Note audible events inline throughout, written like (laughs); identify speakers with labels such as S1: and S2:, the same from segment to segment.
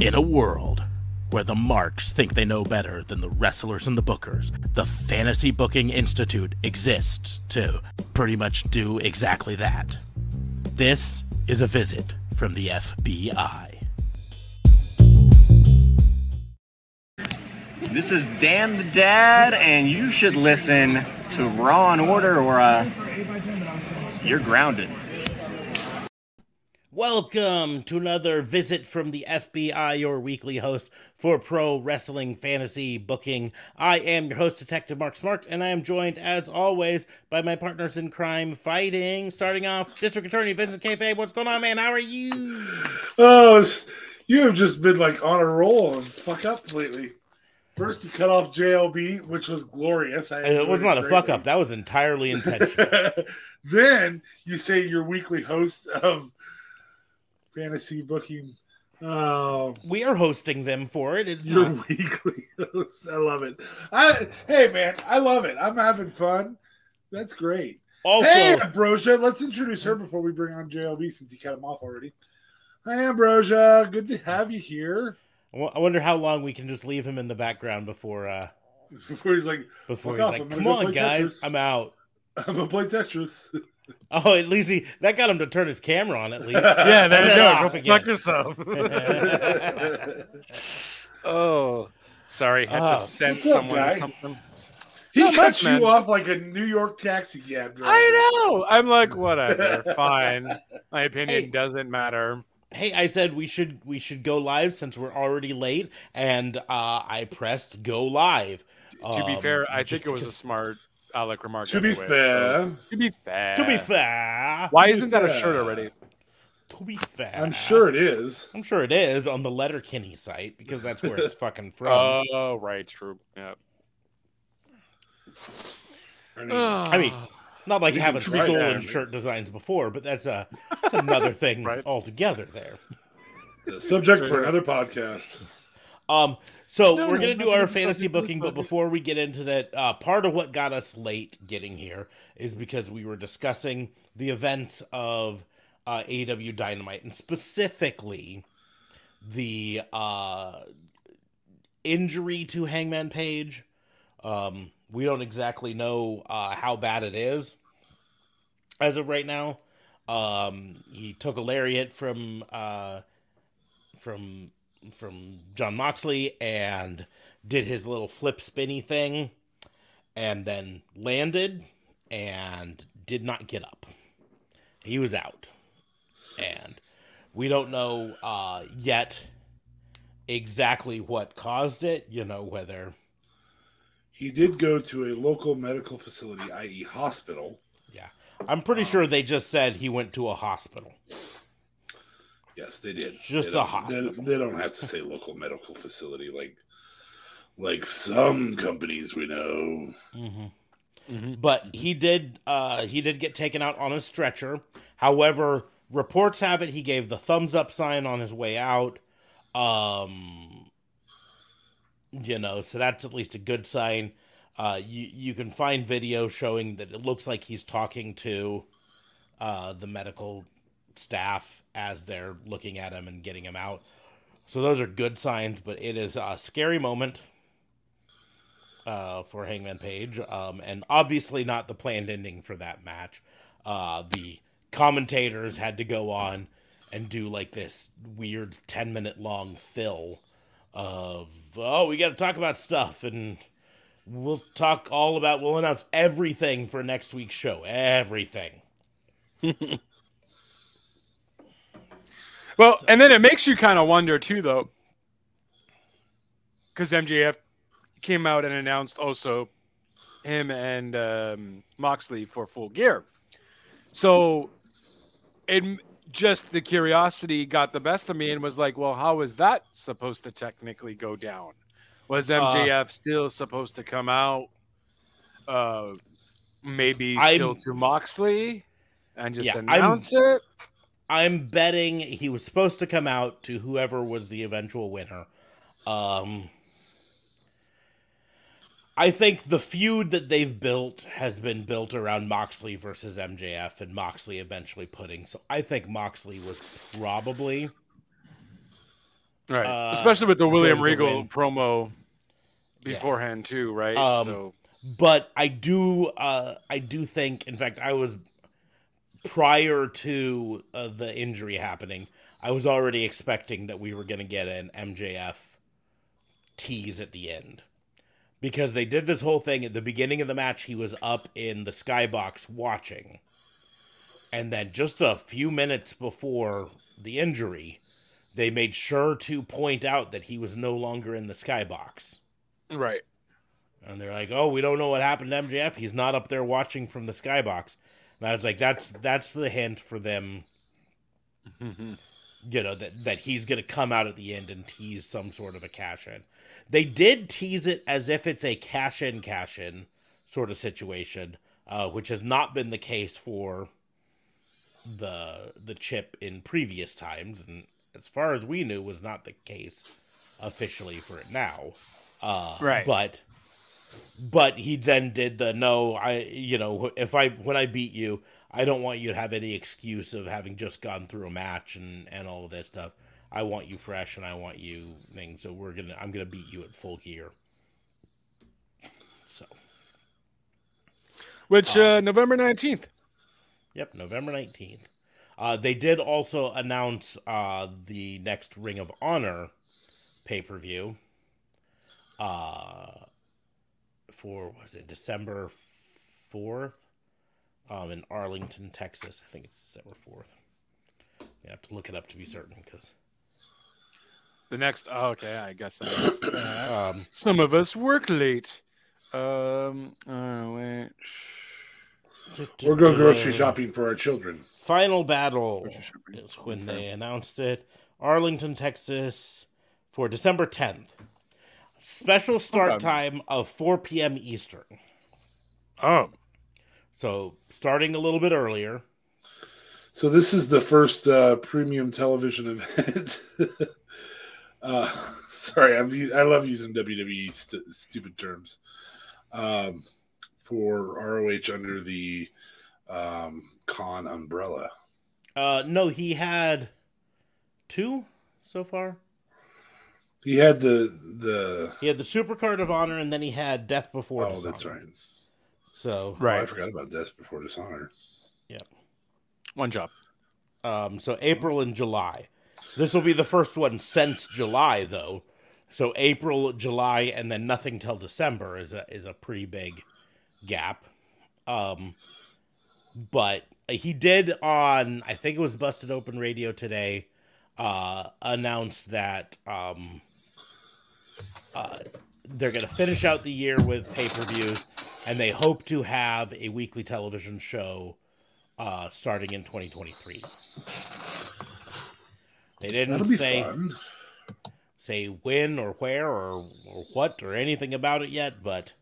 S1: In a world where the marks think they know better than the wrestlers and the bookers, the Fantasy Booking Institute exists to pretty much do exactly that. This is a visit from the FBI.
S2: This is Dan the Dad, and you should listen to Raw and Order, or uh, you're grounded.
S1: Welcome to another visit from the FBI, your weekly host for pro wrestling fantasy booking. I am your host, Detective Mark Smart, and I am joined, as always, by my partners in crime fighting. Starting off, District Attorney Vincent K. Fabe. What's going on, man? How are you?
S3: Oh, it's, you have just been like on a roll of fuck up lately. First, you cut off JLB, which was glorious. I
S1: It was
S3: enjoyed
S1: not a
S3: greatly.
S1: fuck up. That was entirely
S3: (laughs)
S1: intentional.
S3: then you say your weekly host of fantasy booking. Um,
S1: we are hosting them for it. It's (laughs)
S3: your
S1: not.
S3: weekly host. I love it. I hey man, I love it. I'm having fun. That's great.
S1: Also,
S3: hey Ambrosia, let's introduce her before we bring on JLB since you cut him off already. Hi Ambrosia, good to have you here.
S1: I wo- I wonder how long we can just leave him in the background before uh
S3: Before he's like,
S1: before he's
S3: Fuck off,
S1: like,
S3: I'm gonna
S1: "Come
S3: go
S1: on,
S3: play
S1: guys,
S3: Tetris."
S1: I'm out."
S3: I'm gonna
S4: (laughs)
S3: play Tetris.
S1: Oh, at least he that got him to turn his camera on at least.
S4: (laughs) Yeah, there
S1: And
S4: you
S1: then
S4: go.
S1: off
S4: Go
S1: again.
S4: fuck yourself.
S3: Not
S4: oh, sorry, had
S1: Oh.
S4: to send
S3: What's up,
S4: someone
S3: guy?
S4: something.
S3: He
S4: Not
S3: cuts
S4: much, man.
S3: you off like a New York taxi cab driver.
S4: I know. I'm like, whatever. Fine. My opinion
S1: Hey.
S4: doesn't matter.
S1: hey, I said we should we should go live since we're already late, and uh, I pressed go live.
S4: To be
S1: Um,
S4: fair, I
S1: just
S4: think it was a
S1: because-
S4: smart Alec remark.
S3: To be
S4: anyway, so-
S1: uh,
S3: fair,
S4: To be fair.
S1: To be fair,
S4: Why
S3: to be
S4: isn't that a
S3: fair.
S4: shirt already?
S1: to be fair,
S3: I'm sure it is.
S1: I'm sure it is on the Letterkenny site because that's
S4: (laughs)
S1: where it's fucking from.
S4: Oh, right. True. Yeah.
S3: Uh,
S1: I mean, Not like
S3: You
S1: I
S3: can
S1: haven't
S3: try
S1: stolen
S3: that.
S1: shirt designs before, but that's a
S4: (laughs)
S1: that's another thing
S4: Right.
S1: altogether. There.
S3: subject for another podcast.
S1: Um, so
S4: No,
S1: we're gonna
S4: no,
S1: do our
S4: nothing
S1: fantasy
S4: decided for this
S1: booking, but
S4: podcast.
S1: before we get into that, uh, part of what got us late getting here is because we were discussing the events of uh, AW Dynamite and specifically the uh, injury to Hangman Page. Um, we don't exactly know uh, how bad it is as of right now. Um, he took a lariat from uh, from from John Moxley and did his little flip spinny thing and then landed and did not get up. He was out. And we don't know uh, yet exactly what caused it, you know, whether
S3: He did go to a local medical facility, i.e., hospital.
S1: I'm pretty sure they just said he went to a hospital.
S3: Yes, they did.
S1: Just
S3: They
S1: a
S3: don't-
S1: hospital.
S3: They, they don't have to say local medical facility like like some companies we know.
S1: Mhm.
S4: Mhm.
S1: But he did uh he did get taken out on a stretcher. However, reports have it he gave the thumbs up sign on his way out. Um you know, so that's at least a good sign. Uh you you can find video showing that it looks like he's talking to uh the medical staff as they're looking at him and getting him out. So those are good signs, but it is a scary moment uh, for Hangman Page, um, and obviously not the planned ending for that match. Uh, the commentators had to go on and do like this weird 10 minute long fill of, oh, we got to talk about stuff, and we'll talk all about, we'll announce everything for next week's show. Everything.
S4: Well, and then it makes you kind of wonder too, though, because MJF came out and announced also him and um, Moxley for full gear. So it m- just the curiosity got the best of me and was like, well, how is that supposed to technically go down? Was
S1: Uh,
S4: MJF still supposed to come out? Uh, maybe
S1: I'm-
S4: still to Moxley and just
S1: Yeah, I'm-
S4: announce it.
S1: I'm betting he was supposed to come out to whoever was the eventual winner. Um, I think the feud that they've built has been built around Moxley versus MJF and Moxley eventually putting. So I think Moxley was probably
S4: right?
S1: Uh,
S4: Especially with the William
S1: the
S4: Regal
S1: win.
S4: promo
S1: Yeah.
S4: beforehand too, right?
S1: Um,
S4: so
S1: but I do uh I do think in fact I was prior to uh, the injury happening I was already expecting that we were going to get an MJF tease at the end because they did this whole thing at the beginning of the match he was up in the skybox watching and then just a few minutes before the injury they made sure to point out that he was no longer in the skybox
S4: right,
S1: and they're like, "Oh, we don't know what happened to MJF. He's not up there watching from the skybox." And I was like, "That's that's the hint for them, you know, that that he's going to come out at the end and tease some sort of a cash in." They did tease it as if it's a cash in cash in sort of situation, uh, which has not been the case for the the chip in previous times, and as far as we knew, was not the case officially for it now. Uh,
S4: Right.
S1: but but he then did the no i you know if i when i beat you i don't want you to have any excuse of having just gone through a match and and all of that stuff i want you fresh and i want you things so we're gonna i'm gonna beat you at full gear so
S4: which uh, November nineteenth.
S1: yep november 19th uh, they did also announce uh, the next ring of honor pay-per-view uh, for was it December fourth, um, in Arlington, Texas. I think it's December fourth. You have to look it up to be certain because
S4: The next, oh, okay, I guess that is that.
S1: um,
S4: Some of us work late. Um, oh, wait.
S3: We're going grocery shopping for our children.
S1: Final battle
S4: Grocery shopping.
S1: is when
S4: That's
S1: they announced it. Arlington, Texas, for December tenth. Special start
S4: Okay.
S1: time of four p.m. Eastern.
S4: Oh,
S1: So starting a little bit earlier.
S3: So this is the first uh, premium television event. (laughs) uh, sorry, I'm, u- I love using WWE st- stupid terms um, for ROH under the um, con umbrella.
S1: Uh, no, he had two so far.
S3: He had the the.
S1: He had the Supercard of Honor, and then he had Death Before.
S3: Oh,
S1: Dishonor.
S3: that's right.
S1: So,
S3: Oh, I
S4: right.
S3: forgot about Death Before Dishonor.
S4: One job.
S1: um, so April and July. This will be the first one since July, though. So April, July, and then nothing till December is a is a pretty big gap. Um, but he did on I think it was Busted Open Radio today uh, announce that um, uh, they're going to finish out the year with pay per views, and they hope to have a weekly television show uh, starting in 2023. They didn't
S3: That'll be
S1: say
S3: fun.
S1: say when or where or, or what or anything about it yet, but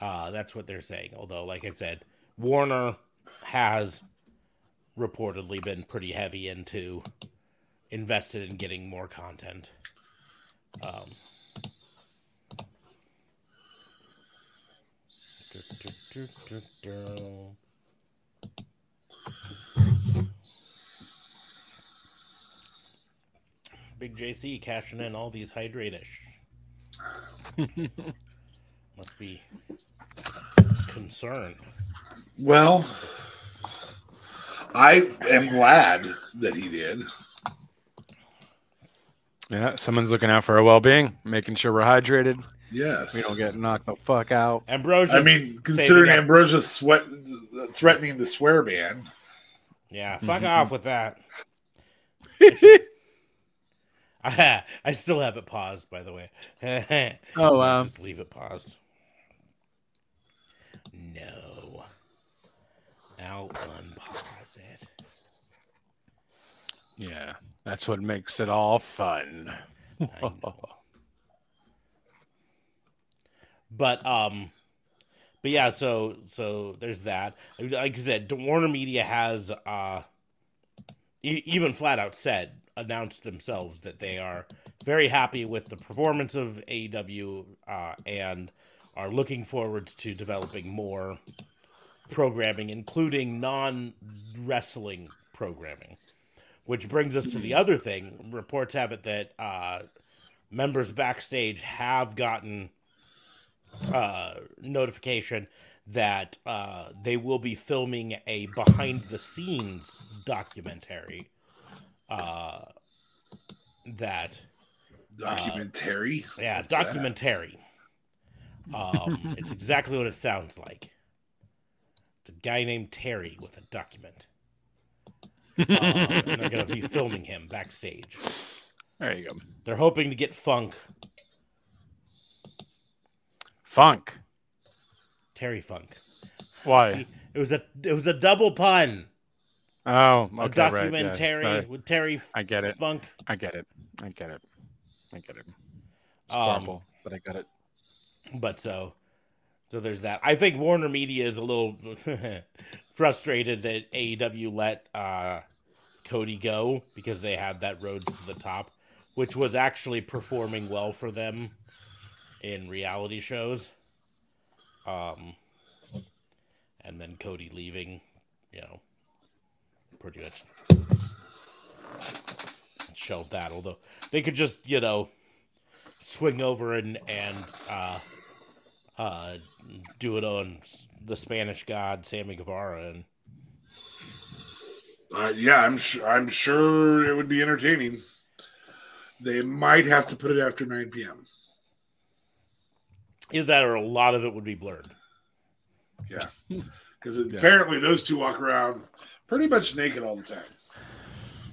S1: uh, that's what they're saying. Although, like I said, Warner has reportedly been pretty heavy into invested in getting more content. Um, Big JC cashing in all these hydratish. Must be concerned.
S3: Well, I am glad that he did.
S4: Yeah, someone's looking out for our well-being, making sure we're hydrated.
S3: Yes.
S4: We don't get knocked the fuck out.
S1: Ambrosia.
S4: (laughs)
S3: I mean, considering Ambrosia sweat threatening the swear ban.
S1: Yeah, fuck off with that. (laughs) I still have it paused, by the way. (laughs)
S4: Oh, wow.
S1: Just leave it paused. No. I'll unpause it.
S4: Yeah, that's what makes it all fun.
S1: I know. But um, but yeah. So so there's that. Like I said, Warner Media has uh, e- even flat out said announced themselves that they are very happy with the performance of AEW uh, and are looking forward to developing more programming, including non wrestling programming. Which brings us to the other thing. Reports have it that uh, members backstage have gotten uh, notification that uh, they will be filming a behind the scenes documentary uh, that
S4: Uh,
S3: Documentary.
S1: yeah
S3: What's that?
S1: documentary um, it's exactly what it sounds like it's a guy named terry with a document uh, and they're going to be filming him backstage
S4: There you go.
S1: they're hoping to get funk
S4: Funk.
S1: terry funk
S4: Why?
S1: See, it was a it was a double pun
S4: Oh,
S1: a
S4: okay, right. yeah, it's
S1: documentary
S4: better.
S1: with terry
S4: I get it.
S1: funk
S4: I get it. I get it. I get it. It's
S1: Um,
S4: horrible, but I got it.
S1: But so, so there's that. I think Warner Media is a little (laughs) frustrated that AEW let uh, Cody go because they had that road to the top, which was actually performing well for them in reality shows. Um, and then Cody leaving, you know, pretty much shelved that. Although they could just, you know, swing over and and uh, uh, do it on the Spanish God Sammy Guevara, and
S3: Uh, yeah, I'm sure. I'm sure it would be entertaining. They might have to put it after 9 p.m.
S1: either that or a lot of it would be blurred.
S4: (laughs)
S3: Yeah, because
S4: Yeah.
S3: apparently those two walk around pretty much naked all the time.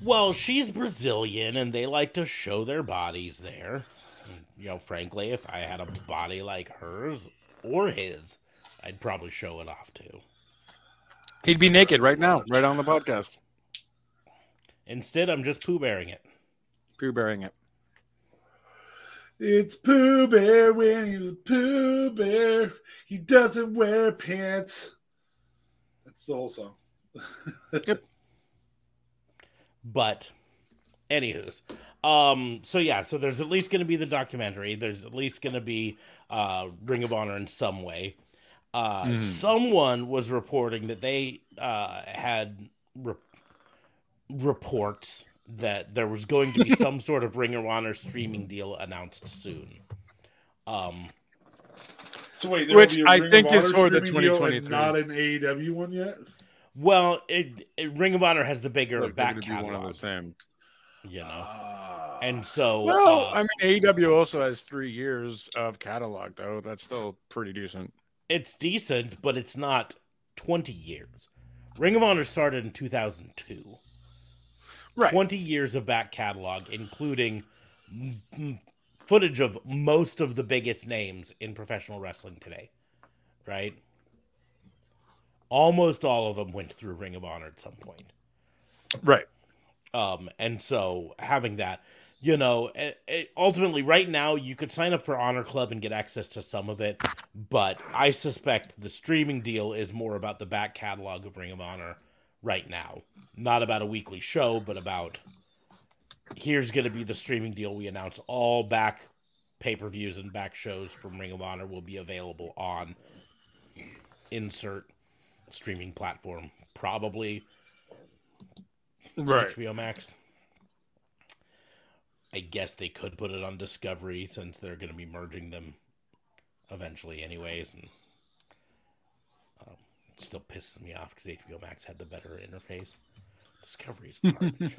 S1: Well, she's Brazilian, and they like to show their bodies there. You know, frankly, if I had a body like hers or his, I'd probably show it off too.
S4: He'd be naked right now, right on the podcast,
S1: Instead, I'm just poo bearing it.
S4: poo bearing it.
S3: It's Pooh Bear when he's a Pooh Bear. He doesn't wear pants. That's the whole song.
S1: But, anywho's, um, so yeah, so there's at least going to be the documentary. There's at least going to be uh, Ring of Honor in some way. Uh,
S4: Mhm.
S1: Someone was reporting that they uh, had re- reports that there was going to be some sort of Ring of Honor streaming deal announced soon. Um,
S3: So wait,
S4: Which
S3: will be a
S4: I
S3: Ring of
S4: think is
S3: Honor
S4: for the
S3: streaming deal and
S4: 2023.
S3: Not an AEW one yet.
S1: well, it, it- Ring of Honor has the bigger
S4: Look, they're
S1: back
S4: gonna be one of the
S1: catalog,
S4: same.
S1: you know,
S3: Ah.
S1: and so
S4: Well,
S1: uh,
S4: I mean, AEW also has three years of catalog, though. That's still pretty decent.
S1: it's decent, but it's not 20 years. Ring of Honor started in 2002.
S4: Right.
S1: 20 years of back catalog, including m- m- footage of most of the biggest names in professional wrestling today, right? Almost all of them went through Ring of Honor at some point.
S4: Right.
S1: Um, and so having that, you know, it, it, ultimately, right now you could sign up for Honor Club and get access to some of it, but I suspect the streaming deal is more about the back catalog of Ring of Honor right now, not about a weekly show, but about here's going to be the streaming deal we announce all back pay per views and back shows from Ring of Honor will be available on insert streaming platform, probably
S4: Right.
S1: HBO Max. I guess they could put it on Discovery since they're going to be merging them eventually, anyways. And um, it still pisses me off because HBO Max had the better interface. Discovery's garbage.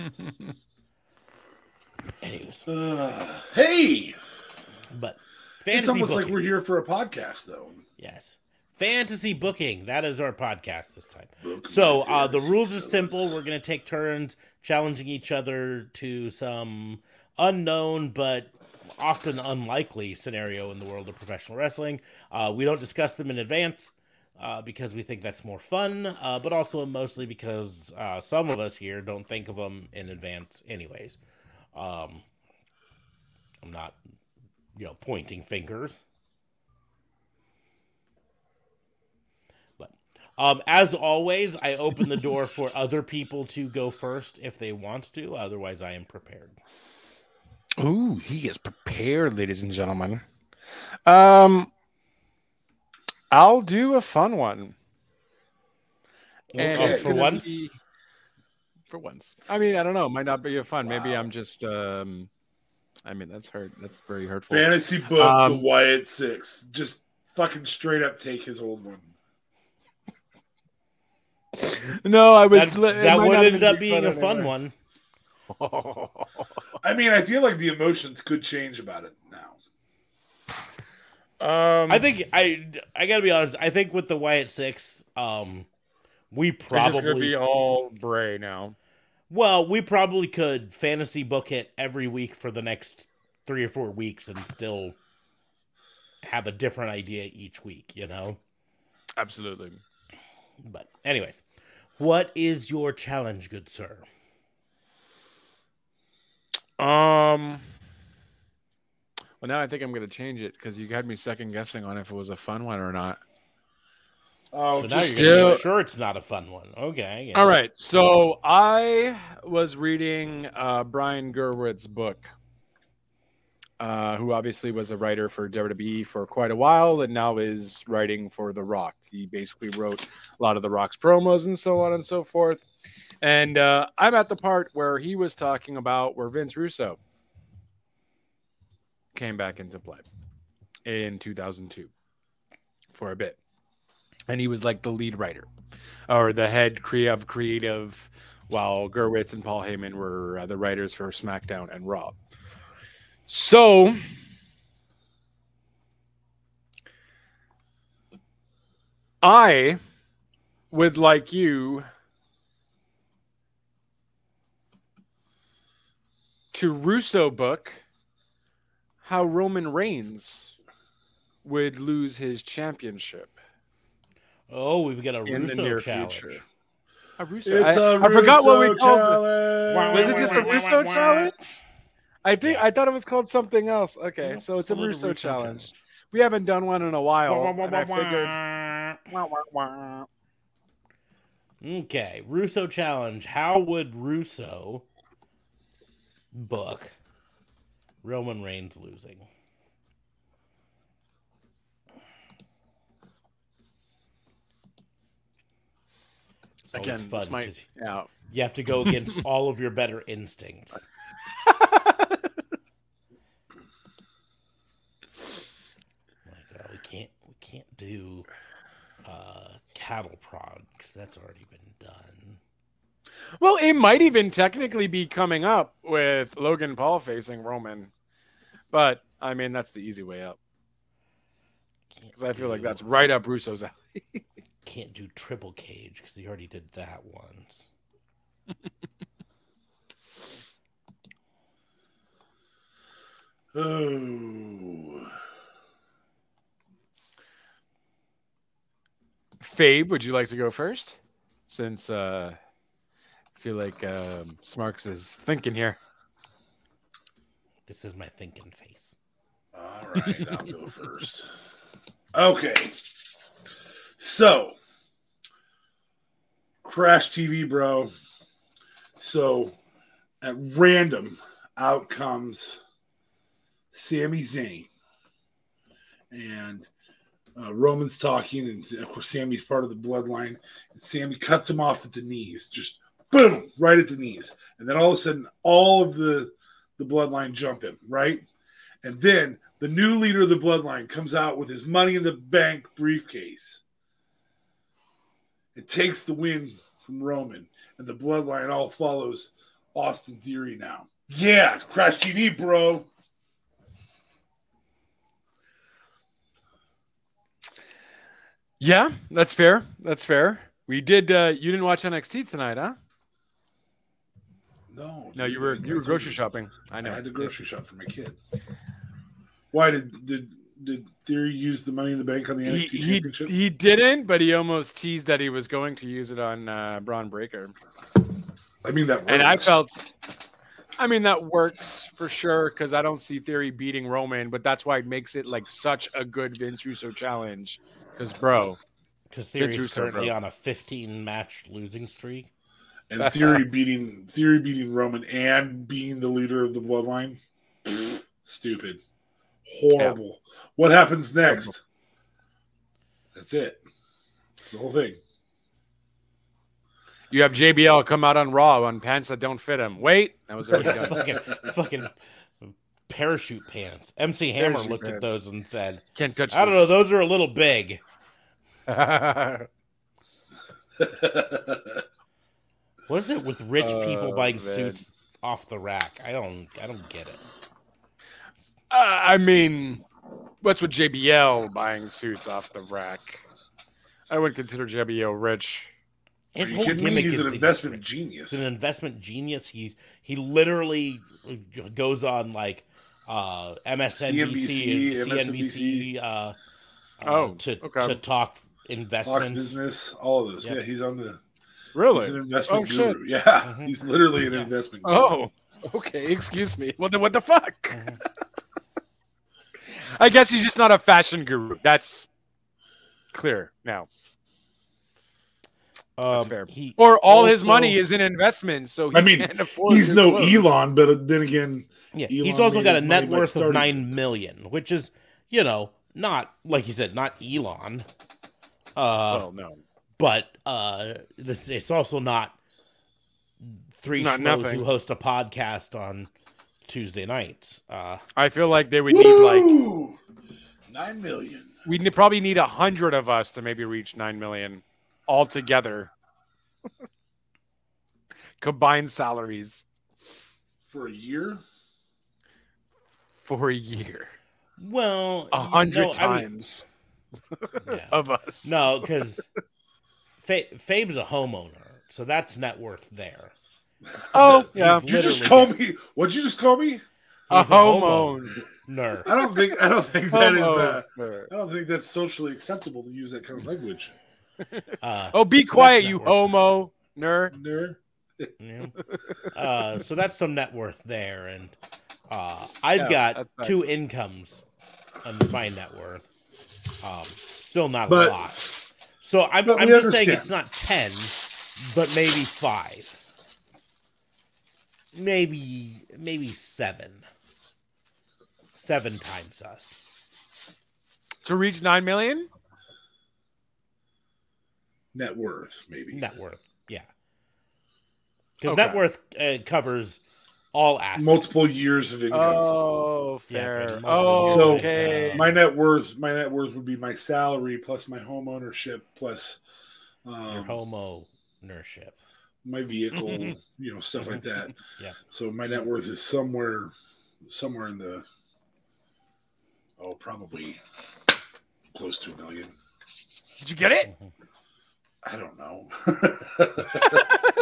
S1: anyways,
S3: Uh, hey,
S1: but
S3: it's
S1: fantasy
S3: almost
S1: booking.
S3: like we're here for a podcast, though.
S1: Yes. Fantasy booking. That is our podcast this time.
S3: Welcome
S1: So
S3: to
S1: uh, the
S3: fantasy
S1: rules are
S3: shows.
S1: simple. We're going to take turns challenging each other to some unknown but often unlikely scenario in the world of professional wrestling. Uh, we don't discuss them in advance uh, because we think that's more fun, uh, but also mostly because uh, some of us here don't think of them in advance, anyways. Um, I'm not, you know, pointing fingers. But um, as always, I open the door for other people to go first if they want to. Otherwise, I am prepared.
S4: Ooh, he is prepared, ladies and gentlemen. Um, I'll do a fun one.
S1: Um,
S3: it's
S1: for
S4: gonna
S1: once,
S4: be- for once. I mean, I don't know. Might not be fun. Maybe I'm just. um I mean, that's hurt. That's very hurtful.
S3: Fantasy book, the
S4: Um,
S3: Wyatt Six. Just fucking straight up take his old one.
S4: No, I was.
S1: That,
S4: li- it
S1: that
S4: might
S1: would
S4: not
S1: end
S4: even
S1: up
S4: be
S1: being a fun
S4: anyway.
S1: one.
S3: I mean, I feel like the emotions could change about it now.
S4: (laughs) um,
S1: I think I I gotta be honest. I think with the Wyatt Six, um, we
S5: It's just gonna
S1: probably
S5: be all Bray now.
S1: well, we probably could fantasy book it every week for the next three or four weeks and still have a different idea each week. You know.
S4: absolutely.
S1: But anyways, what is your challenge, good sir?
S4: Um. Well, now I think I'm going to change it because you had me second guessing on if it was a fun one or not.
S3: Oh,
S1: so now
S3: just
S1: you're gonna
S4: do-
S1: make sure it's not a fun one. Okay. yeah.
S4: All right. So I was reading uh, Brian Gerwitz's book, uh, who obviously was a writer for WWE for quite a while and now is writing for The Rock. He basically wrote a lot of The Rock's promos and so on and so forth. And uh, I'm at the part where he was talking about where Vince Russo came back into play in 2002 for a bit. And he was like the lead writer or the head crea- of creative, while Gerwitz and Paul Heyman were uh, the writers for SmackDown and Raw. So, I would like you to Russo book how Roman Reigns would lose his championship
S1: Oh, we've got a
S4: in
S1: Russo
S4: the near
S1: challenge.
S4: future. A
S3: it's
S4: Russo.
S3: a
S4: I I forgot what we
S3: Russo
S4: called. it.
S3: challenge.
S4: Was it just a Russo challenge? I think I thought it was called something else. Okay, so it's a
S1: little
S4: Russo challenge. We haven't done one in a while, and I figured. Wah, wah, wah.
S1: Okay, Russo challenge. How would Russo book Roman Reigns losing? It's always
S4: Again,
S1: fun
S4: this might
S1: 'cause
S4: yeah.
S1: you have to go
S4: (laughs)
S1: against all of your better instincts. Like, uh, we can't we can't do uh, cattle prod because that's already been done.
S4: Well, it might even technically be coming up with Logan Paul facing Roman, but I mean that's the easy way up
S1: Can't
S4: because I feel like
S1: do-
S4: that's right up Russo's alley.
S1: can't do triple cage because he already did that once.
S3: Oh.
S4: Fabe, would you like to go first? Since uh, I feel like um, Smarks is thinking here.
S1: This is my thinking face.
S3: All right, I'll go first. Okay. So, Crash TV, bro. So, at random, out comes Sami Zayn. And uh, Roman's talking, and of course, Sammy's part of the bloodline. And Sammy cuts him off at the knees, just boom, right at the knees. And then all of a sudden, all of the, the bloodline jump him, right? And then the new leader of the bloodline comes out with his money in the bank briefcase. It takes the win from Roman, and the bloodline all follows Austin Theory now. Yeah, it's Crash TV, bro.
S4: Yeah, that's fair. That's fair. We did. Uh, you didn't watch NXT tonight, huh?
S3: No,
S4: No,
S3: dude,
S4: you were
S3: that's
S4: you were
S3: what
S4: grocery
S3: it-
S4: shopping. I
S3: I
S4: know.
S3: had to grocery shop for my kid. Why did did did Theory use the money in the bank on the
S4: He,
S3: NXT
S4: he,
S3: championship?
S4: he didn't, but he almost teased that he was going to use it on uh, Braun Breaker,
S3: I mean that.
S4: and I
S3: works.
S4: felt. I mean that works for sure because I don't see Theory beating Roman, but that's why it makes it like such a good Vince Russo challenge. Because bro,
S1: Because Theory's
S4: Russo,
S1: currently
S4: bro.
S1: on a 15 match
S4: (laughs)
S1: losing streak.
S3: and
S1: (laughs)
S3: Theory beating Theory beating Roman and being the leader of the bloodline. Pfft, Stupid. Horrible. What happens next? That's it. The whole thing.
S4: You have JBL come out on Raw on pants that don't fit him. Wait, that was already
S3: (laughs)
S4: done.
S1: (laughs) fucking, fucking parachute pants. MC Hammer
S4: Parachute
S1: looked at
S4: pants.
S1: those and said,
S4: Can't touch.
S1: "I don't know, those are a little big."
S4: (laughs) those.
S1: What is it with rich people
S4: Oh,
S1: buying
S4: man.
S1: suits off the rack? I don't, I don't get it.
S4: Uh, I mean, what's with JBL buying suits off the rack? I wouldn't consider JBL rich.
S1: His
S3: you
S1: whole
S3: kidding me?
S1: gimmick
S3: He's
S1: is
S3: an
S1: that
S3: investment
S1: rich.
S3: genius.
S1: He's an investment genius. He he literally goes on like uh, MSNBC,
S3: CNBC,
S1: and CNBC, uh,
S4: Oh,
S1: uh, to
S4: okay.
S1: to talk
S3: Fox
S1: investments. Um,
S3: business, all of those.
S1: Yeah.
S3: Yeah, he's on the he's an
S4: Really?
S3: investment
S4: Oh,
S3: guru. (laughs)
S4: shit.
S3: Yeah, he's literally an
S1: Uh-huh. Yeah.
S3: investment guru.
S4: Oh, okay. Excuse me. What the what the fuck? (laughs) I guess he's just not a fashion guru. That's clear now. That's
S1: Um,
S4: fair.
S1: he-
S4: Or all his
S1: also-
S4: money is in investments, so he (laughs)
S3: I mean,
S4: can't afford
S3: he's
S4: new
S3: no
S4: clothes.
S3: Elon, but then again,
S1: Yeah,
S3: Elon
S1: he's also
S3: made
S1: got a
S3: his money
S1: net
S3: by
S1: worth of
S3: starting
S1: nine million, which is, you know, not like you said, not Elon. Uh,
S4: Well, Oh, no.
S1: but uh, this, it's also not three
S4: Not
S1: schmoes
S4: nothing.
S1: who host a podcast on Tuesday nights. Uh,
S4: I feel like they would need like
S3: Woo! nine million.
S4: we would probably need a hundred of us to maybe reach nine million altogether. (laughs) Combined salaries
S3: for a year.
S4: for a year,
S1: well,
S4: a hundred
S1: no, I mean-
S4: times
S1: yeah.
S4: of us.
S1: no, because Fa- Fabe's a homeowner, so that's net worth there.
S4: oh yeah,
S1: He's
S3: Did you just
S1: literally-
S3: call me? What'd you just call me?
S4: a
S1: He's a homeowner.
S4: homeowner.
S1: Ner.
S3: I don't think I don't think that is. Uh,
S4: Homeowner.
S3: I don't think that's socially acceptable to use that kind of language.
S1: Uh,
S4: Oh, be quiet,
S1: not
S4: you
S1: worth it.
S4: homo nerd.
S3: Nerd.
S1: Yeah. Uh, so that's some net worth there, and uh, I've
S4: Yeah,
S1: got
S4: that's nice.
S1: two incomes under my net worth. Um, still not
S3: But-
S1: a lot. So I'm,
S3: but
S1: I'm
S3: we
S1: just saying
S3: understand.
S1: it's not ten, but maybe five, maybe maybe seven, seven times us.
S4: To reach nine million,
S3: Net worth, maybe.
S1: Net worth, yeah. Because
S4: Okay.
S1: net worth uh, covers all assets.
S3: Multiple years of income.
S4: Oh,
S1: Yeah,
S4: fair.
S1: pretty much.
S4: oh,
S3: So,
S4: okay.
S1: uh,
S3: my net worth, my net worth would be my salary plus my home ownership plus
S1: your
S3: um,
S1: homeownership.
S3: my vehicle, you know, stuff like that.
S1: Mm-hmm. (laughs) Yeah.
S3: So my net worth is somewhere, somewhere in the oh, probably close to a million.
S4: Did you get it?
S3: I don't know. (laughs)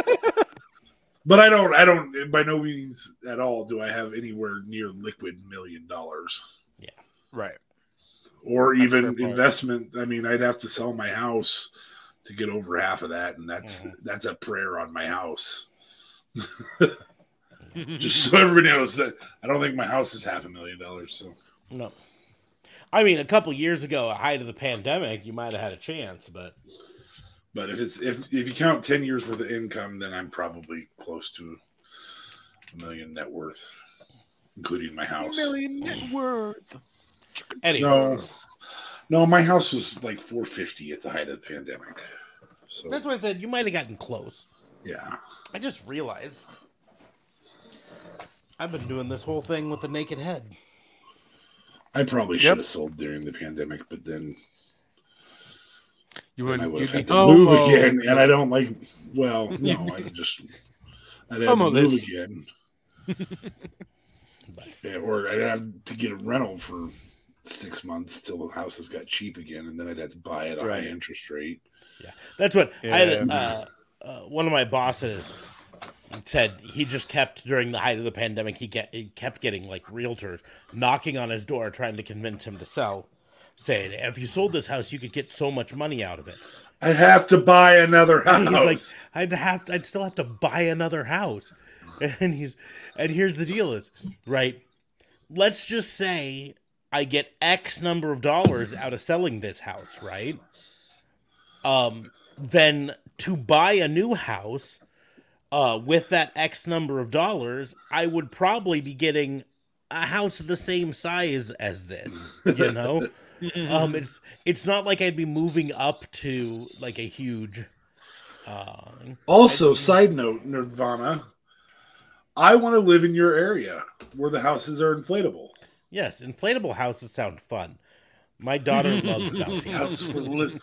S3: but I don't I don't by no means at all do I have anywhere near liquid million dollars
S4: Right.
S3: or
S4: That's a fair
S3: even
S4: point.
S3: investment. I mean, I'd have to sell my house to get over half of that and that's
S4: Mm-hmm.
S3: that's a prayer on my house. (laughs) Just so everybody knows that I don't think my house is half a million dollars, so
S1: No. I mean, a couple years ago, at height of the pandemic, you might have had a chance, but
S3: but if it's if if you count 10 years worth of income, then I'm probably close to a million net worth including my house.
S4: Million net worth.
S1: anyway,
S3: No, no, my house was like 450 at the height of the pandemic. So
S1: that's why I said you might have gotten close.
S3: yeah,
S1: I just realized I've been doing this whole thing with the naked head.
S3: I probably
S4: Yep.
S3: should have sold during the pandemic, but then
S4: You
S3: I
S4: wouldn't.
S3: would
S4: You'd
S3: have
S4: be
S3: had to move
S4: homo.
S3: again, and I don't like. (laughs) Well, no, I just I'd have to move
S4: Homo-less.
S3: again, Yeah, or I'd have to get a rental for six months till the houses got cheap again, and then I'd have to buy at a
S4: Right.
S3: high interest rate.
S1: That's what I had.
S4: Yeah.
S1: Uh, uh, one of my bosses said he just kept during the height of the pandemic. He, get, he kept getting like realtors knocking on his door, trying to convince him to sell, saying, "If you sold this house, you could get so much money out of it."
S3: I have to buy (laughs) another house.
S1: (laughs) And he's like, I'd have, I'd still have to buy another house. (laughs) And he's, and here's the deal is, right? Let's just say I get X number of dollars out of selling this house, right? Um, then to buy a new house, uh, with that X number of dollars, I would probably be getting a house the same size as this, you know? um, it's it's not like I'd be moving up to like a huge
S5: Uh,
S3: Also, side note, Nirvana, I want to live in your area where the houses are inflatable.
S5: yes, inflatable houses sound fun. My daughter loves bouncy
S3: House
S5: houses.
S3: for (laughs) li-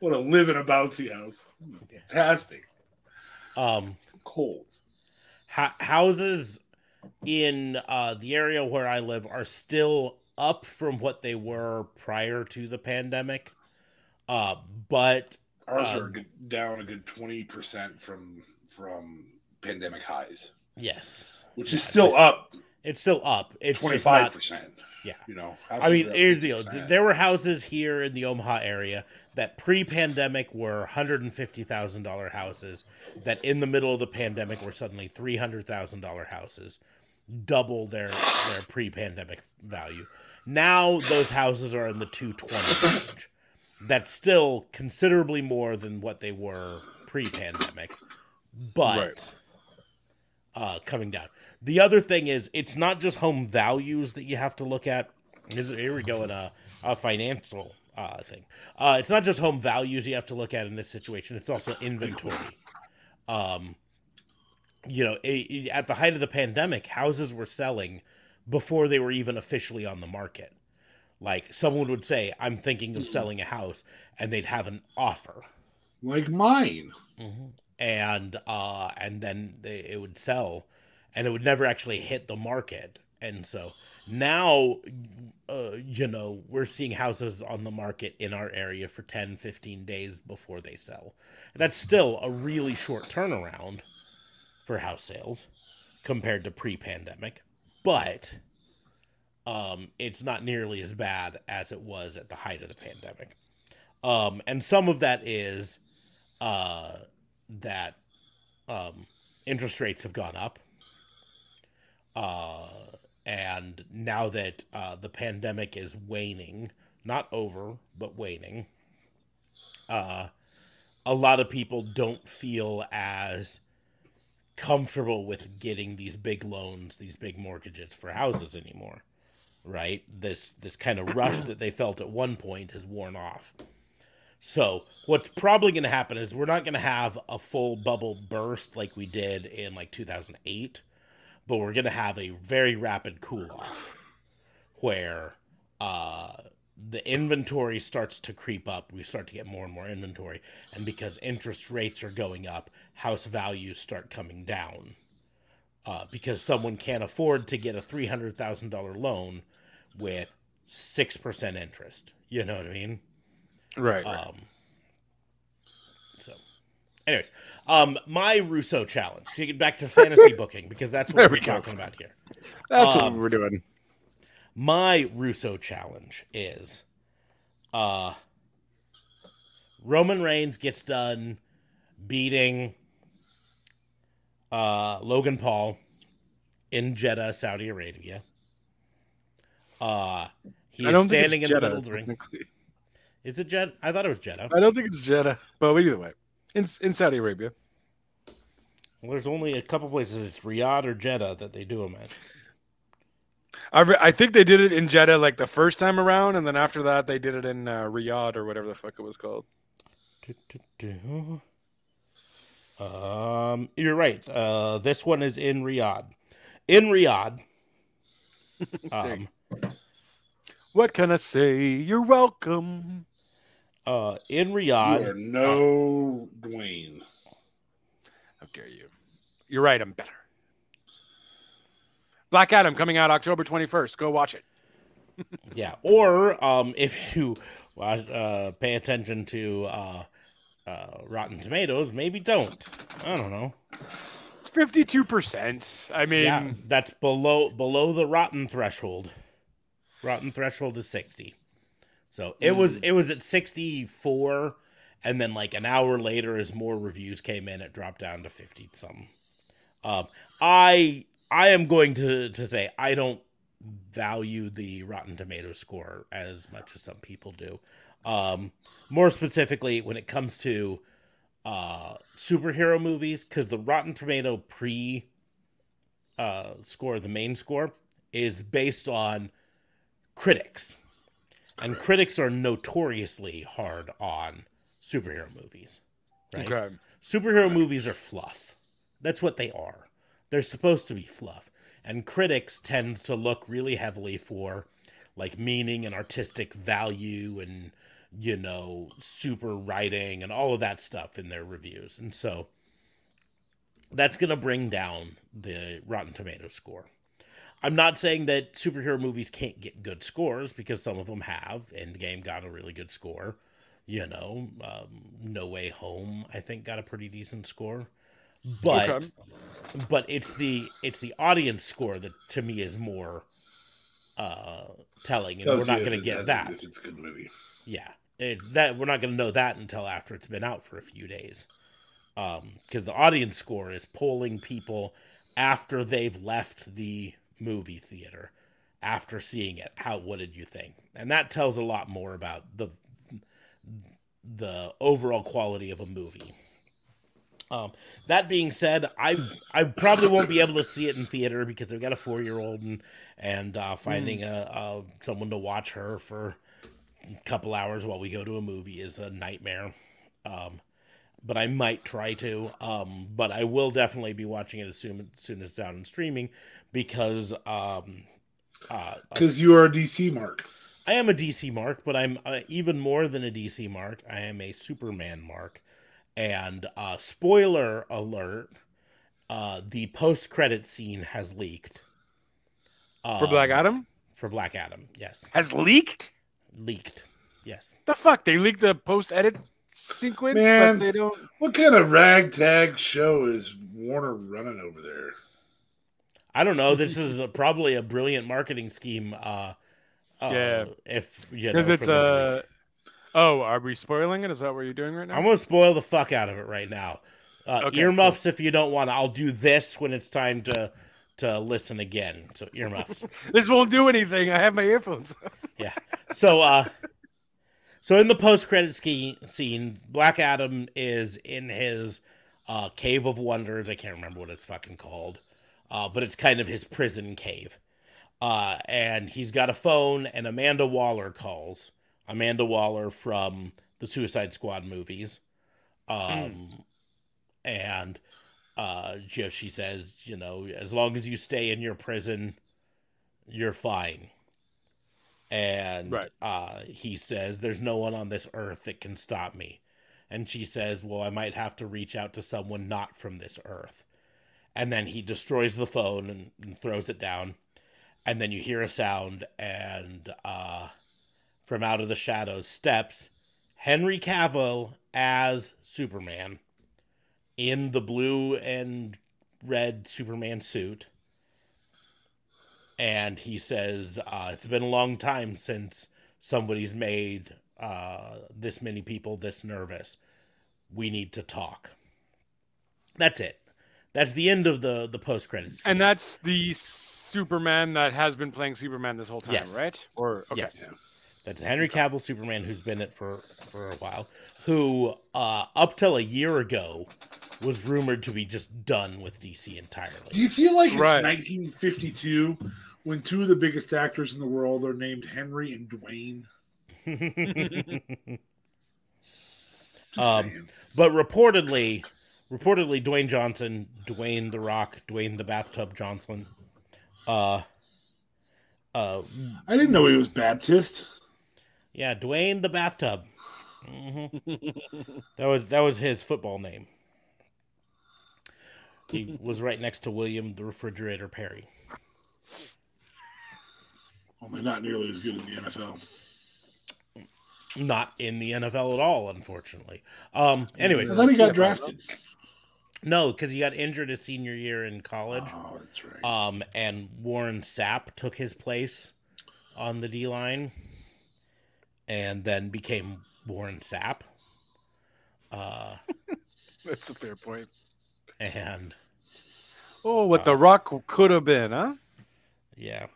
S3: want to live in a bouncy house. Fantastic.
S5: Um,
S3: Cold.
S5: ha- houses in uh, the area where I live are still up from what they were prior to the pandemic, uh, but
S3: Ours
S5: Uh,
S3: are g- down a good twenty percent from from pandemic highs,
S5: yes,
S3: which is still up
S5: it's still up. It's
S3: twenty
S5: just
S3: five
S5: not
S3: percent.
S5: Yeah.
S3: you know.
S5: I mean, here's the deal.
S3: houses are up 20%.
S5: There were houses here in the Omaha area that pre-pandemic were $150,000 houses that in the middle of the pandemic were suddenly $300,000 houses, double their their pre-pandemic value. Now those houses are in the 220 range. That's still considerably more than what they were pre-pandemic. But
S3: Right.
S5: uh, coming down. The other thing is, it's not just home values that you have to look at. Here's- Here we go in a, a financial uh, thing. Uh, it's not just home values you have to look at in this situation. It's also inventory. Um, you know, i i at the height of the pandemic, houses were selling before they were even officially on the market. Like someone would say, "I'm thinking of selling a house," and they'd have an offer
S3: like mine.
S5: and uh and then they, it would sell and it would never actually hit the market and so now uh, you know we're seeing houses on the market in our area for 10 15 days before they sell that's still a really short turnaround for house sales compared to pre-pandemic but um it's not nearly as bad as it was at the height of the pandemic um and some of that is uh that um, interest rates have gone up. Uh, and now that uh, the pandemic is waning, not over, but waning, uh, a lot of people don't feel as comfortable with getting these big loans, these big mortgages for houses anymore. Right? This this kind of rush that they felt at one point has worn off. So what's probably going to happen is we're not going to have a full bubble burst like we did in like 2008, but we're going to have a very rapid cool off where uh, the inventory starts to creep up. We start to get more and more inventory, and because interest rates are going up, house values start coming down. Uh, because someone can't afford to get a three hundred thousand dollar loan with six percent interest. You know what I mean?
S4: Right.
S5: Um, so, anyways, um, my Rousseau challenge to get back to fantasy
S4: (laughs)
S5: booking because that's what
S4: There
S5: we're
S4: we go.
S5: talking about here.
S4: That's what
S5: um,
S4: we're doing.
S5: My Russo challenge is uh Roman Reigns gets done beating uh Logan Paul in Jeddah, Saudi Arabia. Uh he
S4: I don't
S5: is
S4: think it's
S5: standing in
S4: Jeddah,
S5: the middle of the ring.
S4: technically.
S5: Is it Jeddah? I thought it was Jeddah.
S4: I don't think it's Jeddah, but either way, in, in Saudi Arabia.
S5: Well, there's only a couple places. It's Riyadh or Jeddah that they do them at.
S4: I, re- I think they did it in Jeddah like the first time around, and then after that they did it in uh, Riyadh or whatever the fuck it was called.
S5: Du-du-du. Um, you're right. Uh, this one is in Riyadh. In
S4: (laughs)
S5: Riyadh. Um,
S4: What can I say? You're welcome.
S5: uh, in
S3: you are
S5: Riyadh.
S3: no Dwayne.
S4: How dare you? You're right. I'm better. Black Adam coming out October 21st. Go watch it.
S5: Yeah. Or um, if you uh, pay attention to uh, uh, Rotten Tomatoes, maybe don't. I don't know.
S4: It's 52%. I mean,
S5: Yeah, that's below below the rotten threshold. Rotten threshold is sixty. So it was it was at sixty four, and then like an hour later, as more reviews came in, it dropped down to fifty something. Um, I I am going to to say I don't value the Rotten Tomato score as much as some people do. Um, more specifically, when it comes to uh, superhero movies, because the Rotten Tomato pre uh, score, the main score, is based on critics. And critics are notoriously hard on superhero movies. Right?
S4: Okay.
S5: Superhero movies are fluff. That's what they are. They're supposed to be fluff. And critics tend to look really heavily for like meaning and artistic value and you know, super writing and all of that stuff in their reviews. And so that's going to bring down the Rotten Tomato score. I'm not saying that superhero movies can't get good scores because some of them have. Endgame got a really good score. You know, um, No Way Home I think got a pretty decent score, but
S4: Okay.
S5: but it's the it's the audience score that to me is more uh, telling, and we're
S3: Tells you
S5: not
S3: if
S5: going to
S3: it's-
S5: get
S3: tells
S5: that.
S3: you If it's a good movie.
S5: Yeah, it, that we're not going to know that until after it's been out for a few days, because the audience score is polling people after they've left the movie theater, after seeing it. How what did you think? And that tells a lot more about the the overall quality of a movie. Um, that being said, I I probably won't be able to see it in theater because I've got a four year old and and uh, finding a, a someone to watch her for couple hours while we go to a movie is a nightmare. Um, but I might try to. Um, but I will definitely be watching it as soon as, soon as it's out and streaming because um, uh,
S3: Because you are a DC mark.
S5: I am a DC mark, but I'm uh, even more than a DC mark. I am a Superman mark. And uh, spoiler alert: uh, the post-credit scene has leaked
S4: For Black
S5: Um,
S4: Adam
S5: For Black Adam, yes,
S4: has leaked.
S5: leaked. Yes.
S4: The fuck they leaked the post edit sequence,
S3: Man.
S4: but they don't.
S3: What kind of ragtag show is Warner running over there?
S5: I don't know. This is a, probably a brilliant marketing scheme. Uh, uh,
S4: Yeah.
S5: If you know,
S4: Because it's
S5: for the
S4: Uh... Oh, are we spoiling it? Is that what you're doing right
S5: league. I'm
S4: now?
S5: gonna spoil the fuck out of it right now. Uh,
S4: Okay,
S5: earmuffs if you don't want. to. I'll do this when it's time to to listen again. So earmuffs.
S4: This won't do anything. I have my (laughs) earphones.
S5: yeah. So uh, so in the post credit ski scene, Black Adam is in his uh cave of wonders. I can't remember what it's fucking called, uh, but it's kind of his prison cave. uh, and he's got a phone, and Amanda Waller calls. Amanda Waller from the Suicide Squad movies, um, and uh, you know, she says, you know, as long as you stay in your prison, you're fine. And
S4: Right.
S5: uh, he says, "There's no one on this earth that can stop me." And she says, "Well, I might have to reach out to someone not from this earth." And then he destroys the phone and, and throws it down and then you hear a sound and uh from out of the shadows steps henry cavill as superman in the blue and red superman suit and he says uh, it's been a long time since somebody's made uh, this many people this nervous we need to talk that's it that's the end of the the post credits
S4: And that's the Superman that has been playing Superman this whole time,
S5: Yes.
S4: right? Or okay.
S5: Yes. That's Henry Cavill Superman who's been it for for a while, who uh up till a year ago was rumored to be just done with DC
S3: Do
S5: entirely.
S3: you feel like it's
S4: Right.
S3: 1952 when two of the biggest actors in the world are named Henry and
S4: (laughs)
S3: Dwayne? Just
S5: Um,
S3: saying.
S5: but reportedly, reportedly Dwayne Johnson, Dwayne the Rock, Dwayne the Bathtub Johnson, uh uh
S3: I didn't know he was Baptist.
S5: yeah, Dwayne the Bathtub. Mhm. that was that was his football name. He was right next to William the Refrigerator Perry.
S3: Only not nearly as good in the NFL.
S5: not in the NFL at all, unfortunately. Um, anyways,
S3: I thought he
S4: see
S3: got
S4: about that.
S3: drafted.
S5: no, because he got injured his senior year in college,
S3: Oh, that's right.
S5: um, and Warren Sapp took his place on the D line, and then became Warren Sapp. Uh,
S4: (laughs) That's a fair point.
S5: and
S4: Oh, what the Rock could have been, huh?
S5: yeah,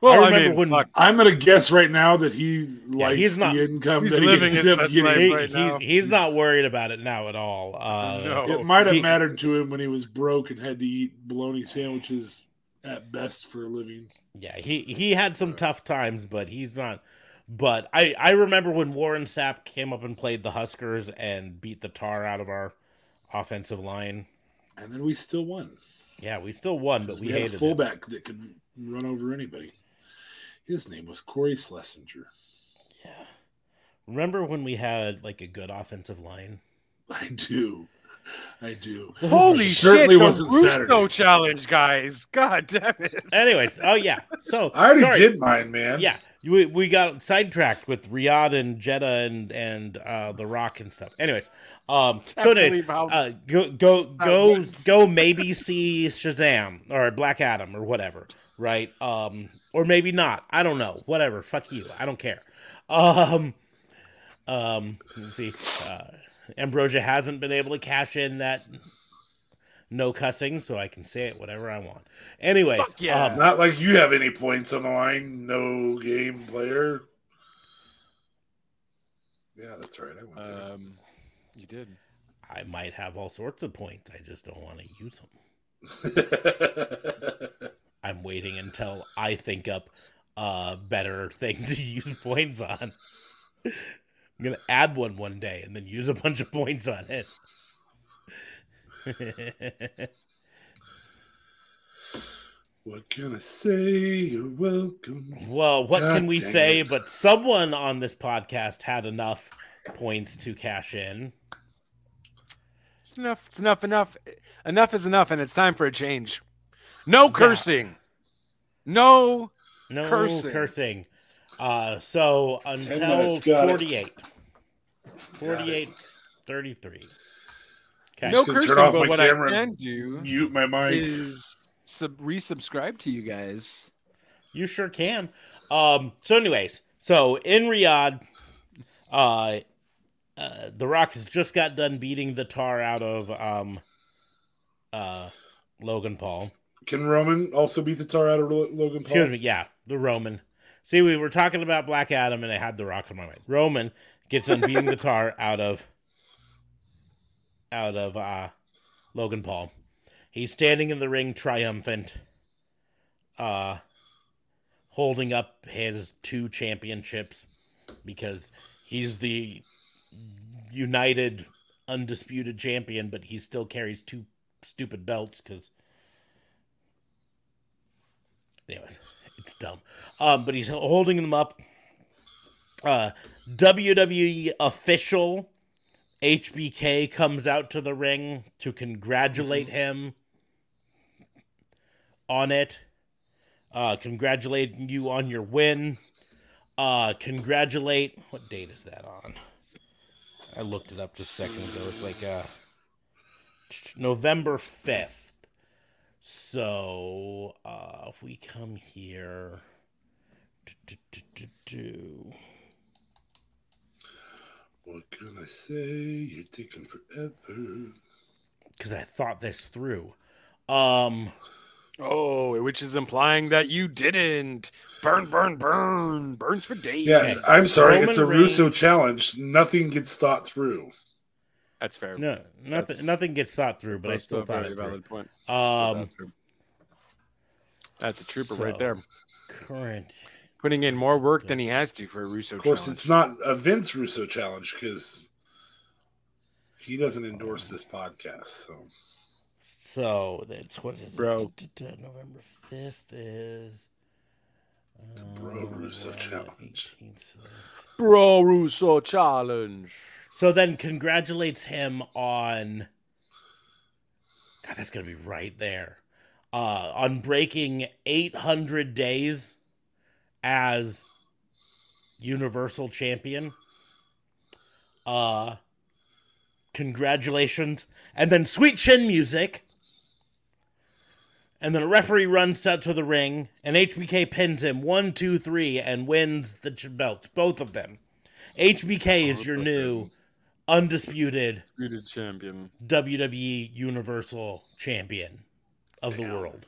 S4: Well, I,
S5: remember
S4: mean,
S5: when-
S4: fuck.
S3: I'm gonna guess right now that he likes
S5: he's not-
S3: the income.
S4: he's
S3: that he
S4: living his
S3: ended up
S4: best
S3: getting.
S4: life
S5: he,
S4: right
S5: he-
S4: now.
S5: he's not worried about it now at all. Uh,
S4: No.
S3: It might have
S5: He-
S3: mattered to him when he was broke and had to eat bologna sandwiches at best for a living.
S5: Yeah, he he had some tough times, but he's not.
S1: But I, I remember when Warren Sapp came up and played the Huskers and beat the tar out of our offensive line.
S3: And then we still won.
S1: Yeah, we still won, but
S3: So
S1: we,
S3: we had
S1: hated
S3: a
S1: it.
S3: fullback that could run over anybody. His name was Corey Schlesinger. (laughs)
S1: Yeah. Remember when we had like a good offensive line?
S3: I do. I do.
S4: Holy (laughs)
S3: Certainly
S4: shit! The
S3: wasn't
S4: Russo
S3: Saturday.
S4: challenge, guys. God damn it.
S1: Anyways, oh yeah. So
S3: I already
S1: sorry.
S3: did mine, man.
S1: Yeah, we, we got sidetracked with Riyadh and Jeddah and and uh, the Rock and stuff. Anyways, um,
S4: I
S1: so
S4: can't
S1: anyways,
S4: believe how
S1: uh, go go
S4: That
S1: go
S4: was-
S1: go maybe see Shazam or Black Adam or whatever, right? Um, or maybe not. I don't know. Whatever. Fuck you. I don't care. Um, um, let's see. Uh, Ambrosia hasn't been able to cash in that no cussing, so I can say it whatever I want. Anyways,
S4: Fuck yeah.
S1: um,
S3: Not like you have any points on the line. No game player. Yeah, that's right. I went there.
S4: Um, you did.
S1: I might have all sorts of points. I just don't want to use them. I'm waiting until I think up a better thing to (laughs) use points on. I'm gonna add one one day and then use a bunch of points on it.
S3: (laughs) what can I say? You're welcome.
S1: (laughs) well, what
S3: God
S1: can we
S3: dang
S1: say?
S3: it.
S1: But someone on this podcast had enough points to cash in.
S4: It's enough. It's enough. Enough. Enough is enough, and it's time for a change. No cursing. No.
S1: No cursing.
S4: Cursing.
S1: Uh, so until
S3: minutes, got it.
S1: 48. 48, 33. Okay.
S4: No
S3: gonna turn
S4: cursing.
S3: off
S4: But
S3: my
S4: what
S3: camera.
S4: I can do
S3: Mute my mic.
S4: is sub resubscribe to you guys.
S1: You sure can. Um, so, anyways, so in Riyadh, uh, uh, The Rock has just got done beating the tar out of um, uh, Logan Paul.
S3: Can Roman also beat the tar out of Lo- Logan Paul?
S1: Excuse me, yeah, the Roman. See, we were talking about Black Adam, and I had The Rock on my mind. Roman gets done beating the tar out of out of uh, Logan Paul. He's standing in the ring, triumphant, uh, holding up his two championships because he's the united, undisputed champion, but he still carries two stupid belts because anyways it's dumb um but he's holding them up uh wwe official hbk comes out to the ring to congratulate him on it uh congratulate you on your win uh congratulate what date is that on i looked it up just a second ago it's like uh november 5th so, uh, if we come here, do, do, do, do, do.
S3: What can I say? You're taking forever.
S1: because I thought this through. Um,
S4: Oh, which is implying that you didn't. Burn, burn, burn. Burns for days.
S3: Yeah,
S1: Yes.
S3: I'm sorry. it's a
S1: Roman
S3: Russo
S1: Reigns-
S3: challenge. Nothing gets thought through.
S4: That's fair.
S1: no, nothing,
S4: That's-
S1: nothing gets thought through, but I
S4: That's
S1: still
S4: a
S1: thought
S4: very
S1: it through.
S4: valid point.
S1: Um,
S4: That's a trooper right
S1: so-
S4: there.
S1: current.
S4: Putting in more work than he has to for a Russo
S3: Of course,
S4: challenge.
S3: it's not a Vince Russo challenge because he doesn't endorse this podcast. So
S1: So that's what is it?
S4: Bro.
S1: Du- du- du- November fifth is. uh, The
S3: Bro Russo Challenge.
S4: Bro Russo challenge.
S1: So then congratulates him on God, that's gonna be right there. Uh on breaking eight hundred days as universal champion. Uh congratulations. And then sweet chin music. And then a referee runs out to the ring, and HBK pins him one, two, three, and wins the ch- belts, both of them. HBK is
S4: Both
S1: your
S4: of
S1: new
S4: them.
S1: undisputed
S4: Disputed champion.
S1: WWE Universal Champion of the
S4: Damn.
S1: world.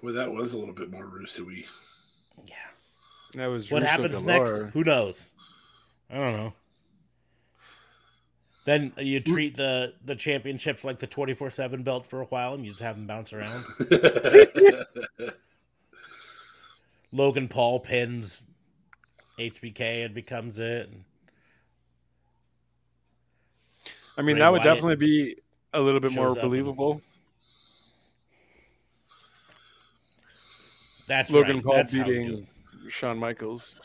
S3: boy, that was a little bit more Russo-y.
S1: Yeah.
S4: That was
S1: What
S4: Russo
S1: happens
S4: galore.
S1: next? Who knows? I don't know. Then you treat the the championships like the twenty four
S4: (laughs)
S1: seven belt for a while, and you just have them bounce around. Logan Paul pins HBK and becomes it. And
S4: I mean,
S1: Bray
S4: that would
S1: Wyatt
S4: definitely be a little bit more
S1: shows up and-
S4: believable.
S1: that's
S4: Logan
S1: right.
S4: Paul
S1: That's how we do
S4: beating
S1: it.
S4: Shawn Michaels.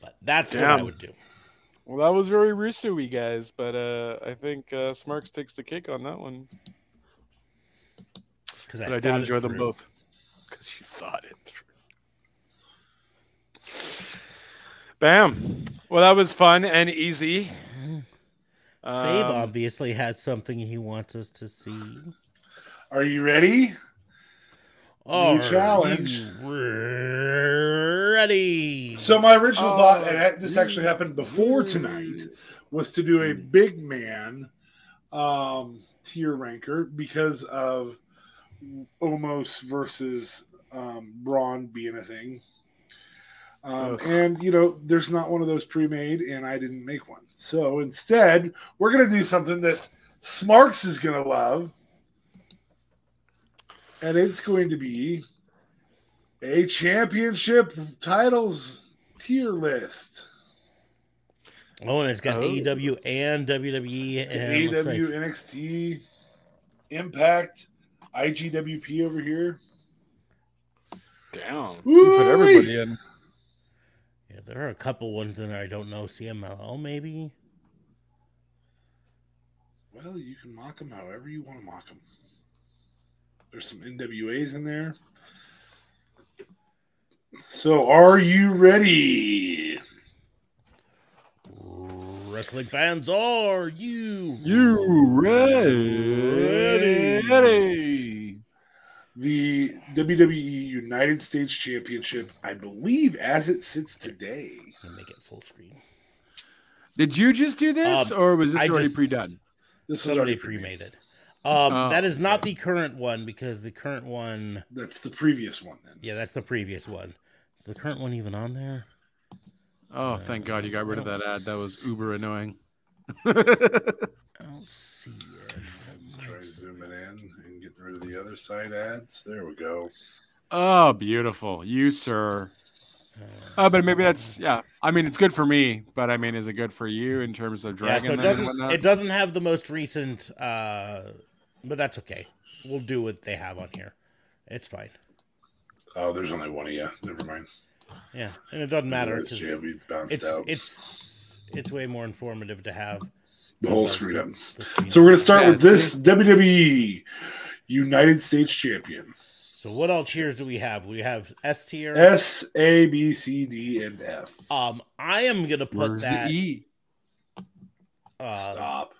S1: But that's what I
S4: Damn.
S1: would do.
S4: Well, that was very Rusu-y, guys, but uh, I think uh, Smarks takes the cake on that one.
S1: Because
S4: But I, did
S1: thought it
S4: enjoy them
S1: through.
S4: both. Because you thought it through. Bam. Well, that was fun and easy.
S1: Fabe
S4: Um,
S1: obviously has something he wants us to see.
S3: Are you ready?
S1: Are
S3: challenge.
S1: you Ready.
S3: So my original
S4: Oh,
S3: thought, and that- this actually happened before tonight, was to do a big man um, tier ranker because of Omos versus um, Braun being a thing. Um, and you know, there's not one of those pre-made, and I didn't make one. So instead, we're gonna do something that Smarks is gonna love, and it's going to be a championship titles tier list.
S1: oh, and it's got
S4: Oh.
S1: AEW and WWE and
S3: E
S1: it looks like-
S3: AEW, NXT, Impact, IGWP over here.
S4: down.
S3: Woo-wee.
S4: You put everybody in.
S1: Yeah, there are a couple ones in there I don't know. CMLL maybe.
S3: Well, you can mock them however you want to mock them. There's some NWAs in there. So, are you ready?
S1: Wrestling fans, are you?
S4: You
S1: ready?
S4: ready?
S3: The WWE United States Championship, I believe, as it sits today.
S1: Let me make it full screen.
S4: Did you just do this,
S1: Um,
S4: or was this
S1: I
S4: already
S1: just-
S4: pre-done?
S3: This was
S1: Somebody
S3: already
S1: pre-made it. Um,
S4: Oh,
S1: that is not the current one because the current one,
S3: That's the previous one, then.
S1: yeah, that's the previous one. Is the current one even on there?
S4: Oh, thank God you got rid of that ad. That was uber annoying.
S1: I don't see it.
S3: Try to zoom it in and get rid of the other side ads. There we go.
S4: oh, beautiful, you sir.
S1: Uh,
S4: Oh, but maybe that's yeah. I mean, it's good for me, but I mean, is it good for you in terms of
S1: yeah,
S4: dragging
S1: so it
S4: them and
S1: doesn't,
S4: whatnot?
S1: it doesn't have the most recent, uh, but that's okay. We'll do what they have on here. It's fine.
S3: Oh, there's only one of you. Never mind.
S1: Yeah, and it doesn't matter.
S3: Otherwise,
S1: 'cause
S3: yeah, we bounced
S1: It's
S3: out.
S1: it's it's way more informative to have
S3: the whole screwed up.
S1: the screen.
S3: So we're gonna start
S4: Yeah,
S3: with this WWE United States Champion.
S1: So what all cheers do we have? We have S tier.
S3: S A B C D and F.
S1: Um, I am gonna put
S4: Where's
S1: that.
S4: the E? (sighs)
S1: uh,
S3: Stop.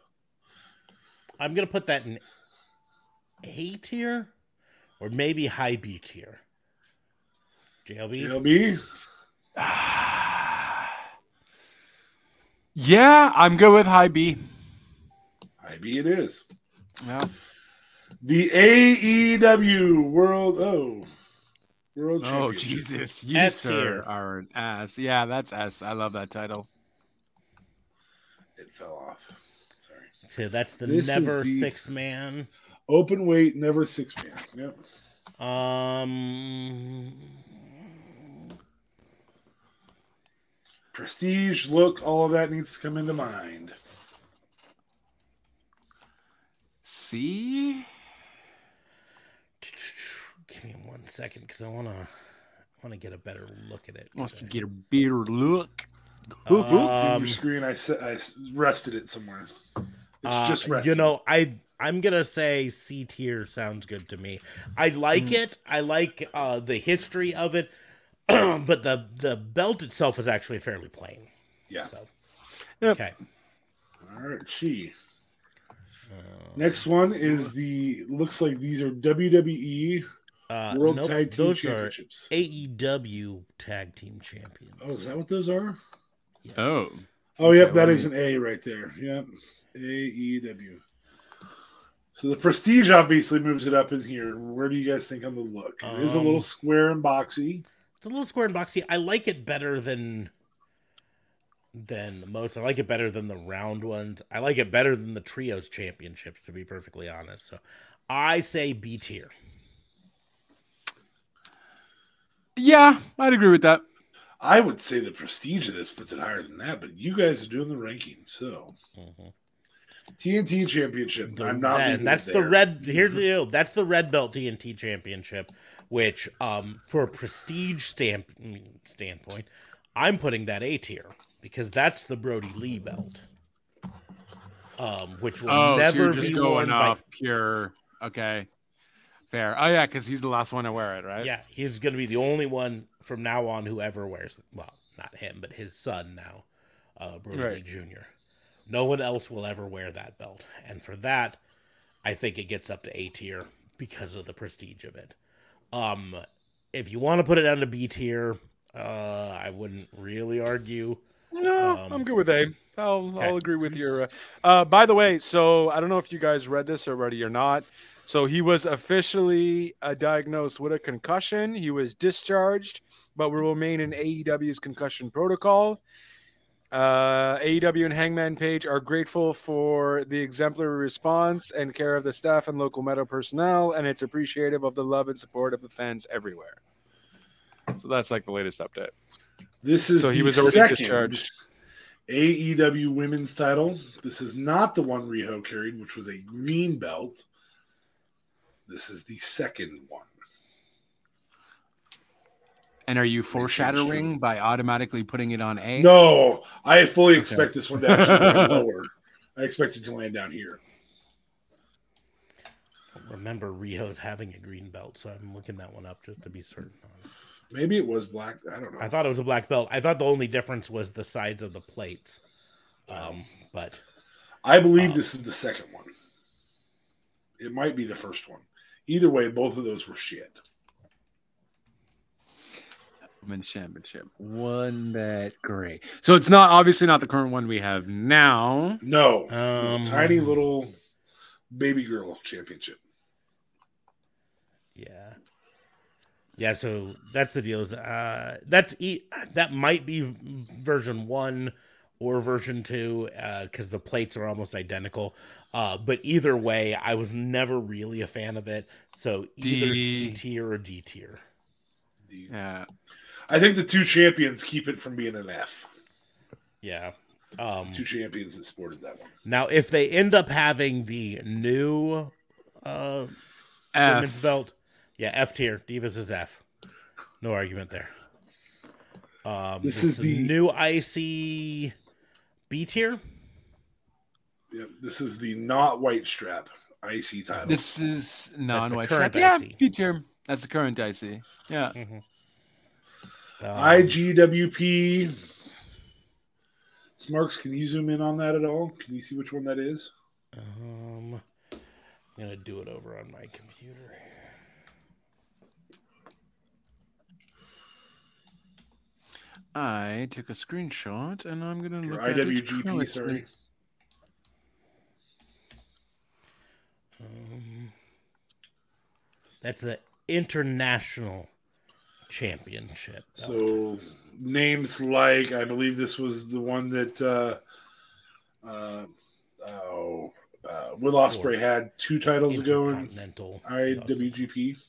S1: I'm gonna put that in A tier, or maybe high B tier. JLB.
S3: LB.
S4: Yeah, I'm good with high B.
S3: I B it is.
S4: Yeah.
S3: The AEW World Oh World Champion.
S4: Oh Jesus, you
S1: S tier.
S4: sir are an ass. Yeah, that's S. I love that title.
S3: It fell off. Sorry.
S1: So that's the
S3: This is
S1: never
S3: the-
S1: six man.
S3: Open weight, never six man. Yep.
S1: Um,
S3: Prestige, look, all of that needs to come into mind.
S4: See?
S1: give me one second because I wanna wanna get a better look at it.
S4: Wants to
S1: Okay.
S4: get a better look.
S3: It's in
S1: Um,
S3: your screen, I, se- I s- rested it somewhere. It's
S1: Uh,
S3: just rested.
S1: you know, I I'm gonna say C tier sounds good to me. I like
S3: Hmm.
S1: it. I like uh, the history of it, (clears throat) but the the belt itself is actually fairly plain.
S3: Yeah.
S1: So
S4: Yep.
S1: okay.
S3: All right, she.
S1: Uh,
S3: Next one is the looks like these are WWE
S1: uh,
S3: World
S1: nope,
S3: Tag Team
S1: those are
S3: Championships.
S1: AEW E Tag Team Champions.
S3: Oh, is that what those are?
S1: Yes.
S4: Oh.
S3: Oh, yep, that
S4: well,
S3: is an A right there. Yep, AEW. So the prestige obviously moves it up in here. Where do you guys think on the look? It is a
S1: Um,
S3: little square and boxy.
S1: It's a little square and boxy. I like it better than than the most. I like it better than the round ones. I like it better than the trios championships, to be perfectly honest. So I say B tier.
S4: Yeah, I'd agree with that.
S3: I would say the prestige of this puts it higher than that, but you guys are doing the ranking, so TNT Championship.
S1: Mm-hmm. The-
S3: I'm not.
S1: that-
S3: leaving it
S1: that's the
S3: there.
S1: red. Here's the deal. That's the red belt TNT championship, which, um, for a prestige stamp standpoint, I'm putting that A tier because that's the Brody Lee belt, um, which will
S4: Oh,
S1: never
S4: so you're just
S1: be
S4: going
S1: worn
S4: off pure. Okay, fair. Oh yeah, because he's the last one to wear it,
S1: by.
S4: right?
S1: Yeah, he's going to be the only one from now on who ever wears. Well, not him, but his son now, uh, Brody Lee
S4: Right.
S1: Jr. No one else will ever wear that belt, and for that, I think it gets up to A tier because of the prestige of it. Um, if you want to put it down to B tier, uh, I wouldn't really argue.
S4: No,
S1: Um,
S4: I'm good with A. I'll
S1: okay.
S4: I'll agree with your. Uh, uh, by the way, so I don't know if you guys read this already or not. So he was officially uh, diagnosed with a concussion. He was discharged, but will remain in AEW's concussion protocol. Uh, AEW and Hangman Page are grateful for the exemplary response and care of the staff and local medical personnel, and it's appreciative of the love and support of the fans everywhere. So that's like the latest update.
S3: This is
S4: So he
S3: the
S4: was already
S3: second
S4: discharged.
S3: AEW women's title. This is not the one Riho carried, which was a green belt. This is the second one.
S4: And are you foreshadowing by automatically putting it on A?
S3: No, I fully expect this one to actually
S4: (laughs)
S3: land lower. I expect it to land down here.
S1: Remember, Rio's having a green belt, so I'm looking that one up just to be certain. On it.
S3: Maybe it was black. I don't know.
S1: I thought it was a black belt. I thought the only difference was the sides of the plates. Um, but
S3: I believe
S1: Um,
S3: this is the second one. It might be the first one. Either way, both of those were shit.
S4: Women's championship. One that great. So it's not obviously not the current one we have now.
S3: No,
S1: um,
S3: tiny little baby girl championship.
S1: yeah, yeah. So that's the deal. Is uh, that's e- that might be version one or version two because the plates are almost identical. Uh, but either way, I was never really a fan of it. So either C
S4: D.
S1: tier or D tier.
S3: The-
S4: Yeah.
S3: I think the two champions keep it from being an F.
S1: Yeah. Um,
S3: Two champions that sported that one.
S1: now, if they end up having the new uh, women's
S4: F.
S1: belt. Yeah, F tier. Divas is F. No argument there. Um,
S3: This
S1: this
S3: is
S1: is
S3: the-
S1: new IC B tier. Um,
S3: Yep, this is the not white strap IC title.
S4: This is non-white.
S1: current
S4: strap. Yeah,
S1: IC.
S4: B tier. That's the current IC. Yeah.
S1: Um,
S3: IGWP. Smarks, can you zoom in on that at all? Can you see which one that is?
S1: um, I'm gonna do it over on my computer.
S4: I took a screenshot and I'm gonna
S3: Your
S4: look at it
S3: IWGP,
S4: currently.
S3: sorry.
S1: Um, that's the international championship. belt.
S3: So names like I believe this was the one that uh, uh, oh, uh, Will Osprey had two titles ago in
S1: Intercontinental belt.
S3: IWGP.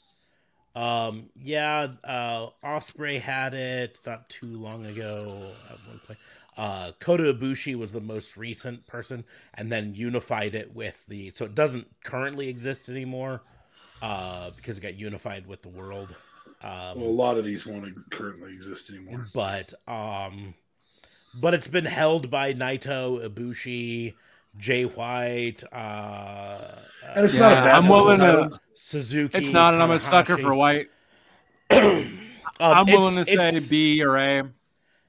S1: Um, yeah, uh, Osprey had it not too long ago at one point. Uh, Kota Ibushi was the most recent person, and then unified it with the so it doesn't currently exist anymore, uh, because it got unified with the world. Um,
S3: Well, a lot of these won't ex- currently exist anymore.
S1: but um, but it's been held by Naito, Ibushi, Jay White, uh, uh,
S3: And it's
S4: Yeah,
S3: not a bad
S4: I'm willing
S3: title.
S4: to.
S1: Suzuki.
S4: It's not, and I'm a sucker for
S1: Tanahashi.
S4: white.
S1: Um,
S4: I'm willing to
S1: it's-
S4: say
S1: it's-
S4: B or A.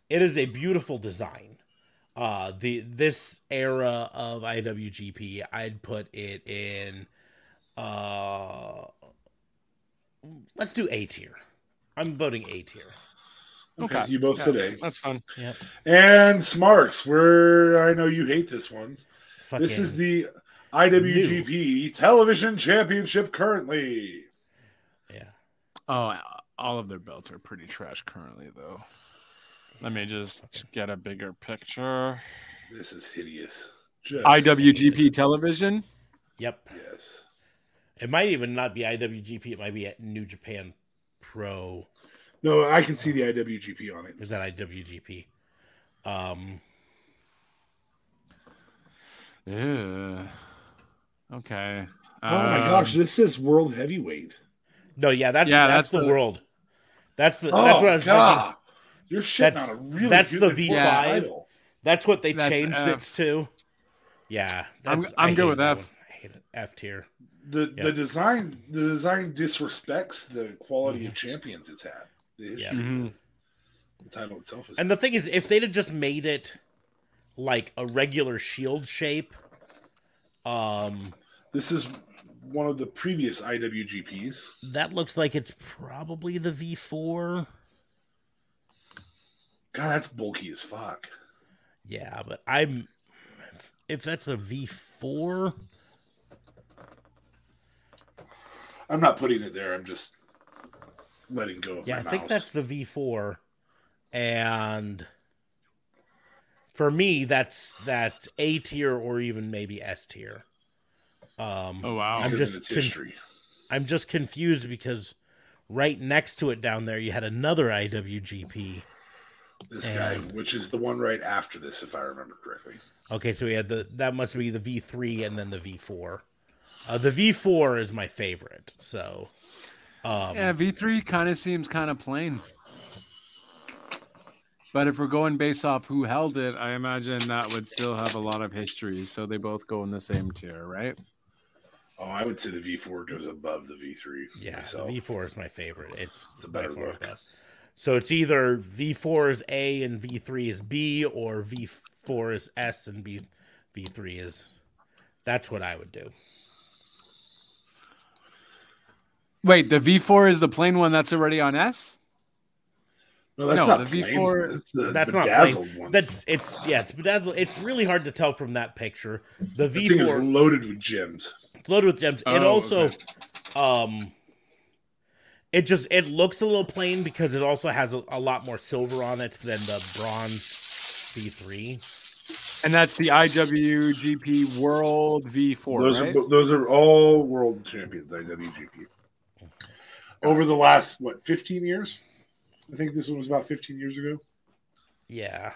S1: it is a beautiful design. Uh the this era of IWGP, I'd put it in uh let's do A tier. I'm voting A tier.
S3: Okay,
S4: Okay.
S3: you both
S4: Yeah,
S3: said A.
S4: That's fun.
S3: And Smarks, where I know you hate this one.
S1: Fucking,
S3: This is the IWGP Television Championship currently.
S1: yeah.
S4: Oh, all of their belts are pretty trash currently, though.
S5: Let me just get a bigger picture.
S3: This is hideous. Just,
S4: IWGP television.
S1: Yep.
S3: Yes.
S1: It might even not be IWGP. It might be at New Japan Pro.
S3: No, I can see the IWGP on it.
S1: Is that IWGP? Um,
S5: Yeah. Okay. Um,
S3: Oh my gosh, this is world heavyweight.
S1: no, yeah, that's
S5: Yeah, that's
S1: that's, the
S5: the-
S1: world. That's the
S3: Oh
S1: that's what I was thinking.
S3: god, you're shitting
S1: That's-
S3: on a really
S1: that's
S3: good
S1: the
S3: important
S1: V5.
S3: title.
S1: That's what they
S5: That's
S1: changed
S5: F.
S1: it to. Yeah,
S5: I'm-
S1: that's-
S5: I'm
S1: I
S5: good
S1: hate
S5: with F.
S1: that one. I hate it. F tier.
S3: The
S1: Yeah.
S3: the design the design disrespects the quality of champions it's had. The, history,
S1: Mm-hmm. Yeah.
S5: mm-hmm.
S3: the title itself is
S1: And the thing is, if they'd have just made it like a regular shield shape, um,
S3: this is one of the previous IWGPs.
S1: that looks like it's probably the V four.
S3: God, that's bulky as fuck.
S1: Yeah, but I'm if, if that's the V four,
S3: I'm not putting it there. I'm just letting go of
S1: yeah,
S3: my
S1: I
S3: mouse.
S1: think that's the V four, and for me, that's that's A tier or even maybe S tier. Um,
S5: Oh wow.
S1: I'm just
S3: because of its
S1: con-
S3: history.
S1: I'm just confused because right next to it down there, you had another IWGP.
S3: This guy,
S1: and-
S3: which is the one right after this, if I remember correctly.
S1: Okay, so we had the that must be the V three and then the V four. Uh, the V four is my favorite. So, um,
S4: Yeah, V3 kind of seems kind of plain. But if we're going based off who held it, I imagine that would still have a lot of history. So they both go in the same tier, right?
S3: Oh, I would say the V4 goes above the V3.
S1: Yeah,
S3: myself.
S1: the V four is my favorite. It's
S3: It's a
S1: by
S3: better
S1: far
S3: look.
S1: the best. So it's either V four is A and V three is B, or V four is S and B V three is. That's what I would do.
S4: Wait, the V4 is the plain one that's already on S?
S3: No, that's
S4: No,
S3: not
S4: the
S3: plain.
S4: V4
S3: That's the
S1: That's not
S3: bedazzled
S1: plain.
S3: one.
S1: That's it's yeah. It's bedazzled. It's really hard to tell from that picture. The
S3: the
S1: V
S3: thing is
S1: four
S3: loaded with gems.
S1: loaded with gems. and
S5: Oh,
S1: also,
S5: okay.
S1: um, it just it looks a little plain because it also has a, a lot more silver on it than the bronze V three.
S4: And that's the IWGP World V4,
S3: those
S4: right?
S3: are those are all world champions IWGP. Over the last what 15 years? I think this one was about 15 years ago.
S1: Yeah.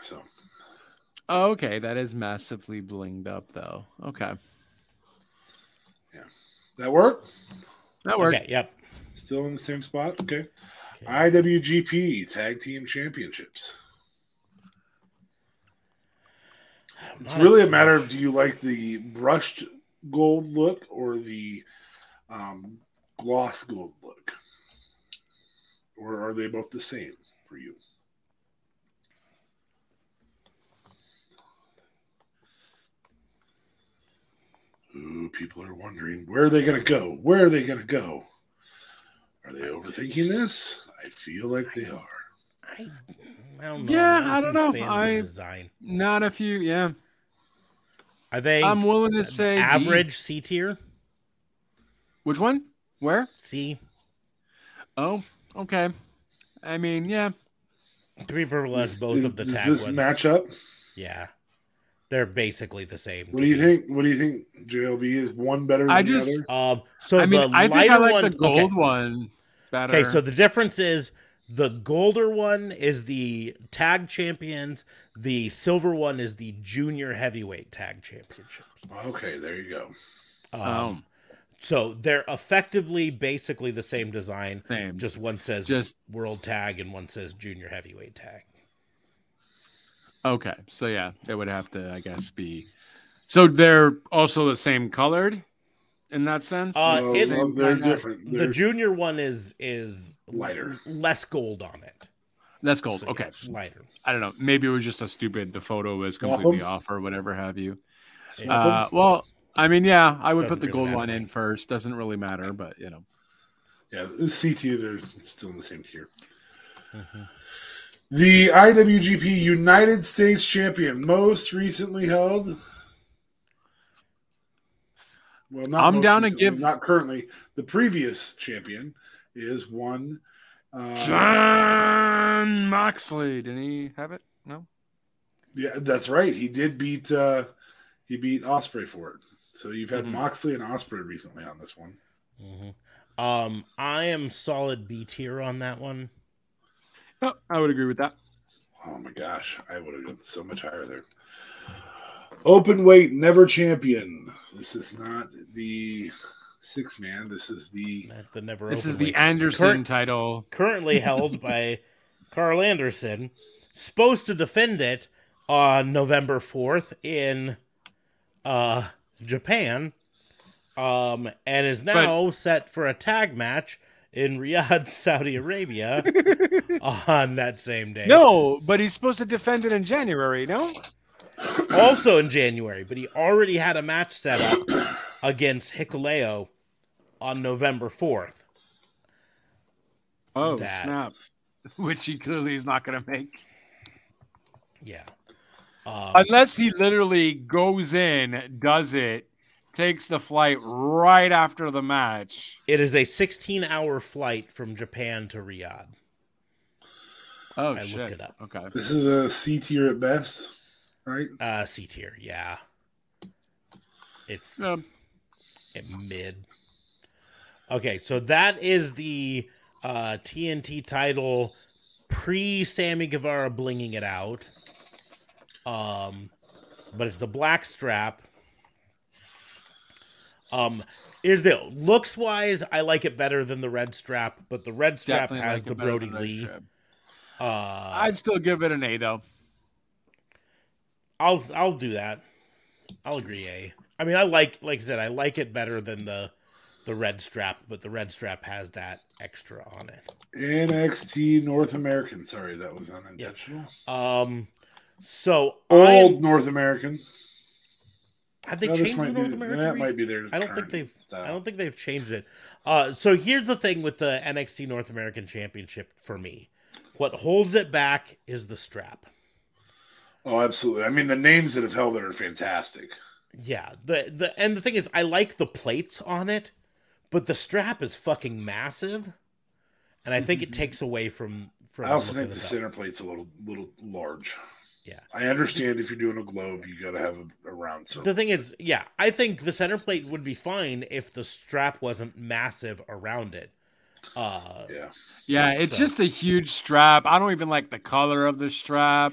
S3: So
S4: Oh, okay, that is massively blinged up, though. Okay,
S3: that worked.
S4: that worked.
S1: Okay. Yep.
S3: Still in the same spot. Okay.
S1: Okay.
S3: IWGP Tag Team Championships. It's really a matter of do you like the brushed gold look or the um, gloss gold look? Or are they both the same for you? Ooh, people are wondering where are they going to go? Where are they going to go? Are they overthinking this? I feel like they are.
S1: I, I don't know.
S4: Yeah,
S1: I'm not
S4: I
S1: a
S4: don't
S1: big
S4: know.
S1: fan of the
S4: I-
S1: design.
S4: Not a few, yeah.
S1: Are they
S4: I'm willing to say D.
S1: average C tier?
S4: Which one? Where?
S1: C.
S4: Oh, okay. I mean, yeah.
S1: Three purple less
S3: Does-
S1: both
S3: does-
S1: of the
S3: does
S1: tag
S3: this
S1: ones.
S3: match up?
S1: Yeah, they're basically the same.
S3: What
S1: to
S3: do you
S1: me.
S3: think? What do you think? JLB is one better than
S4: I just-
S3: the other.
S1: Um, so
S4: I mean,
S1: the
S4: I think I
S1: lighter
S4: like
S1: one,
S4: the gold
S1: okay.
S4: one better.
S1: Okay, so the difference is the golder one is the tag champions. The silver one is the junior heavyweight tag championship.
S3: Okay, there you go.
S1: Um,
S4: um,
S1: So they're effectively basically the same design.
S4: same. Just,
S1: Just one says
S4: just
S1: world tag and one says junior heavyweight tag.
S4: okay. So yeah, it would have to, I guess, be. So they're also the same colored, in that sense.
S1: Uh,
S4: It's
S3: No,
S4: the
S1: it-
S4: same
S3: they're
S4: kinda-
S3: different. They're,
S1: the junior one is is
S3: Lighter.
S1: less gold on it.
S4: That's gold.
S1: So,
S4: Okay,
S1: yeah, lighter.
S4: I don't know. Maybe it was just a stupid. The photo was
S3: Swap 'em?
S4: completely off or whatever have you.
S1: Yeah.
S4: Uh, well, I mean, yeah, I would
S1: Doesn't
S4: put the
S1: really
S4: gold
S1: matter.
S4: one in first. Doesn't really matter, but you know.
S3: yeah, the CT, they're still in the same tier.
S1: Mm-hmm.
S3: The IWGP United States Champion, most recently held. Well, not
S4: I'm
S3: most
S4: down to
S3: recently,
S4: give-
S3: Not currently. The previous champion is one Uh,
S5: John Moxley. Did he have it? No.
S3: Yeah, that's right. He did beat uh he beat Osprey for it. So you've had
S1: Mm-hmm.
S5: Mhm.
S3: Moxley and Osprey recently on this one.
S1: hmm Um, I am solid B tier on that one.
S4: No, I would agree with that.
S3: Oh my gosh, I would have gone so much higher there. Open weight, never champion. This is not the six man. This is the
S1: That's the never.
S5: This
S1: open
S5: is the
S1: weight.
S5: Anderson
S1: Kurt-
S5: title.
S1: currently held by Carl Anderson. Supposed to defend it on November fourth in uh, Japan, um, and is now set for a tag match in (laughs) Riyadh, Saudi Arabia, on that same day.
S4: No, but he's supposed to defend it in January, no?
S1: also in January, but he already had a match set up against Hikuleo on November 4th.
S5: Oh
S1: That.
S4: (laughs)
S5: snap! Which he clearly is not going to make.
S1: Yeah. Um,
S5: Unless he literally goes in, does it, takes the flight right after the match.
S1: it is a 16 hour flight from Japan to Riyadh.
S5: Oh
S1: I
S5: shit!
S1: looked it up.
S5: Okay.
S3: this is a C tier at best, right?
S1: Uh, C tier, yeah. It's
S5: Um,
S1: at mid. Okay, so that is the uh, TNT title pre Sammy Guevara blinging it out. Um, but it's the black strap. Um, is the looks wise, I like it better than the red strap, but the red strap
S5: definitely
S1: has
S5: like
S1: the
S5: it better
S1: Brody
S5: than Red
S1: Lee.
S5: Strap.
S1: Uh,
S5: I'd still give it an A though.
S1: I'll I'll do that. I'll agree. A. I mean, I like like I said, I like it better than the the red strap, but the red strap has that extra on it.
S3: NXT North American. Sorry, that was unintentional.
S1: Um, so
S3: Old
S1: I'm-
S3: North American.
S1: have they
S3: No, this
S1: changed the
S3: might
S1: North
S3: be,
S1: American?
S3: That
S1: rec-
S3: might be their.
S1: I don't think
S3: current
S1: they've.
S3: style.
S1: I don't think they've changed it. Uh, so here's the thing with the NXT North American Championship for me. What holds it back is the strap.
S3: Oh, absolutely. I mean, the names that have held it are fantastic.
S1: Yeah, the the and the thing is, I like the plates on it, but the strap is fucking massive, and I think it takes away from. from
S3: Mm-hmm. I also
S1: look at
S3: think the
S1: belt.
S3: center plate's a little little large.
S1: Yeah.
S3: I understand if you're doing a globe, you got to have a, a round circle.
S1: The thing is, yeah, I think the center plate would be fine if the strap wasn't massive around it. Uh,
S3: yeah.
S5: Yeah, it's
S1: So-
S5: just a huge strap. I don't even like the color of the strap.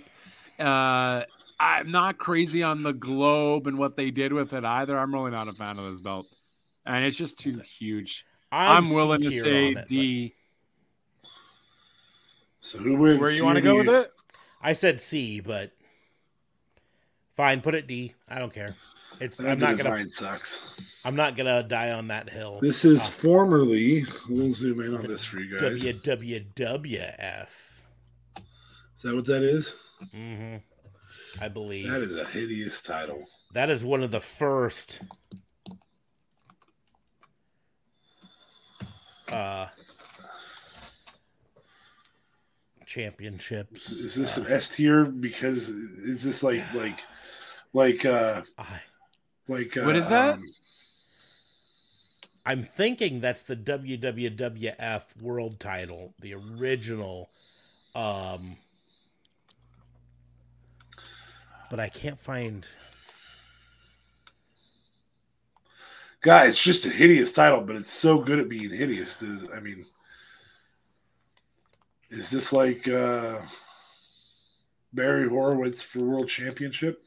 S5: Uh, I'm not crazy on the globe and what they did with it either. I'm really not a fan of this belt, and it's just too huge. I'm, willing to
S1: C tier
S5: say
S1: on it,
S5: D.
S3: So who wins?
S4: Where
S3: C
S4: you want
S3: or
S4: to go
S3: D?
S4: with it?
S1: but- I said C, but fine, put it D. I don't care. It's
S3: I think
S1: I'm
S3: the
S1: not
S3: design
S1: gonna
S3: sucks.
S1: I'm not gonna die on that hill.
S3: This is
S1: Uh,
S3: formerly. We'll zoom in on this for you guys.
S1: WWWF.
S3: Is that what that is?
S1: hmm I believe
S3: That is a hideous title.
S1: That is one of the first. Uh, championships.
S3: Is this
S1: Uh,
S3: an S tier? Because is this like like like uh
S1: I,
S3: like uh,
S5: What is that?
S3: um,
S1: I'm thinking that's the WWWF World Title, the original. Um, but I can't find.
S3: guy, it's just a hideous title, but it's so good at being hideous. Is- I mean, is this like uh, Barry Horowitz for World Championship?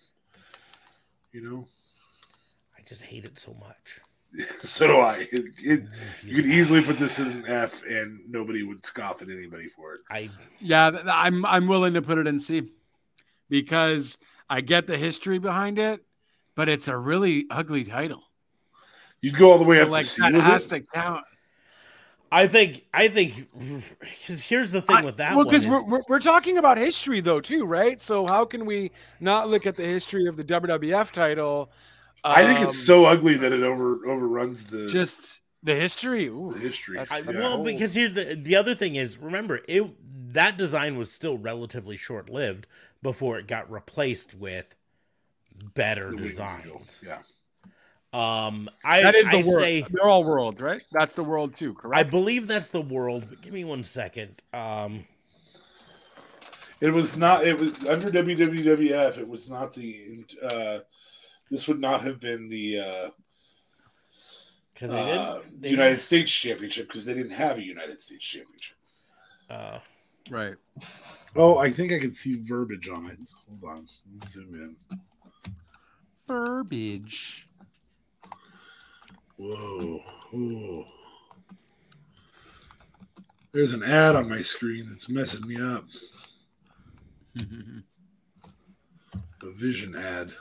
S3: You know, (laughs)
S1: I just hate it so much.
S3: so do I. It, it, you could easily put this in an F, and nobody would scoff at anybody for it.
S1: I
S5: Yeah, th- I'm I'm willing to put it in C because I get the history behind it, but it's a really ugly title.
S3: You'd go all the way
S5: So,
S3: up
S5: like
S3: to C
S5: that
S3: with
S5: has
S3: it.
S5: to count.
S1: I think I think because here's the thing
S4: I-
S1: with that
S4: well,
S1: one.
S4: because
S1: Is,
S4: we're, we're, we're talking about history though too, right? So how can we not look at the history of the WWF title?
S3: I think it's
S4: Um,
S3: so ugly that it over overruns the,
S5: Just the history. Ooh.
S3: the history.
S4: that's-
S1: I,
S4: that's
S1: well,
S4: old.
S1: because here's the the other thing is remember it that design was still relatively short lived before it got replaced with better
S3: The way we go.
S1: designs.
S3: Yeah.
S5: Um, I,
S6: That is the
S5: I
S6: world.
S5: say-
S6: They're all world, right? That's the world too,
S5: I
S6: correct?
S5: believe that's the world, but give me one second. Um,
S3: It was not. It was under WWF. It was not the. Uh, this would not have been the uh,
S5: because they
S3: uh,
S5: didn't. They
S3: United States Championship because they didn't have a United States Championship.
S5: didn't- uh,
S6: right.
S3: Oh, I think I can see verbiage on it. Hold on, Let's zoom in.
S4: Verbiage.
S3: Whoa. Ooh. There's an ad on my screen that's messing
S5: (laughs)
S3: me up. A vision ad.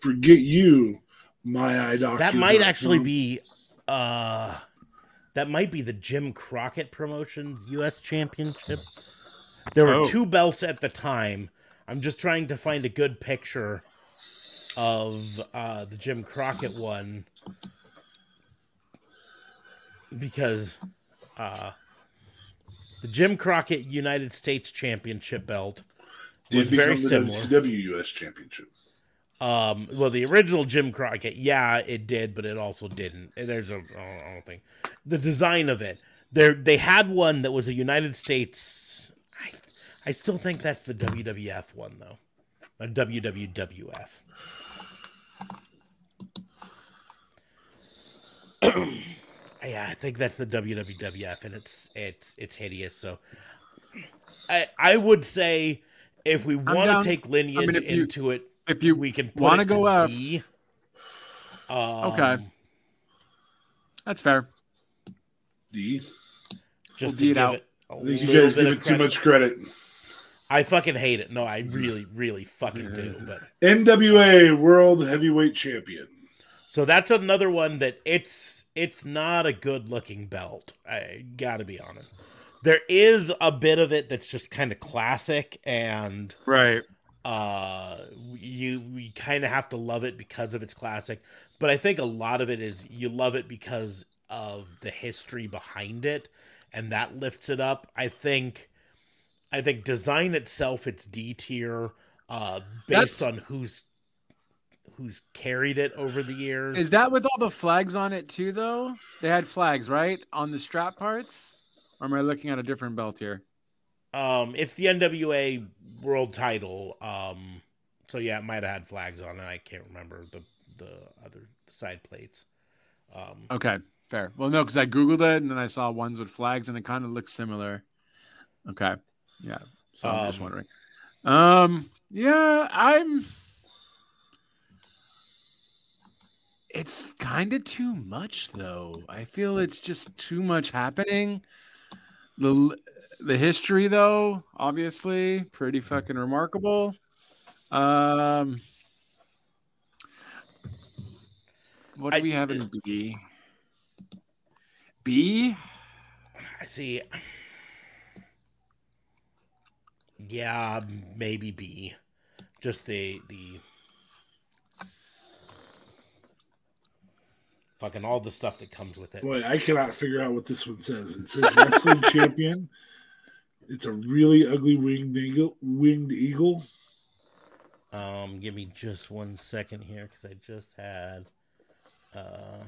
S3: Forget you, my eye doctor.
S5: that might actually be. Uh, that might be the Jim Crockett Promotions U.S. Championship. There were
S4: Oh.
S5: two belts at the time. I'm just trying to find a good picture of uh, the Jim Crockett one because uh, the Jim Crockett United States Championship belt was
S3: Did
S5: very
S3: become the
S5: similar.
S3: WCW US Championship.
S5: Um, well, the original Jim Crockett, yeah, it did, but it also didn't. And There's a I don't think the design of it. There, they had one that was a United States. I, I still think that's the WWF one though, a WWWF. (clears throat) yeah, I think that's the WWF, and it's it's it's hideous. So, I I would say if we want
S4: down.
S5: to take lineage
S4: if you-
S5: into it
S4: If you
S5: we can put
S4: wanna
S5: it to
S4: go F.
S5: D.
S4: Okay.
S5: Um,
S4: That's fair.
S3: D.
S5: Just
S4: We'll
S5: to
S4: D it
S5: give
S4: out.
S5: it a
S3: I think you
S5: little
S3: guys
S5: bit
S3: give
S5: of
S3: it too
S5: credit.
S3: much credit.
S5: I fucking hate it. No, I really, really fucking do. But
S3: NWA World Heavyweight Champion.
S5: so that's another one that it's it's not a good looking belt. I gotta be honest. There is a bit of it that's just kind of classic, and
S6: Right.
S5: uh, you we kind of have to love it because of its classic. But I think a lot of it is you love it because of the history behind it, and that lifts it up. I think, I think design itself, it's D tier, uh, based
S6: That's-
S5: on who's who's carried it over the years.
S4: Is that with all the flags on it too, though? They had flags, right, on the strap parts. Or am I looking at a different belt here?
S5: um, it's the NWA World Title. Um, so yeah, it might have had flags on it. I can't remember the the other side plates. Um,
S4: Okay, fair. Well, no, because I googled it and then I saw ones with flags, and it kind of looks similar. Okay, yeah. So I'm just
S5: Um,
S4: wondering. Um, yeah, I'm. It's kind of too much, though. I feel it's just too much happening. the l- The history, though, obviously, pretty fucking remarkable. Um, what do
S5: I-
S4: we have in B? B?
S5: I see. Yeah, maybe B. Just the the fucking all the stuff that comes with it.
S3: Boy, I cannot figure out what this one says. It says wrestling champion. It's a really ugly winged eagle. Winged eagle.
S5: Um, give me just one second here because I just had. Uh,